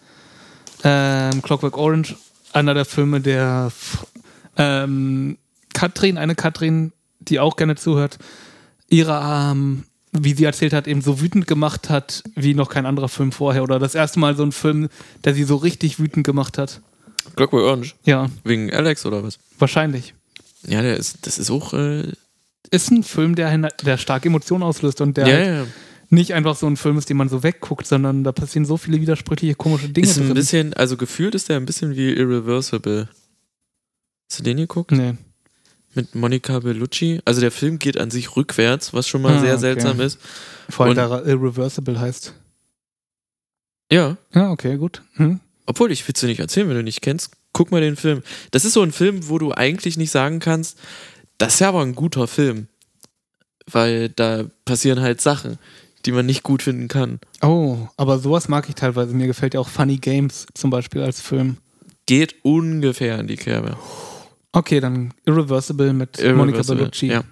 [SPEAKER 2] Ähm, Clockwork Orange, einer der Filme, der f- ähm, Katrin, eine Katrin, die auch gerne zuhört, ihre, ähm, wie sie erzählt hat, eben so wütend gemacht hat, wie noch kein anderer Film vorher. Oder das erste Mal so ein Film, der sie so richtig wütend gemacht hat.
[SPEAKER 3] Clockwork Orange.
[SPEAKER 2] Ja,
[SPEAKER 3] Wegen Alex oder was?
[SPEAKER 2] wahrscheinlich.
[SPEAKER 3] Ja, der ist, das ist auch. Äh,
[SPEAKER 2] Ist ein Film, der, hin- der stark Emotionen auslöst und der
[SPEAKER 3] ja,
[SPEAKER 2] halt
[SPEAKER 3] ja.
[SPEAKER 2] nicht einfach so ein Film ist, den man so wegguckt, sondern da passieren so viele widersprüchliche, komische Dinge
[SPEAKER 3] Ist ein
[SPEAKER 2] drin.
[SPEAKER 3] bisschen, also gefühlt ist der ein bisschen wie Irreversible. Hast du den geguckt?
[SPEAKER 2] nee.
[SPEAKER 3] mit Monica Bellucci. Also der Film geht an sich rückwärts, was schon mal
[SPEAKER 2] Ah,
[SPEAKER 3] sehr
[SPEAKER 2] okay.
[SPEAKER 3] seltsam ist.
[SPEAKER 2] Vor allem,
[SPEAKER 3] Und-
[SPEAKER 2] da Irreversible heißt.
[SPEAKER 3] Ja,
[SPEAKER 2] Ja, okay, gut. Hm?
[SPEAKER 3] obwohl ich will es dir nicht erzählen, wenn du nicht kennst. Guck mal den Film. Das ist so ein Film, wo du eigentlich nicht sagen kannst, das ist ja aber ein guter Film. Weil da passieren halt Sachen, die man nicht gut finden kann.
[SPEAKER 2] Oh, aber sowas mag ich teilweise. Mir gefällt ja auch Funny Games zum Beispiel als Film.
[SPEAKER 3] Geht ungefähr an die Kerbe.
[SPEAKER 2] Okay, dann Irreversible mit Monica
[SPEAKER 3] Irreversible.
[SPEAKER 2] Bellucci.
[SPEAKER 3] Ja.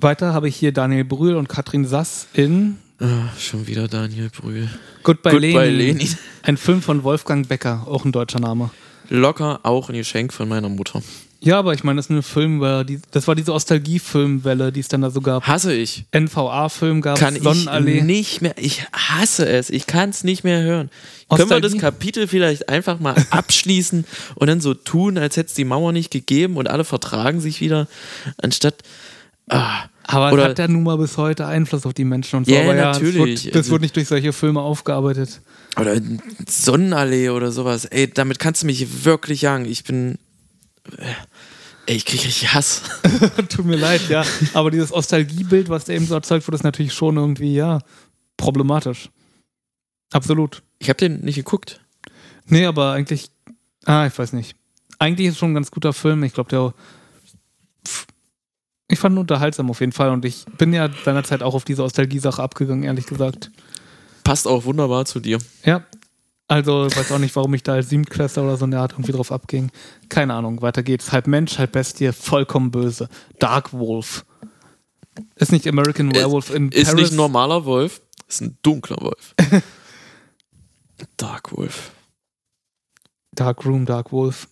[SPEAKER 2] Weiter habe ich hier Daniel Brühl und Katrin Sass in
[SPEAKER 3] Ah, schon wieder Daniel Brühl.
[SPEAKER 2] Goodbye,
[SPEAKER 3] Goodbye,
[SPEAKER 2] Lenin.
[SPEAKER 3] Lenin. (laughs)
[SPEAKER 2] Ein Film von Wolfgang Becker, auch ein deutscher Name.
[SPEAKER 3] Locker auch ein Geschenk von meiner Mutter.
[SPEAKER 2] Ja, aber ich meine, das ist ein Film, über die, das war diese Ostalgie-Filmwelle, die es dann da so gab.
[SPEAKER 3] Hasse ich.
[SPEAKER 2] NVA-Film gab
[SPEAKER 3] kann
[SPEAKER 2] es, Sonnenallee.
[SPEAKER 3] ich nicht mehr, ich hasse es, ich kann es nicht mehr hören. Können wir das
[SPEAKER 2] Nostalgie?
[SPEAKER 3] Kapitel vielleicht einfach
[SPEAKER 2] (laughs)
[SPEAKER 3] mal abschließen und dann so tun, als hätte es die Mauer nicht gegeben und alle vertragen sich wieder, anstatt, ah,
[SPEAKER 2] Aber
[SPEAKER 3] Oder-
[SPEAKER 2] es hat ja nun mal bis heute Einfluss auf die Menschen und so.
[SPEAKER 3] Ja,
[SPEAKER 2] aber
[SPEAKER 3] natürlich. Also
[SPEAKER 2] Es wird, das wird nicht durch solche Filme aufgearbeitet. (laughs)
[SPEAKER 3] oder Sonnenallee oder sowas. Ey, damit kannst du mich wirklich jagen. Ich bin, äh, ey, ich krieg richtig Hass.
[SPEAKER 2] Tut mir leid, ja. Aber dieses Ostalgiebild, was da eben so erzeugt wurde, ist natürlich schon irgendwie, ja, problematisch. Absolut.
[SPEAKER 3] Ich habe den nicht geguckt.
[SPEAKER 2] Nee, aber eigentlich, ah, ich weiß nicht. Eigentlich ist schon ein ganz guter Film. Ich glaube, der. Ich fand ihn unterhaltsam auf jeden Fall und ich bin ja seinerzeit auch auf diese Ostalgie-Sache abgegangen, ehrlich gesagt.
[SPEAKER 3] Passt auch wunderbar zu dir.
[SPEAKER 2] Ja. Also, ich weiß auch nicht, warum ich da als Siebtklässler oder so in der Art irgendwie drauf abging. Keine Ahnung, weiter geht's. Halb Mensch, halb Bestie, vollkommen böse. Dark Wolf. Ist nicht American Werewolf in
[SPEAKER 3] Äh, Ist
[SPEAKER 2] Paris?
[SPEAKER 3] nicht ein normaler Wolf, ist ein
[SPEAKER 2] (laughs)
[SPEAKER 3] dunkler Wolf. Dark Wolf.
[SPEAKER 2] Dark Room, Dark Wolf.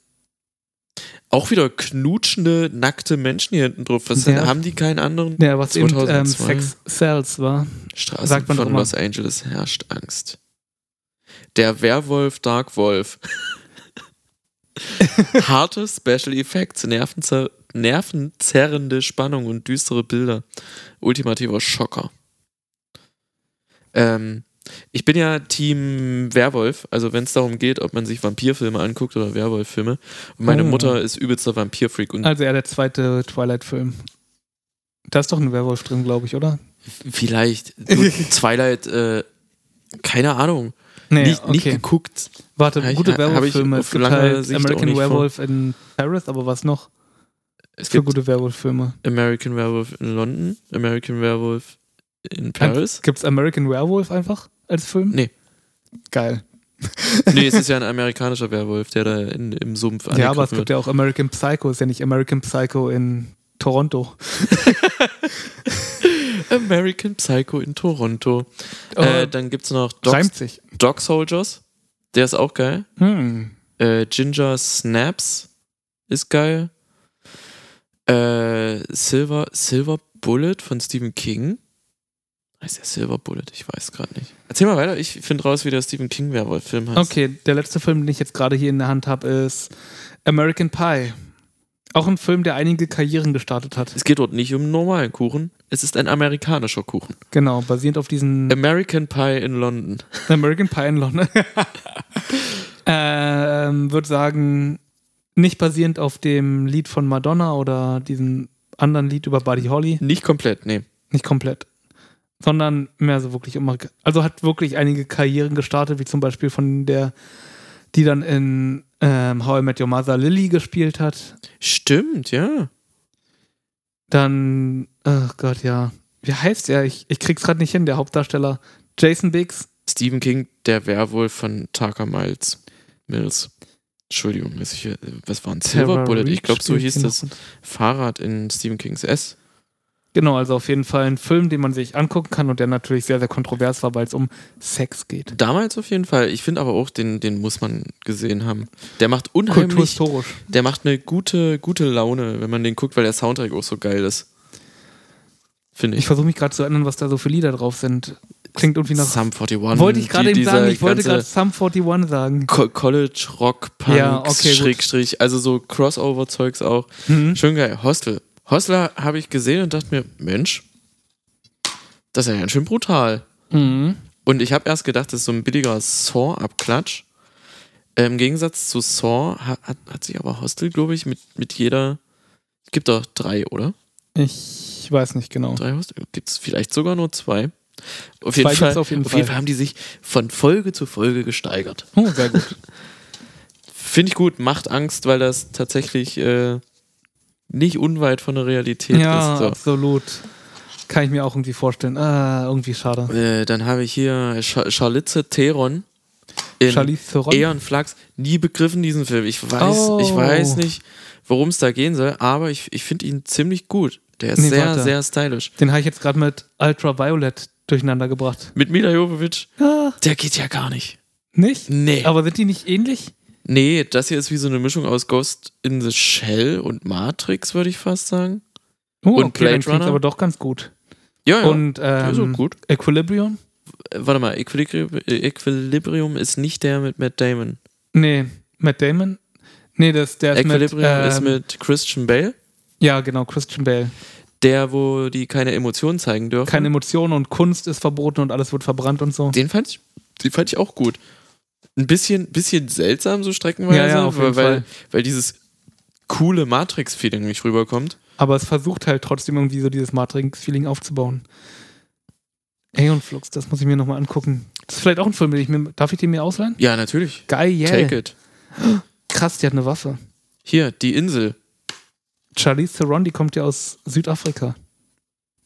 [SPEAKER 3] Auch wieder knutschende, nackte Menschen hier hinten drauf. Was
[SPEAKER 2] Ja.
[SPEAKER 3] haben die keinen anderen?
[SPEAKER 2] Ja, was eben ähm,
[SPEAKER 3] 2002.
[SPEAKER 2] Sex Cells war.
[SPEAKER 3] Straßen
[SPEAKER 2] sagt man doch
[SPEAKER 3] von
[SPEAKER 2] immer.
[SPEAKER 3] Los Angeles herrscht Angst. Der Werwolf
[SPEAKER 2] (laughs)
[SPEAKER 3] Dark Wolf. Harte Special Effects, nervenzer nervenzerrende Spannung und düstere Bilder. Ultimativer Schocker. Ähm, ich bin ja Team Werwolf, also wenn es darum geht, ob man sich Vampirfilme anguckt oder Werwolffilme. Und meine
[SPEAKER 2] Oh.
[SPEAKER 3] Mutter ist übelster Vampirfreak und
[SPEAKER 2] Also, ja, der zweite Twilight-Film. Da ist doch ein Werwolf drin, glaube ich, oder?
[SPEAKER 3] Vielleicht.
[SPEAKER 2] (laughs)
[SPEAKER 3] Du, Twilight, äh, keine Ahnung.
[SPEAKER 2] Nee,
[SPEAKER 3] nicht, nicht geguckt.
[SPEAKER 2] Warte,
[SPEAKER 3] hab ich-
[SPEAKER 2] gute
[SPEAKER 3] hab ich
[SPEAKER 2] Werwolf-Filme.
[SPEAKER 3] auf
[SPEAKER 2] Es gibt
[SPEAKER 3] lange
[SPEAKER 2] halt
[SPEAKER 3] Sicht auch nicht
[SPEAKER 2] American
[SPEAKER 3] vor.
[SPEAKER 2] Werewolf in Paris, aber was noch
[SPEAKER 3] Es
[SPEAKER 2] für
[SPEAKER 3] gibt
[SPEAKER 2] gute Werwolf-Filme?
[SPEAKER 3] American Werewolf in London, American Werewolf in
[SPEAKER 2] Ein-
[SPEAKER 3] Paris.
[SPEAKER 2] Gibt's American Werewolf einfach als Film?
[SPEAKER 3] Nee.
[SPEAKER 2] Geil. (laughs)
[SPEAKER 3] nee, es ist ja ein amerikanischer Werwolf, der da in, im Sumpf
[SPEAKER 2] Ja, aber es
[SPEAKER 3] angegriffen
[SPEAKER 2] gibt ja auch American Psycho, ist ja nicht American Psycho in Toronto.
[SPEAKER 3] wird. (laughs) American Psycho in Toronto. Äh,
[SPEAKER 2] Äh,
[SPEAKER 3] dann gibt es noch Dog,
[SPEAKER 2] Reimt sich.
[SPEAKER 3] Dog Soldiers. Der ist auch geil.
[SPEAKER 2] Hm.
[SPEAKER 3] Äh, Ginger Snaps ist geil. Äh, Silver, Silver Bullet von Stephen King. Heißt der Silver Bullet? Ich weiß gerade nicht. Erzähl mal weiter. Ich finde raus, wie der Stephen King Werwolf-Film heißt.
[SPEAKER 2] Okay, der letzte Film, den ich jetzt gerade hier in der Hand habe, ist American Pie. Auch ein Film, der einige Karrieren gestartet hat.
[SPEAKER 3] Es geht dort nicht um einen normalen Kuchen. Es ist ein amerikanischer Kuchen.
[SPEAKER 2] Genau, basierend auf diesen
[SPEAKER 3] Ähm. American Pie in London.
[SPEAKER 2] American Pie in
[SPEAKER 3] (laughs)
[SPEAKER 2] London. ähm, würde sagen, nicht basierend auf dem Lied von Madonna oder diesem anderen Lied über Buddy Holly.
[SPEAKER 3] Nicht komplett, nee.
[SPEAKER 2] Nicht komplett. Sondern mehr so wirklich um. Also hat wirklich einige Karrieren gestartet, wie zum Beispiel von der, die dann in ähm, How I Met Your Mother Lily gespielt hat.
[SPEAKER 3] Stimmt, ja.
[SPEAKER 2] Dann, ach Gott, ja. Wie heißt er? Ich, ich krieg's gerade nicht hin, der Hauptdarsteller. Jason Biggs.
[SPEAKER 3] Stephen King, der Werwolf von Tucker Miles. Mills. Entschuldigung, was, ich, was war ein Silver Bullet? Ich glaube, so hieß das Fahrrad in Stephen Kings S.
[SPEAKER 2] Genau, also auf jeden Fall ein Film, den man sich angucken kann und der natürlich sehr, sehr kontrovers war, weil es um Sex geht.
[SPEAKER 3] Damals auf jeden Fall. Ich finde aber auch, den, den muss man gesehen haben. Der macht unheimlich,
[SPEAKER 2] Kulturhistorisch.
[SPEAKER 3] der macht eine gute, gute Laune, wenn man den guckt, weil der Soundtrack auch so geil ist. Finde
[SPEAKER 2] Ich
[SPEAKER 3] ich.
[SPEAKER 2] versuche mich gerade zu erinnern, was da so für Lieder drauf sind. Klingt irgendwie nach.
[SPEAKER 3] Sum 41.
[SPEAKER 2] wollte ich gerade
[SPEAKER 3] die-
[SPEAKER 2] eben sagen,
[SPEAKER 3] dieser
[SPEAKER 2] ich wollte
[SPEAKER 3] ganze
[SPEAKER 2] gerade Sum 41 sagen.
[SPEAKER 3] Co College Rock Punk
[SPEAKER 2] Ja, okay, gut.
[SPEAKER 3] Schrägstrich, also so Crossover Zeugs auch. Schön geil. Hostel. Hostler habe ich gesehen und dachte mir, Mensch, das ist ja ganz schön brutal.
[SPEAKER 2] Mhm.
[SPEAKER 3] Und ich habe erst gedacht, das ist so ein billiger Saw-Abklatsch. Äh, Im Gegensatz zu Saw hat, hat, hat sich aber Hostel, glaube ich, mit, mit jeder. Gibt doch drei, oder?
[SPEAKER 2] Ich weiß nicht genau.
[SPEAKER 3] Drei Hostel? Gibt es vielleicht sogar nur zwei? Auf
[SPEAKER 2] Zwei
[SPEAKER 3] jeden,
[SPEAKER 2] gibt's
[SPEAKER 3] Fall,
[SPEAKER 2] auf jeden
[SPEAKER 3] auf jeden
[SPEAKER 2] Fall.
[SPEAKER 3] Fall haben die sich von Folge zu Folge gesteigert.
[SPEAKER 2] Oh, sehr
[SPEAKER 3] (laughs)
[SPEAKER 2] gut.
[SPEAKER 3] Finde ich gut, macht Angst, weil das tatsächlich äh, nicht unweit von der Realität
[SPEAKER 2] ja,
[SPEAKER 3] ist.
[SPEAKER 2] absolut. Kann ich mir auch irgendwie vorstellen. Ah, irgendwie schade.
[SPEAKER 3] So. Äh, dann habe ich hier Scha Charlize Theron in
[SPEAKER 2] Charlize Theron?
[SPEAKER 3] Eon Flux. Nie begriffen diesen Film. Ich weiß,
[SPEAKER 2] Oh.
[SPEAKER 3] ich weiß nicht, worum es da gehen soll, aber ich, ich finde ihn ziemlich gut. Der ist
[SPEAKER 2] Nee,
[SPEAKER 3] sehr,
[SPEAKER 2] warte.
[SPEAKER 3] sehr stylisch.
[SPEAKER 2] Den habe ich jetzt gerade mit Ultraviolet durcheinander gebracht.
[SPEAKER 3] Mit Mila Jovovich,
[SPEAKER 2] Ah,
[SPEAKER 3] der geht ja gar nicht.
[SPEAKER 2] nicht?
[SPEAKER 3] Nee.
[SPEAKER 2] Aber sind die nicht ähnlich?
[SPEAKER 3] nee, das hier ist wie so eine Mischung aus Ghost in the Shell und Matrix, würde ich fast sagen.
[SPEAKER 2] Oh,
[SPEAKER 3] Und Blade
[SPEAKER 2] dann klingt's
[SPEAKER 3] Runner?
[SPEAKER 2] aber doch ganz gut.
[SPEAKER 3] Ja, ja.
[SPEAKER 2] Und
[SPEAKER 3] der ist auch
[SPEAKER 2] ähm,
[SPEAKER 3] gut.
[SPEAKER 2] Equilibrium?
[SPEAKER 3] Äh, warte mal, Equilibrium, äh, Equilibrium ist nicht der mit Matt Damon.
[SPEAKER 2] Nee, Matt Damon? Nee, das, der ist
[SPEAKER 3] Equilibrium
[SPEAKER 2] mit, ähm,
[SPEAKER 3] ist mit Christian Bale,
[SPEAKER 2] Ja, genau, Christian Bale.
[SPEAKER 3] der, wo die keine Emotionen zeigen dürfen.
[SPEAKER 2] Keine Emotionen und Kunst ist verboten und alles wird verbrannt und so.
[SPEAKER 3] den fand ich, den fand ich auch gut. Ein bisschen, bisschen seltsam so streckenweise,
[SPEAKER 2] Ja, ja, auf jeden
[SPEAKER 3] weil, weil,
[SPEAKER 2] Fall.
[SPEAKER 3] weil dieses coole Matrix-Feeling nicht rüberkommt.
[SPEAKER 2] Aber es versucht halt trotzdem irgendwie so dieses Matrix-Feeling aufzubauen. Aeon Flux, das muss ich mir nochmal angucken. Das ist vielleicht auch ein Film, den ich mir. Darf ich den mir ausleihen?
[SPEAKER 3] Ja, natürlich.
[SPEAKER 2] Geil, yeah.
[SPEAKER 3] Take it.
[SPEAKER 2] Krass, die hat eine Waffe.
[SPEAKER 3] Hier, die Insel.
[SPEAKER 2] Charlize Theron, die kommt ja aus Südafrika.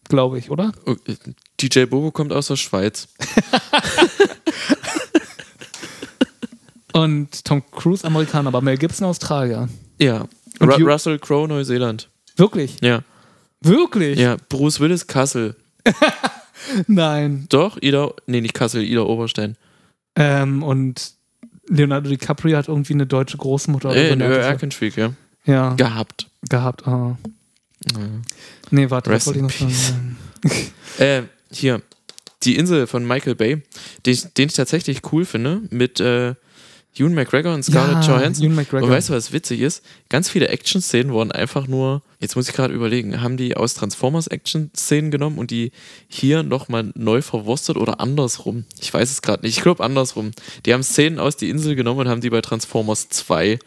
[SPEAKER 2] Glaube ich, oder?
[SPEAKER 3] Oh, äh, DJ Bobo kommt aus der Schweiz.
[SPEAKER 2] Und Tom Cruise, Amerikaner, aber Mel Gibson, Australier.
[SPEAKER 3] Ja.
[SPEAKER 2] Und
[SPEAKER 3] Ru
[SPEAKER 2] you-
[SPEAKER 3] Russell Crowe, Neuseeland.
[SPEAKER 2] Wirklich?
[SPEAKER 3] Ja.
[SPEAKER 2] Wirklich?
[SPEAKER 3] ja. Bruce Willis, Kassel.
[SPEAKER 2] Nein.
[SPEAKER 3] Doch, Ida. Nee, nicht Kassel, Ida Oberstein.
[SPEAKER 2] Ähm, und Leonardo DiCaprio hat irgendwie eine deutsche Großmutter. oder
[SPEAKER 3] Äh,
[SPEAKER 2] so
[SPEAKER 3] in
[SPEAKER 2] eine
[SPEAKER 3] Höhe
[SPEAKER 2] Art-
[SPEAKER 3] Erkenschwieg, ja.
[SPEAKER 2] ja,
[SPEAKER 3] Gehabt.
[SPEAKER 2] gehabt. Ah. Nee, warte,
[SPEAKER 3] Rest
[SPEAKER 2] was wollte ich noch
[SPEAKER 3] in peace.
[SPEAKER 2] sagen?
[SPEAKER 3] Äh, hier. Die Insel von Michael Bay, den, ich- den ich tatsächlich cool finde, mit äh, Ewan McGregor und Scarlett Johansson.
[SPEAKER 2] Ewan McGregor.
[SPEAKER 3] Und weißt du, was witzig ist? Ganz viele Action-Szenen wurden einfach nur, jetzt muss ich gerade überlegen, haben die aus Transformers Action-Szenen genommen und die hier nochmal neu verwurstet oder andersrum? Ich weiß es gerade nicht. Ich glaube andersrum. Die haben Szenen aus die Insel genommen und haben die bei Transformers 2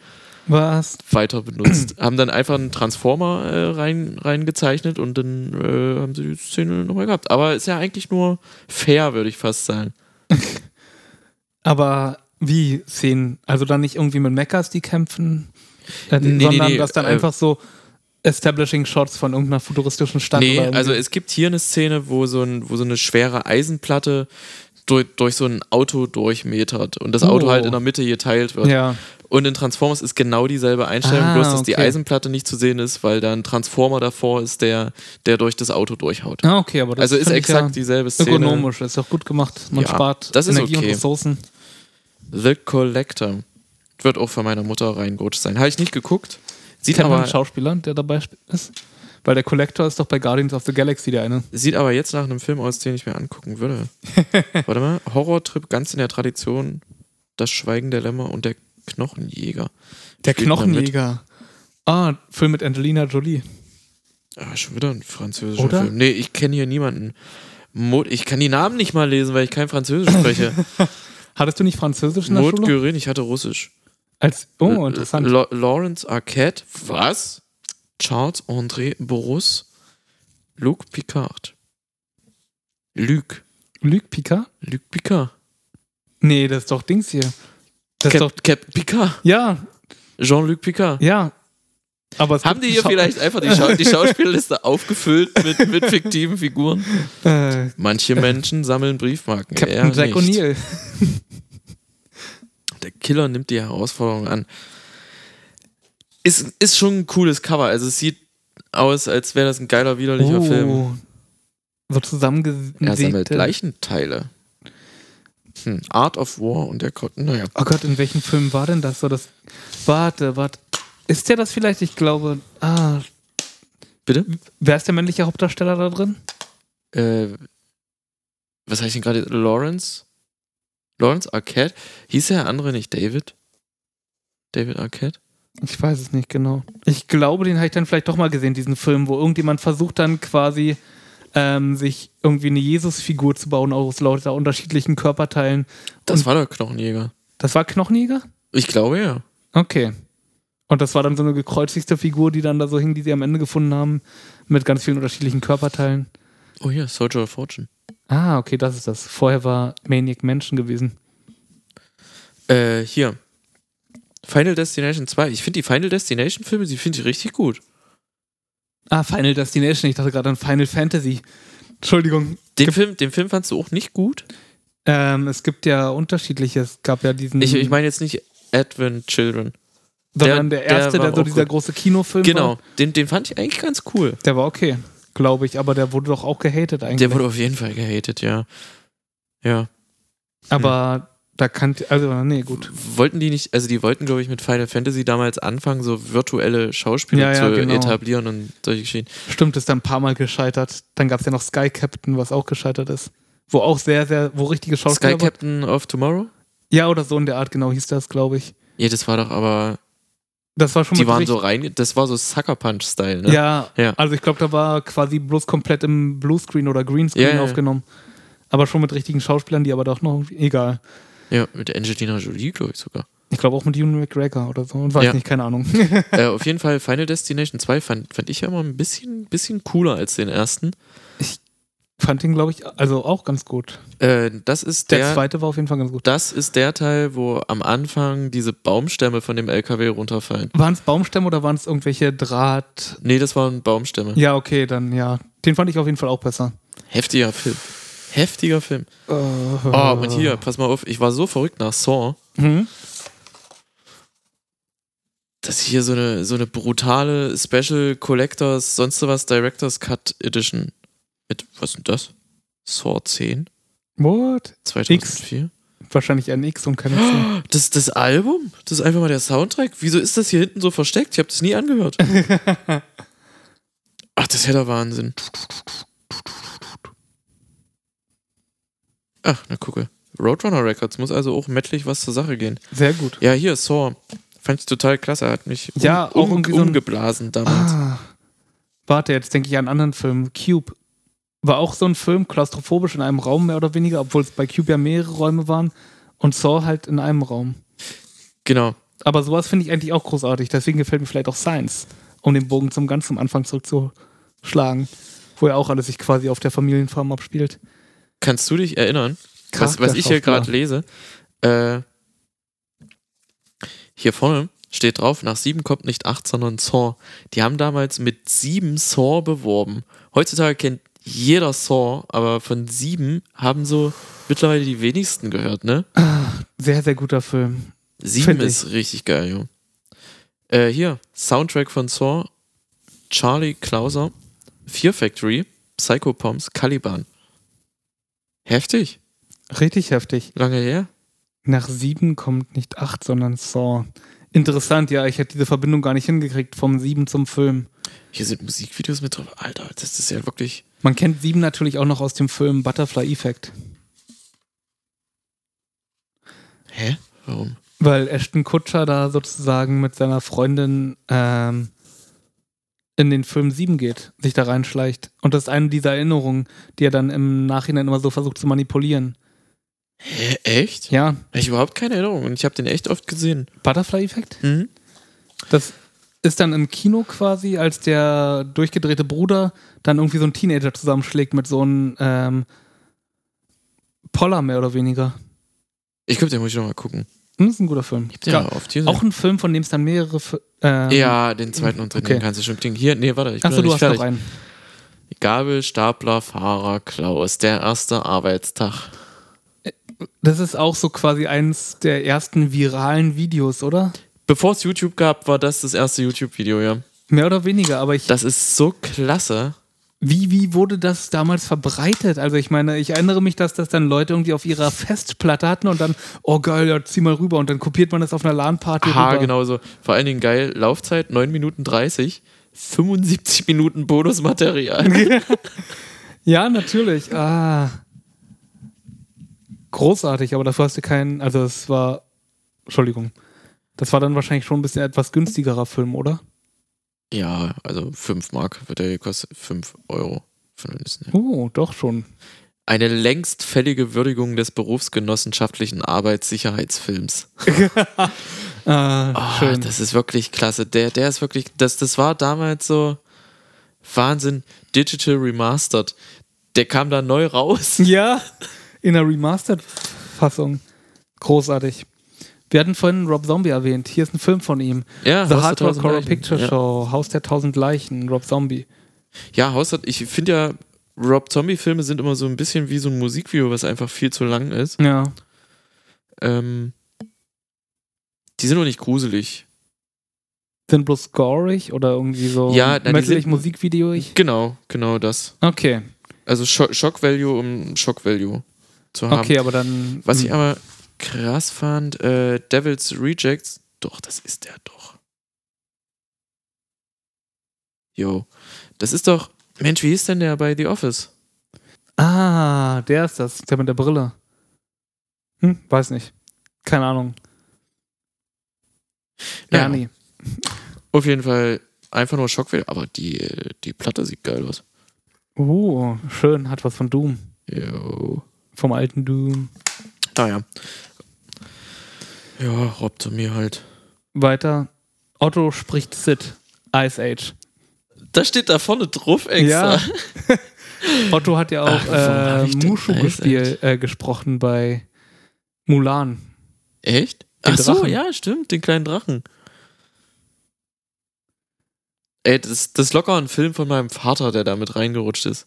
[SPEAKER 2] was?
[SPEAKER 3] weiter
[SPEAKER 2] (clears throat)
[SPEAKER 3] benutzt. haben dann einfach einen Transformer äh, rein, reingezeichnet und dann äh, haben sie die Szene nochmal gehabt. Aber ist ja eigentlich nur fair, würde ich fast sagen.
[SPEAKER 2] Aber wie Szenen? Also dann nicht irgendwie mit Mechas, die kämpfen, äh,
[SPEAKER 3] Nee, nee,
[SPEAKER 2] sondern
[SPEAKER 3] nee,
[SPEAKER 2] das dann
[SPEAKER 3] äh,
[SPEAKER 2] einfach so Establishing Shots von irgendeiner futuristischen Stadt.
[SPEAKER 3] nee,
[SPEAKER 2] oder irgendwie-
[SPEAKER 3] also es gibt hier eine Szene, wo so, ein, wo so eine schwere Eisenplatte durch, durch so ein Auto durchmetert und das Auto
[SPEAKER 2] Oh.
[SPEAKER 3] halt in der Mitte geteilt wird.
[SPEAKER 2] ja,
[SPEAKER 3] Und in Transformers ist genau dieselbe Einstellung,
[SPEAKER 2] Ah,
[SPEAKER 3] bloß dass die
[SPEAKER 2] okay.
[SPEAKER 3] Eisenplatte nicht zu sehen ist, weil da ein Transformer davor ist, der, der durch das Auto durchhaut.
[SPEAKER 2] ah, okay, aber das
[SPEAKER 3] Also ist
[SPEAKER 2] find ich
[SPEAKER 3] exakt
[SPEAKER 2] ja
[SPEAKER 3] dieselbe Szene.
[SPEAKER 2] ökonomisch, ist auch gut gemacht. Man
[SPEAKER 3] Ja,
[SPEAKER 2] spart
[SPEAKER 3] das ist
[SPEAKER 2] Energie und
[SPEAKER 3] okay.
[SPEAKER 2] Ressourcen.
[SPEAKER 3] The Collector. Wird auch von meiner Mutter reingerutscht sein. Habe ich nicht geguckt. Sieht
[SPEAKER 2] Kennt man
[SPEAKER 3] aber.
[SPEAKER 2] einen Schauspieler, der dabei sp- ist? Weil der Collector ist doch bei Guardians of the Galaxy der eine.
[SPEAKER 3] Sieht aber jetzt nach einem Film aus, den ich mir angucken
[SPEAKER 2] (laughs)
[SPEAKER 3] würde. Warte mal, Horrortrip ganz in der Tradition, das Schweigen der Lämmer und der Knochenjäger.
[SPEAKER 2] Der
[SPEAKER 3] Spielt man
[SPEAKER 2] Knochenjäger. Ah, Film mit Angelina Jolie.
[SPEAKER 3] Ah, schon wieder ein französischer
[SPEAKER 2] Oder?
[SPEAKER 3] Film. Nee, ich kenne hier niemanden. Mo ich kann die Namen nicht mal lesen, weil ich kein Französisch
[SPEAKER 2] (laughs)
[SPEAKER 3] spreche.
[SPEAKER 2] Hattest du nicht Französisch in der
[SPEAKER 3] Maud
[SPEAKER 2] Schule?
[SPEAKER 3] Guerin, ich hatte Russisch.
[SPEAKER 2] Als, oh, interessant.
[SPEAKER 3] La Lawrence Arquette, was? Charles André Borus, Luc Picard. Luc.
[SPEAKER 2] Luc Picard?
[SPEAKER 3] Luc Picard.
[SPEAKER 2] Nee, das ist doch Dings hier. Das
[SPEAKER 3] Cap,
[SPEAKER 2] ist doch.
[SPEAKER 3] Cap Picard.
[SPEAKER 2] Ja,
[SPEAKER 3] Jean-Luc Picard.
[SPEAKER 2] ja. Aber es
[SPEAKER 3] Haben
[SPEAKER 2] gibt
[SPEAKER 3] die hier
[SPEAKER 2] Schau-
[SPEAKER 3] vielleicht einfach die, Schau die Schauspielerliste aufgefüllt mit, mit fiktiven Figuren?
[SPEAKER 2] Äh,
[SPEAKER 3] Manche Menschen sammeln Briefmarken.
[SPEAKER 2] Captain
[SPEAKER 3] er
[SPEAKER 2] Jack
[SPEAKER 3] nicht.
[SPEAKER 2] O'Neill.
[SPEAKER 3] Der Killer nimmt die Herausforderung an. Ist, ist schon ein cooles Cover. Also es sieht aus, als wäre das ein geiler, widerlicher
[SPEAKER 2] Oh.
[SPEAKER 3] Film.
[SPEAKER 2] So zusammengesehen.
[SPEAKER 3] Er sammelt Leichenteile. Hm. Art of War und der Gott. Naja.
[SPEAKER 2] Oh Gott, in welchem Film war denn das so? Das warte, warte. Ist der das vielleicht? Ich glaube. Ah,
[SPEAKER 3] Bitte?
[SPEAKER 2] wer ist der männliche Hauptdarsteller da drin?
[SPEAKER 3] Äh, was habe ich denn gerade? Lawrence? Lawrence Arquette? Hieß der andere nicht David? David Arquette?
[SPEAKER 2] Ich weiß es nicht genau. Ich glaube, den habe ich dann vielleicht doch mal gesehen, diesen Film, wo irgendjemand versucht dann quasi ähm, sich irgendwie eine Jesus-Figur zu bauen aus lauter unterschiedlichen Körperteilen.
[SPEAKER 3] Das
[SPEAKER 2] Und-
[SPEAKER 3] war der Knochenjäger.
[SPEAKER 2] Das war Knochenjäger?
[SPEAKER 3] Ich glaube ja.
[SPEAKER 2] Okay. Und das war dann so eine gekreuzigte Figur, die dann da so hing, die sie am Ende gefunden haben, mit ganz vielen unterschiedlichen Körperteilen.
[SPEAKER 3] Oh hier, Soldier of Fortune.
[SPEAKER 2] Ah, okay, das ist das. Vorher war Maniac Mansion gewesen.
[SPEAKER 3] Äh, hier. Final Destination 2. Ich finde die Final Destination Filme, die finde ich richtig gut.
[SPEAKER 2] Ah, Final Destination. Ich dachte gerade an Final Fantasy. Entschuldigung.
[SPEAKER 3] Den Film, den Film fandst du auch nicht gut?
[SPEAKER 2] Ähm, es gibt ja unterschiedliche. Es gab ja diesen.
[SPEAKER 3] Ich, ich meine jetzt nicht Advent Children.
[SPEAKER 2] sondern der,
[SPEAKER 3] der-
[SPEAKER 2] erste,
[SPEAKER 3] der
[SPEAKER 2] der,
[SPEAKER 3] war
[SPEAKER 2] so
[SPEAKER 3] auch
[SPEAKER 2] dieser
[SPEAKER 3] gut.
[SPEAKER 2] große Kinofilm war.
[SPEAKER 3] Genau, den, den fand ich eigentlich ganz cool.
[SPEAKER 2] Der war okay, glaube ich. Aber der wurde doch auch gehatet eigentlich.
[SPEAKER 3] Der wurde auf jeden Fall gehatet, ja. Ja. Hm.
[SPEAKER 2] aber da kann. Also, nee, gut.
[SPEAKER 3] Wollten die nicht, also die wollten, glaube ich, mit Final Fantasy damals anfangen, so virtuelle Schauspieler
[SPEAKER 2] Ja, ja,
[SPEAKER 3] zu
[SPEAKER 2] genau.
[SPEAKER 3] etablieren und solche Geschichten.
[SPEAKER 2] Stimmt, ist dann ein paar Mal gescheitert. Dann gab es ja noch Sky Captain, was auch gescheitert ist. Wo auch sehr, sehr, wo richtige Schauspieler.
[SPEAKER 3] Sky Captain of Tomorrow?
[SPEAKER 2] Ja, oder so in der Art, genau hieß das, glaube ich.
[SPEAKER 3] Ja, das war doch aber,
[SPEAKER 2] Das war schon
[SPEAKER 3] die
[SPEAKER 2] mit
[SPEAKER 3] waren
[SPEAKER 2] richt-
[SPEAKER 3] so rein, das war so Sucker Punch-Style, ne?
[SPEAKER 2] Ja,
[SPEAKER 3] Ja.
[SPEAKER 2] also ich glaube, da war quasi bloß komplett im Bluescreen oder Greenscreen
[SPEAKER 3] Ja, ja, ja.
[SPEAKER 2] aufgenommen. Aber schon mit richtigen Schauspielern, die aber doch noch, irgendwie- egal.
[SPEAKER 3] Ja, mit Angelina Jolie, glaube ich sogar.
[SPEAKER 2] Ich glaube auch mit Ewan McGregor oder so. Und weiß
[SPEAKER 3] Ja.
[SPEAKER 2] nicht, keine Ahnung. (laughs)
[SPEAKER 3] äh, auf jeden Fall, Final Destination 2 fand, fand ich ja immer ein bisschen, bisschen cooler als den ersten.
[SPEAKER 2] Fand den, glaube ich, also auch ganz gut.
[SPEAKER 3] Äh, das ist
[SPEAKER 2] Der,
[SPEAKER 3] der,
[SPEAKER 2] zweite war auf jeden Fall ganz gut.
[SPEAKER 3] das ist der Teil, wo am Anfang diese Baumstämme von dem LKW runterfallen.
[SPEAKER 2] Waren es Baumstämme oder waren es irgendwelche Draht?
[SPEAKER 3] Nee, das waren Baumstämme.
[SPEAKER 2] Ja, okay, dann ja. Den fand ich auf jeden Fall auch besser.
[SPEAKER 3] Heftiger Film. Heftiger Film. Oh,
[SPEAKER 2] Ah.
[SPEAKER 3] und hier, pass mal auf, ich war so verrückt nach Saw,
[SPEAKER 2] Hm?
[SPEAKER 3] dass ich hier so eine, so eine brutale Special Collectors, sonst was Directors Cut Edition mit, was ist denn das? Saw 10?
[SPEAKER 2] What?
[SPEAKER 3] 2004?
[SPEAKER 2] Wahrscheinlich ein X und kein X.
[SPEAKER 3] Das, das Album? Das ist einfach mal der Soundtrack? Wieso ist das hier hinten so versteckt? Ich habe das nie angehört. Ach, das ist ja der Wahnsinn. Ach, na gucke. Roadrunner Records muss also auch mettlich was zur Sache gehen.
[SPEAKER 2] Sehr gut.
[SPEAKER 3] Ja, hier, Saw. Fand ich total klasse. Hat mich um,
[SPEAKER 2] Ja, auch
[SPEAKER 3] um,
[SPEAKER 2] irgendwie so ein-
[SPEAKER 3] umgeblasen damals.
[SPEAKER 2] Ah. Warte, jetzt denke ich an einen anderen Film. Cube. War auch so ein Film, klaustrophobisch in einem Raum mehr oder weniger, obwohl es bei Cube ja mehrere Räume waren und Saw halt in einem Raum.
[SPEAKER 3] Genau.
[SPEAKER 2] Aber sowas finde ich eigentlich auch großartig, deswegen gefällt mir vielleicht auch Science, um den Bogen zum ganz am Anfang zurückzuschlagen, wo ja auch alles sich quasi auf der Familienfarm abspielt.
[SPEAKER 3] Kannst du dich erinnern, was, was ich hier gerade lese? Äh, hier vorne steht drauf, nach sieben kommt nicht acht, sondern Saw. Die haben damals mit sieben Saw beworben. Heutzutage kennt jeder Saw, aber von sieben haben so mittlerweile die wenigsten gehört, ne?
[SPEAKER 2] Sehr, sehr guter Film.
[SPEAKER 3] Sieben
[SPEAKER 2] Find ich.
[SPEAKER 3] ist richtig geil, jo. Äh, hier, Soundtrack von Saw, Charlie Klauser, Fear Factory, Psycho Poms, Caliban. Heftig,
[SPEAKER 2] Richtig heftig.
[SPEAKER 3] lange her.
[SPEAKER 2] Nach sieben kommt nicht acht, sondern Saw. Interessant, ja, ich hätte diese Verbindung gar nicht hingekriegt vom Sieben zum Film.
[SPEAKER 3] Hier sind Musikvideos mit drauf. Alter, das ist ja wirklich.
[SPEAKER 2] Man kennt Sieben natürlich auch noch aus dem Film Butterfly Effect,
[SPEAKER 3] Hä? Warum?
[SPEAKER 2] weil Ashton Kutscher da sozusagen mit seiner Freundin ähm, in den Film Sieben geht, sich da reinschleicht. Und das ist eine dieser Erinnerungen, die er dann im Nachhinein immer so versucht zu manipulieren.
[SPEAKER 3] Hä? Echt?
[SPEAKER 2] Ja,
[SPEAKER 3] Hab Ich überhaupt keine Erinnerung und ich habe den echt oft gesehen.
[SPEAKER 2] Butterfly Effect?
[SPEAKER 3] Mhm.
[SPEAKER 2] Das ist dann im Kino quasi, als der durchgedrehte Bruder dann irgendwie so einen Teenager zusammenschlägt mit so einem ähm, Poller mehr oder weniger.
[SPEAKER 3] Ich glaube, den muss ich nochmal gucken.
[SPEAKER 2] Hm, ist ein guter Film.
[SPEAKER 3] Ich hab den ja. oft gesehen.
[SPEAKER 2] Auch ein Film, von dem es dann mehrere. Fi- Ähm,
[SPEAKER 3] ja, den zweiten und dritten
[SPEAKER 2] Okay.
[SPEAKER 3] kannst du schon klingen. Hier, nee, warte, ich bin
[SPEAKER 2] Achso,
[SPEAKER 3] noch
[SPEAKER 2] du
[SPEAKER 3] nicht
[SPEAKER 2] hast
[SPEAKER 3] fertig.
[SPEAKER 2] noch einen.
[SPEAKER 3] Gabelstapler, Fahrer, Klaus, der erste Arbeitstag.
[SPEAKER 2] Das ist auch so quasi eins der ersten viralen Videos, oder?
[SPEAKER 3] Bevor es YouTube gab, war das das erste YouTube-Video, ja.
[SPEAKER 2] Mehr oder weniger, aber ich.
[SPEAKER 3] Das ist so klasse.
[SPEAKER 2] Wie, wie wurde das damals verbreitet? Also ich meine, ich erinnere mich, dass das dann Leute irgendwie auf ihrer Festplatte hatten und dann, oh geil, ja, zieh mal rüber und dann kopiert man das auf einer LAN-Party
[SPEAKER 3] Aha,
[SPEAKER 2] rüber.
[SPEAKER 3] genauso. Vor allen Dingen geil. Laufzeit 9 Minuten 30, 75 Minuten Bonusmaterial.
[SPEAKER 2] Ja, natürlich. Ah. Großartig, aber dafür hast du keinen. Also, es war. Entschuldigung. Das war dann wahrscheinlich schon ein bisschen etwas günstigerer Film, oder?
[SPEAKER 3] ja, also 5 Mark wird der gekostet. 5 Euro. Von uns, ne?
[SPEAKER 2] Oh, doch schon.
[SPEAKER 3] Eine längst fällige Würdigung des berufsgenossenschaftlichen Arbeitssicherheitsfilms.
[SPEAKER 2] Ah,
[SPEAKER 3] Ah,
[SPEAKER 2] schön.
[SPEAKER 3] Das ist wirklich klasse. Der, der ist wirklich, das, das war damals so Wahnsinn. Digital Remastered. Der kam da neu raus.
[SPEAKER 2] Ja, in einer Remastered-Fassung. Großartig. Wir hatten vorhin Rob Zombie erwähnt. Hier ist ein Film von ihm.
[SPEAKER 3] Ja,
[SPEAKER 2] The
[SPEAKER 3] Haus der
[SPEAKER 2] Hard Rock
[SPEAKER 3] Tausend
[SPEAKER 2] Horror
[SPEAKER 3] Leichen.
[SPEAKER 2] Picture
[SPEAKER 3] Also ja.
[SPEAKER 2] Show, Haus der Tausend Leichen, Rob Zombie.
[SPEAKER 3] Ja, Haus hat, ich finde ja, Rob Zombie-Filme sind immer so ein bisschen wie so ein Musikvideo, was einfach viel zu lang ist.
[SPEAKER 2] Ja.
[SPEAKER 3] Ähm, die sind noch nicht gruselig.
[SPEAKER 2] Sind bloß gorig oder irgendwie so
[SPEAKER 3] Ja, na, die
[SPEAKER 2] mütterlich
[SPEAKER 3] sind-
[SPEAKER 2] musikvideoig?
[SPEAKER 3] Genau, genau das.
[SPEAKER 2] Okay,
[SPEAKER 3] Also Scho Shock Value, um Shock Value zu haben.
[SPEAKER 2] okay, Hm. aber dann.
[SPEAKER 3] Ähm, Was ich aber krass fand, äh, Devil's Rejects, doch, das ist der doch. Jo. Das ist doch, Mensch, wie ist denn der bei The Office?
[SPEAKER 2] Ah, der ist das. Der mit der Brille. Hm, weiß nicht. Keine Ahnung. Ja,
[SPEAKER 3] Naja,
[SPEAKER 2] nee.
[SPEAKER 3] Auf jeden Fall einfach nur Shock Value, aber die, die Platte sieht geil aus.
[SPEAKER 2] Oh, schön. Hat was von Doom.
[SPEAKER 3] Jo.
[SPEAKER 2] Vom alten Doom.
[SPEAKER 3] Naja. Ja, Rob zu mir halt.
[SPEAKER 2] Weiter. Otto spricht Sid. Ice Age.
[SPEAKER 3] Da steht da vorne drauf extra.
[SPEAKER 2] Ja. Otto hat ja auch
[SPEAKER 3] Ach, warum hab
[SPEAKER 2] äh,
[SPEAKER 3] ich denn
[SPEAKER 2] Mushu
[SPEAKER 3] Ice
[SPEAKER 2] gespielt, äh, gesprochen bei Mulan.
[SPEAKER 3] Echt?
[SPEAKER 2] Den
[SPEAKER 3] Ach so,
[SPEAKER 2] Drachen.
[SPEAKER 3] ja, stimmt, den kleinen Drachen. Ey, das, das ist locker ein Film von meinem Vater, der damit
[SPEAKER 2] (laughs)
[SPEAKER 3] reingerutscht ist.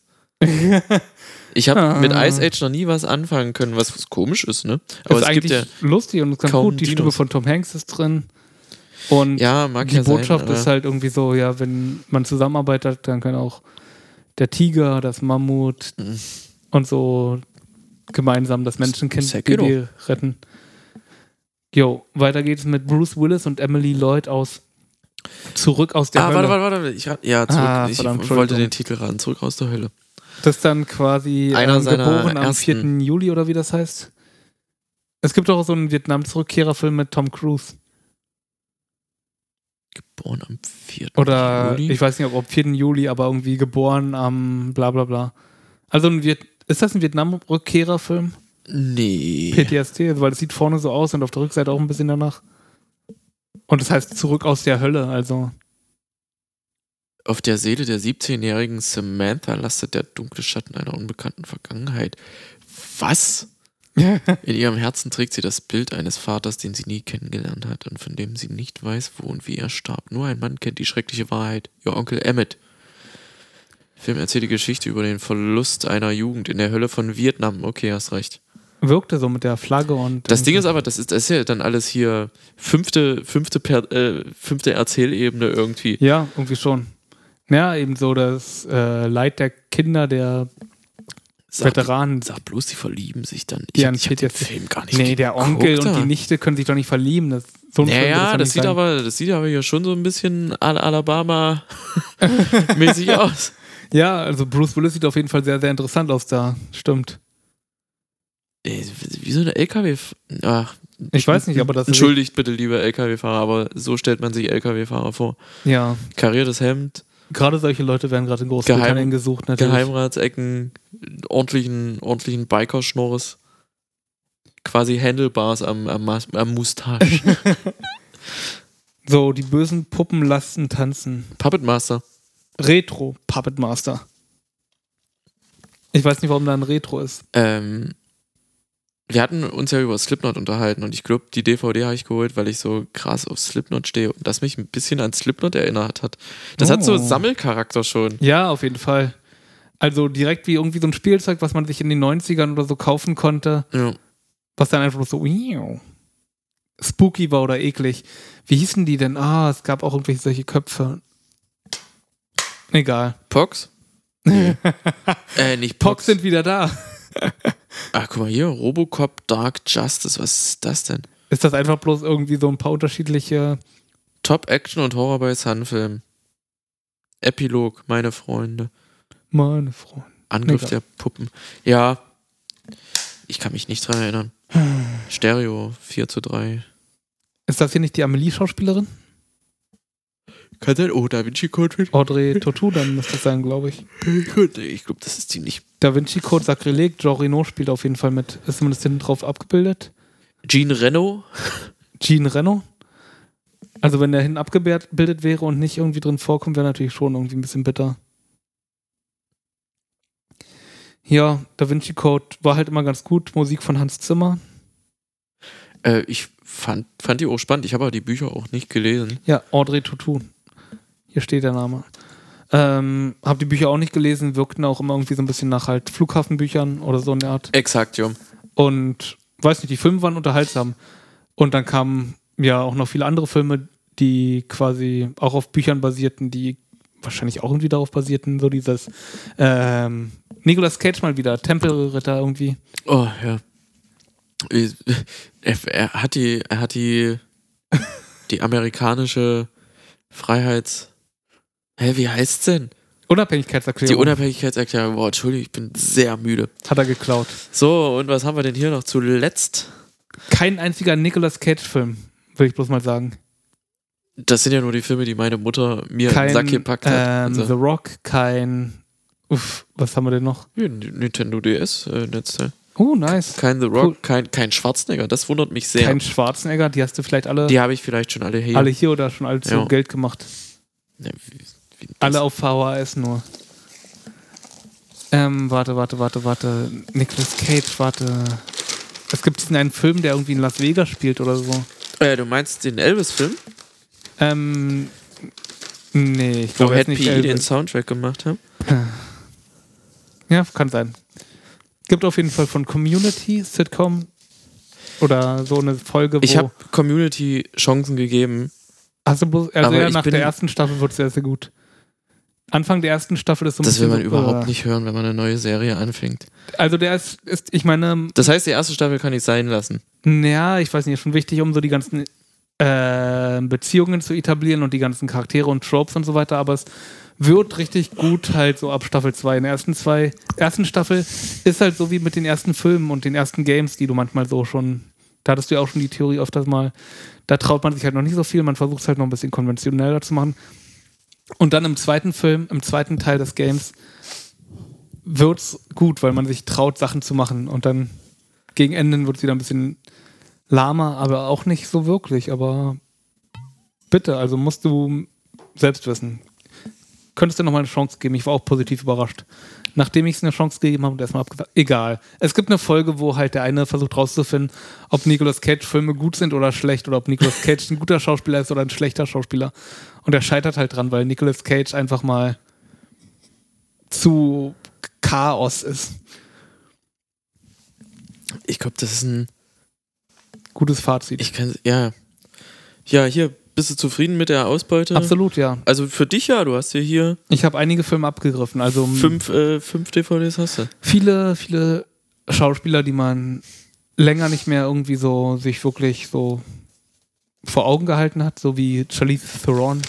[SPEAKER 3] Ich habe
[SPEAKER 2] Ah.
[SPEAKER 3] mit Ice Age noch nie was anfangen können, was, was komisch ist, ne? Aber
[SPEAKER 2] ist
[SPEAKER 3] es
[SPEAKER 2] eigentlich
[SPEAKER 3] gibt ja.
[SPEAKER 2] lustig und ist ganz
[SPEAKER 3] kaum
[SPEAKER 2] gut. Die Stimme
[SPEAKER 3] Dinos.
[SPEAKER 2] von Tom Hanks ist drin. Und
[SPEAKER 3] Ja, mag
[SPEAKER 2] die
[SPEAKER 3] ja
[SPEAKER 2] Botschaft
[SPEAKER 3] sein.
[SPEAKER 2] ist
[SPEAKER 3] aber-
[SPEAKER 2] halt irgendwie so, ja, wenn man zusammenarbeitet, dann kann auch der Tiger, das Mammut
[SPEAKER 3] Mhm.
[SPEAKER 2] und so gemeinsam das Menschenkind
[SPEAKER 3] Sekiro.
[SPEAKER 2] Baby retten. Jo, weiter geht's mit Bruce Willis und Emily Lloyd aus Zurück aus der
[SPEAKER 3] ah,
[SPEAKER 2] Hölle.
[SPEAKER 3] warte, warte, warte. Ich, ra- ja, zurück.
[SPEAKER 2] Ah,
[SPEAKER 3] ich
[SPEAKER 2] verdammt,
[SPEAKER 3] wollte
[SPEAKER 2] Entschuldigung.
[SPEAKER 3] den Titel raten. Zurück aus der Hölle.
[SPEAKER 2] Das ist dann quasi
[SPEAKER 3] Einer
[SPEAKER 2] ähm,
[SPEAKER 3] seiner
[SPEAKER 2] geboren am
[SPEAKER 3] ersten.
[SPEAKER 2] 4. Juli oder wie das heißt. Es gibt auch so einen Vietnam-Zurückkehrerfilm mit Tom Cruise.
[SPEAKER 3] Geboren am 4.
[SPEAKER 2] Oder
[SPEAKER 3] Juli.
[SPEAKER 2] ich weiß nicht, ob am 4. Juli, aber irgendwie geboren am bla bla bla. Also ein Viet ist das ein Vietnam-Rückkehrerfilm?
[SPEAKER 3] nee.
[SPEAKER 2] PTSD, also, weil es sieht vorne so aus und auf der Rückseite auch ein bisschen danach. Und das heißt zurück aus der Hölle,
[SPEAKER 3] (laughs)
[SPEAKER 2] also.
[SPEAKER 3] Auf der Seele der 17-jährigen Samantha lastet der dunkle Schatten einer unbekannten Vergangenheit. Was? In ihrem Herzen trägt sie das Bild eines Vaters, den sie nie kennengelernt hat und von dem sie nicht weiß, wo und wie er starb. Nur ein Mann kennt die schreckliche Wahrheit. Ihr Onkel Emmett. Der Film erzählt die Geschichte über den Verlust einer Jugend in der Hölle von Vietnam. Okay, hast recht.
[SPEAKER 2] Wirkte so mit der Flagge und.
[SPEAKER 3] Das Ding ist aber, das ist, das ist ja dann alles hier fünfte, fünfte, per, äh, fünfte Erzählebene irgendwie.
[SPEAKER 2] Ja, irgendwie schon. Ja, eben so das äh, Leid der Kinder, der
[SPEAKER 3] Sag-
[SPEAKER 2] Veteranen.
[SPEAKER 3] Sag bloß, die verlieben sich dann.
[SPEAKER 2] Die
[SPEAKER 3] Ich, hab-
[SPEAKER 2] an
[SPEAKER 3] ich habe den
[SPEAKER 2] PTSD.
[SPEAKER 3] Film gar nicht
[SPEAKER 2] Nee, der Onkel und
[SPEAKER 3] geguckt,
[SPEAKER 2] die
[SPEAKER 3] Alter.
[SPEAKER 2] Nichte können sich doch nicht verlieben. Das So ein Film würde
[SPEAKER 3] Naja,
[SPEAKER 2] ja
[SPEAKER 3] das
[SPEAKER 2] nicht
[SPEAKER 3] sieht,
[SPEAKER 2] sein.
[SPEAKER 3] aber, das sieht aber ja schon so ein bisschen
[SPEAKER 2] (laughs)
[SPEAKER 3] Al Alabama-mäßig aus.
[SPEAKER 2] Ja, also Bruce Willis sieht auf jeden Fall sehr, sehr interessant aus da. Stimmt.
[SPEAKER 3] Ey, Wie so eine LKW. f- Ach,
[SPEAKER 2] Ich weiß nicht, aber das
[SPEAKER 3] entschuldigt bitte, liebe LKW-Fahrer, aber so stellt man sich LKW-Fahrer vor.
[SPEAKER 2] ist. Ja.
[SPEAKER 3] Kariertes Hemd,
[SPEAKER 2] Gerade solche Leute werden gerade in Großbritannien
[SPEAKER 3] Geheim-
[SPEAKER 2] gesucht, natürlich.
[SPEAKER 3] Geheimratsecken, ordentlichen, ordentlichen Biker-Schnorres. Quasi Handlebars am, am, Mas- am Mustache.
[SPEAKER 2] (laughs) So, die bösen Puppen lassen tanzen.
[SPEAKER 3] Puppet Master.
[SPEAKER 2] Retro Puppet Master. Ich weiß nicht, warum da ein Retro ist.
[SPEAKER 3] Ähm, wir hatten uns ja über Slipknot unterhalten und ich glaube, die DVD habe ich geholt, weil ich so krass auf Slipknot stehe und das mich ein bisschen an Slipknot erinnert hat. Das hat so
[SPEAKER 2] Oh.
[SPEAKER 3] Sammelcharakter schon.
[SPEAKER 2] Ja, auf jeden Fall. Also direkt wie irgendwie so ein Spielzeug, was man sich in den 90ern oder so kaufen konnte,
[SPEAKER 3] Ja.
[SPEAKER 2] was dann einfach bloß so miau, spooky war oder eklig. Wie hießen die denn? Ah, es gab auch irgendwelche solche Köpfe. Egal.
[SPEAKER 3] Pox?
[SPEAKER 2] (laughs)
[SPEAKER 3] Nee. äh, nicht
[SPEAKER 2] Pox
[SPEAKER 3] Pox.
[SPEAKER 2] sind wieder da.
[SPEAKER 3] Ah, guck mal hier, Robocop Dark Justice. Was ist das denn?
[SPEAKER 2] Ist das einfach bloß irgendwie so ein paar unterschiedliche.
[SPEAKER 3] Top Action und Horror bei Sunfilm. Epilog, meine Freunde.
[SPEAKER 2] Meine Freunde.
[SPEAKER 3] Angriff
[SPEAKER 2] Mega.
[SPEAKER 3] der Puppen. Ja. Ich kann mich nicht dran (sighs) erinnern. Stereo 4 zu 3.
[SPEAKER 2] Ist das hier nicht die Amelie-Schauspielerin?
[SPEAKER 3] Kann sein. Oh, Da Vinci Code.
[SPEAKER 2] Audrey Tautou, dann müsste es sein, glaube ich.
[SPEAKER 3] Ich glaube, das ist ziemlich.
[SPEAKER 2] Da Vinci Code Sakrileg, Jean Reno spielt auf jeden Fall mit. Ist zumindest hinten drauf abgebildet.
[SPEAKER 3] Jean Reno.
[SPEAKER 2] Jean Reno. Also wenn der hinten abgebildet wäre und nicht irgendwie drin vorkommt, wäre natürlich schon irgendwie ein bisschen bitter. Ja, Da Vinci Code war halt immer ganz gut. Musik von Hans Zimmer.
[SPEAKER 3] Äh, ich fand, fand die auch spannend. Ich habe aber die Bücher auch nicht gelesen.
[SPEAKER 2] Ja, Audrey Tautou. Hier steht der Name. Ähm, hab die Bücher auch nicht gelesen, wirkten auch immer irgendwie so ein bisschen nach halt Flughafenbüchern oder so eine Art.
[SPEAKER 3] Exakt, ja.
[SPEAKER 2] Und weiß nicht, die Filme waren unterhaltsam. Und dann kamen ja auch noch viele andere Filme, die quasi auch auf Büchern basierten, die wahrscheinlich auch irgendwie darauf basierten, so dieses ähm, Nicolas Cage mal wieder, Tempelritter irgendwie.
[SPEAKER 3] Oh, ja. Ich- Er, er hat die, er hat
[SPEAKER 2] (laughs)
[SPEAKER 3] die, die amerikanische Freiheits. Hä, wie heißt's denn? Die
[SPEAKER 2] Unabhängigkeitserklärung
[SPEAKER 3] Unabhängigkeitserklärung. Boah, Entschuldigung, ich bin sehr müde.
[SPEAKER 2] hat er geklaut.
[SPEAKER 3] So, und was haben wir denn hier noch zuletzt?
[SPEAKER 2] Kein einziger Nicolas Cage-Film, will ich bloß mal sagen.
[SPEAKER 3] Das sind ja nur die Filme, die meine Mutter mir in
[SPEAKER 2] Kein
[SPEAKER 3] den Sack gepackt hat.
[SPEAKER 2] Ähm, The
[SPEAKER 3] also,
[SPEAKER 2] Rock, kein. Uff, was haben wir denn noch?
[SPEAKER 3] ja, Nintendo DS, äh, Netzteil.
[SPEAKER 2] Oh, nice.
[SPEAKER 3] Kein The Rock,
[SPEAKER 2] Cool.
[SPEAKER 3] kein, kein Schwarzenegger, das wundert mich sehr.
[SPEAKER 2] Kein Schwarzenegger, die hast du vielleicht alle,
[SPEAKER 3] die habe ich vielleicht schon alle hier.
[SPEAKER 2] alle hier oder schon alle zu
[SPEAKER 3] Ja.
[SPEAKER 2] Geld gemacht.
[SPEAKER 3] Ne, wie- wie-
[SPEAKER 2] Alle auf VHS nur. Ähm, warte, warte, warte, warte. Nicolas Cage, warte. Es gibt diesen einen Film, der irgendwie in Las Vegas spielt oder so.
[SPEAKER 3] Äh, du meinst den Elvis-Film?
[SPEAKER 2] Ähm. Nee, ich
[SPEAKER 3] Wo
[SPEAKER 2] glaube, er ist
[SPEAKER 3] Head
[SPEAKER 2] nicht
[SPEAKER 3] PE den
[SPEAKER 2] Elvis.
[SPEAKER 3] Soundtrack gemacht haben?
[SPEAKER 2] Ja, kann sein. Gibt auf jeden Fall von Community, Sitcom oder so eine Folge, wo.
[SPEAKER 3] Ich habe Community Chancen gegeben.
[SPEAKER 2] hast du bloß, also
[SPEAKER 3] aber
[SPEAKER 2] ja,
[SPEAKER 3] ich
[SPEAKER 2] nach
[SPEAKER 3] bin-
[SPEAKER 2] der ersten Staffel wird es sehr, sehr gut. Anfang der ersten Staffel ist so ein
[SPEAKER 3] Das will
[SPEAKER 2] bisschen
[SPEAKER 3] man
[SPEAKER 2] so,
[SPEAKER 3] überhaupt
[SPEAKER 2] äh,
[SPEAKER 3] nicht hören, wenn man eine neue Serie anfängt.
[SPEAKER 2] Also der ist, ist ich meine,
[SPEAKER 3] Das heißt, die erste Staffel kann ich sein lassen.
[SPEAKER 2] Naja, ich weiß nicht, ist schon wichtig, um so die ganzen äh, Beziehungen zu etablieren und die ganzen Charaktere und Tropes und so weiter, aber es wird richtig gut halt so ab Staffel 2. In der ersten, zwei, ersten Staffel ist halt so wie mit den ersten Filmen und den ersten Games, die du manchmal so schon, da hattest du ja auch schon die Theorie öfters mal, da traut man sich halt noch nicht so viel, man versucht es halt noch ein bisschen konventioneller zu machen. Und dann im zweiten Film, im zweiten Teil des Games wird's gut, weil man sich traut, Sachen zu machen und dann gegen Ende wird es wieder ein bisschen lahmer, aber auch nicht so wirklich. Aber bitte, also musst du selbst wissen. Könntest du noch mal eine Chance geben? Ich war auch positiv überrascht. Nachdem ich es eine Chance gegeben habe und erstmal abgesagt, egal. Es gibt eine Folge, wo halt der eine versucht rauszufinden, ob Nicolas Cage Filme gut sind oder schlecht oder ob Nicolas Cage ein guter Schauspieler ist oder ein schlechter Schauspieler. Und er scheitert halt dran, weil Nicolas Cage einfach mal zu Chaos ist.
[SPEAKER 3] Ich glaube, das ist ein.
[SPEAKER 2] Gutes Fazit.
[SPEAKER 3] Ich kann. Ja. Ja, hier, bist du zufrieden mit der Ausbeute?
[SPEAKER 2] Absolut, ja.
[SPEAKER 3] Also für dich ja, du hast ja hier
[SPEAKER 2] Ich habe einige Filme abgegriffen. Also
[SPEAKER 3] fünf, äh, fünf DVDs hast du.
[SPEAKER 2] viele, viele Schauspieler, die man länger nicht mehr irgendwie so sich wirklich so vor Augen gehalten hat, so wie Charlize Theron.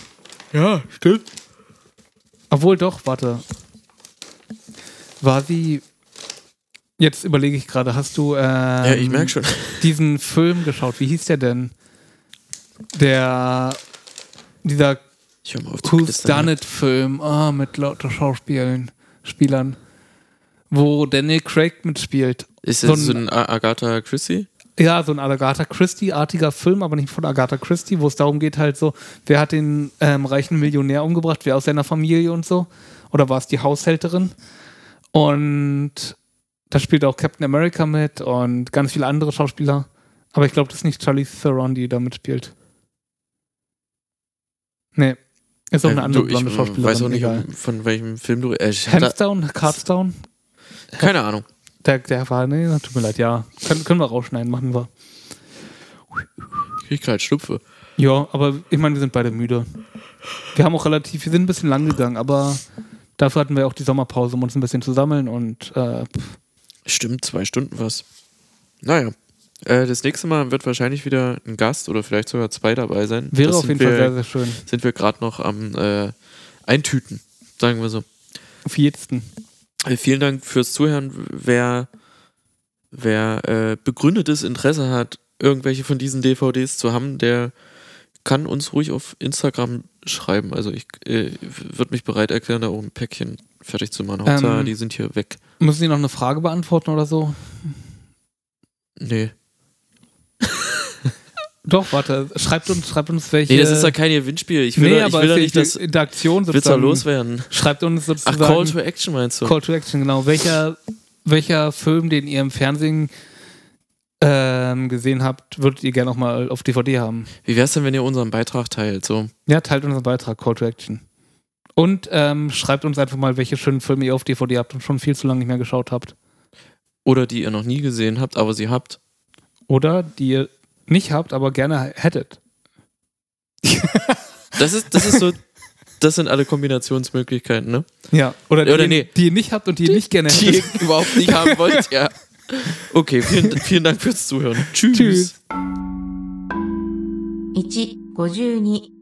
[SPEAKER 3] Ja, stimmt.
[SPEAKER 2] Obwohl doch, warte. War sie. Jetzt überlege ich gerade, hast du ähm,
[SPEAKER 3] Ja, ich merke schon.
[SPEAKER 2] diesen Film geschaut? Wie hieß der denn? Der. Dieser
[SPEAKER 3] Ich höre mal auf zu
[SPEAKER 2] Who's
[SPEAKER 3] knistern.
[SPEAKER 2] Done It-Film ah, mit lauter Schauspielern, Spielern, wo Daniel Craig mitspielt.
[SPEAKER 3] Ist
[SPEAKER 2] So
[SPEAKER 3] das so
[SPEAKER 2] ein-
[SPEAKER 3] ein A- Agatha Christie?
[SPEAKER 2] Ja, so ein Agatha Christie-artiger Film, aber nicht von Agatha Christie, wo es darum geht, halt so, wer hat den ähm, reichen Millionär umgebracht, wer aus seiner Familie und so. Oder war es die Haushälterin? Und da spielt auch Captain America mit und ganz viele andere Schauspieler. Aber ich glaube, das ist nicht Charlie Theron, die da mitspielt. Nee. Ist auch eine
[SPEAKER 3] Äh,
[SPEAKER 2] andere
[SPEAKER 3] du,
[SPEAKER 2] blonde
[SPEAKER 3] ich, äh,
[SPEAKER 2] Schauspielerin.
[SPEAKER 3] weiß auch nicht,
[SPEAKER 2] egal.
[SPEAKER 3] ob- von welchem Film du. Äh, ich hatte,
[SPEAKER 2] Hamsdown, Cardsdown?
[SPEAKER 3] keine Ahnung.
[SPEAKER 2] Der, der war, nee, tut mir leid, ja. Können, können wir rausschneiden, machen wir.
[SPEAKER 3] Ich krieg halt Schlupfe.
[SPEAKER 2] Ja, aber ich meine, wir sind beide müde. Wir haben auch relativ, wir sind ein bisschen lang gegangen, aber dafür hatten wir auch die Sommerpause, um uns ein bisschen zu sammeln und äh, pff,
[SPEAKER 3] Stimmt, zwei Stunden was. Naja. Äh, das nächste Mal wird wahrscheinlich wieder ein Gast oder vielleicht sogar zwei dabei sein.
[SPEAKER 2] wäre
[SPEAKER 3] das
[SPEAKER 2] auf jeden
[SPEAKER 3] sind wir,
[SPEAKER 2] Fall sehr, sehr schön.
[SPEAKER 3] Sind wir gerade noch am äh, Eintüten, sagen wir so.
[SPEAKER 2] Auf jeden
[SPEAKER 3] Äh, Vielen Dank fürs Zuhören. Wer, wer äh, begründetes Interesse hat, irgendwelche von diesen DVDs zu haben, der kann uns ruhig auf Instagram schreiben. Also ich äh, würde mich bereit erklären, da auch ein Päckchen fertig zu machen. Hauptsache,
[SPEAKER 2] Ähm.
[SPEAKER 3] die sind hier weg.
[SPEAKER 2] Müssen Sie noch eine Frage beantworten oder so?
[SPEAKER 3] Nee.
[SPEAKER 2] Doch, warte, schreibt uns, schreibt uns welche.
[SPEAKER 3] Nee, das ist ja kein Gewinnspiel. Ich will,
[SPEAKER 2] Nee,
[SPEAKER 3] da, ich
[SPEAKER 2] aber
[SPEAKER 3] will da
[SPEAKER 2] es
[SPEAKER 3] nicht,
[SPEAKER 2] ist
[SPEAKER 3] dass
[SPEAKER 2] die Interaktion
[SPEAKER 3] Witzer
[SPEAKER 2] sozusagen.
[SPEAKER 3] loswerden.
[SPEAKER 2] Schreibt uns
[SPEAKER 3] Ach,
[SPEAKER 2] sozusagen.
[SPEAKER 3] Call to Action meinst du?
[SPEAKER 2] Call to Action, genau. Welcher, welcher Film, den ihr im Fernsehen ähm, gesehen habt, würdet ihr gerne nochmal auf DVD haben?
[SPEAKER 3] Wie wär's denn, wenn ihr unseren Beitrag teilt? So.
[SPEAKER 2] Ja, teilt unseren Beitrag, Call to Action. Und ähm, schreibt uns einfach mal, welche schönen Filme ihr auf DVD habt und schon viel zu lange nicht mehr geschaut habt.
[SPEAKER 3] Oder die ihr noch nie gesehen habt, aber sie habt.
[SPEAKER 2] Oder die ihr nicht habt, aber gerne hättet.
[SPEAKER 3] Das ist, das (laughs) ist so, das sind alle Kombinationsmöglichkeiten, ne?
[SPEAKER 2] Ja. Oder,
[SPEAKER 3] Oder
[SPEAKER 2] die,
[SPEAKER 3] nee.
[SPEAKER 2] die ihr nicht habt und die ihr nicht gerne
[SPEAKER 3] die
[SPEAKER 2] hättet.
[SPEAKER 3] ihr überhaupt nicht haben (laughs) wollt, ja. Okay, vielen, vielen Dank fürs Zuhören. Tschüss.
[SPEAKER 2] Tschüss.
[SPEAKER 1] 1、52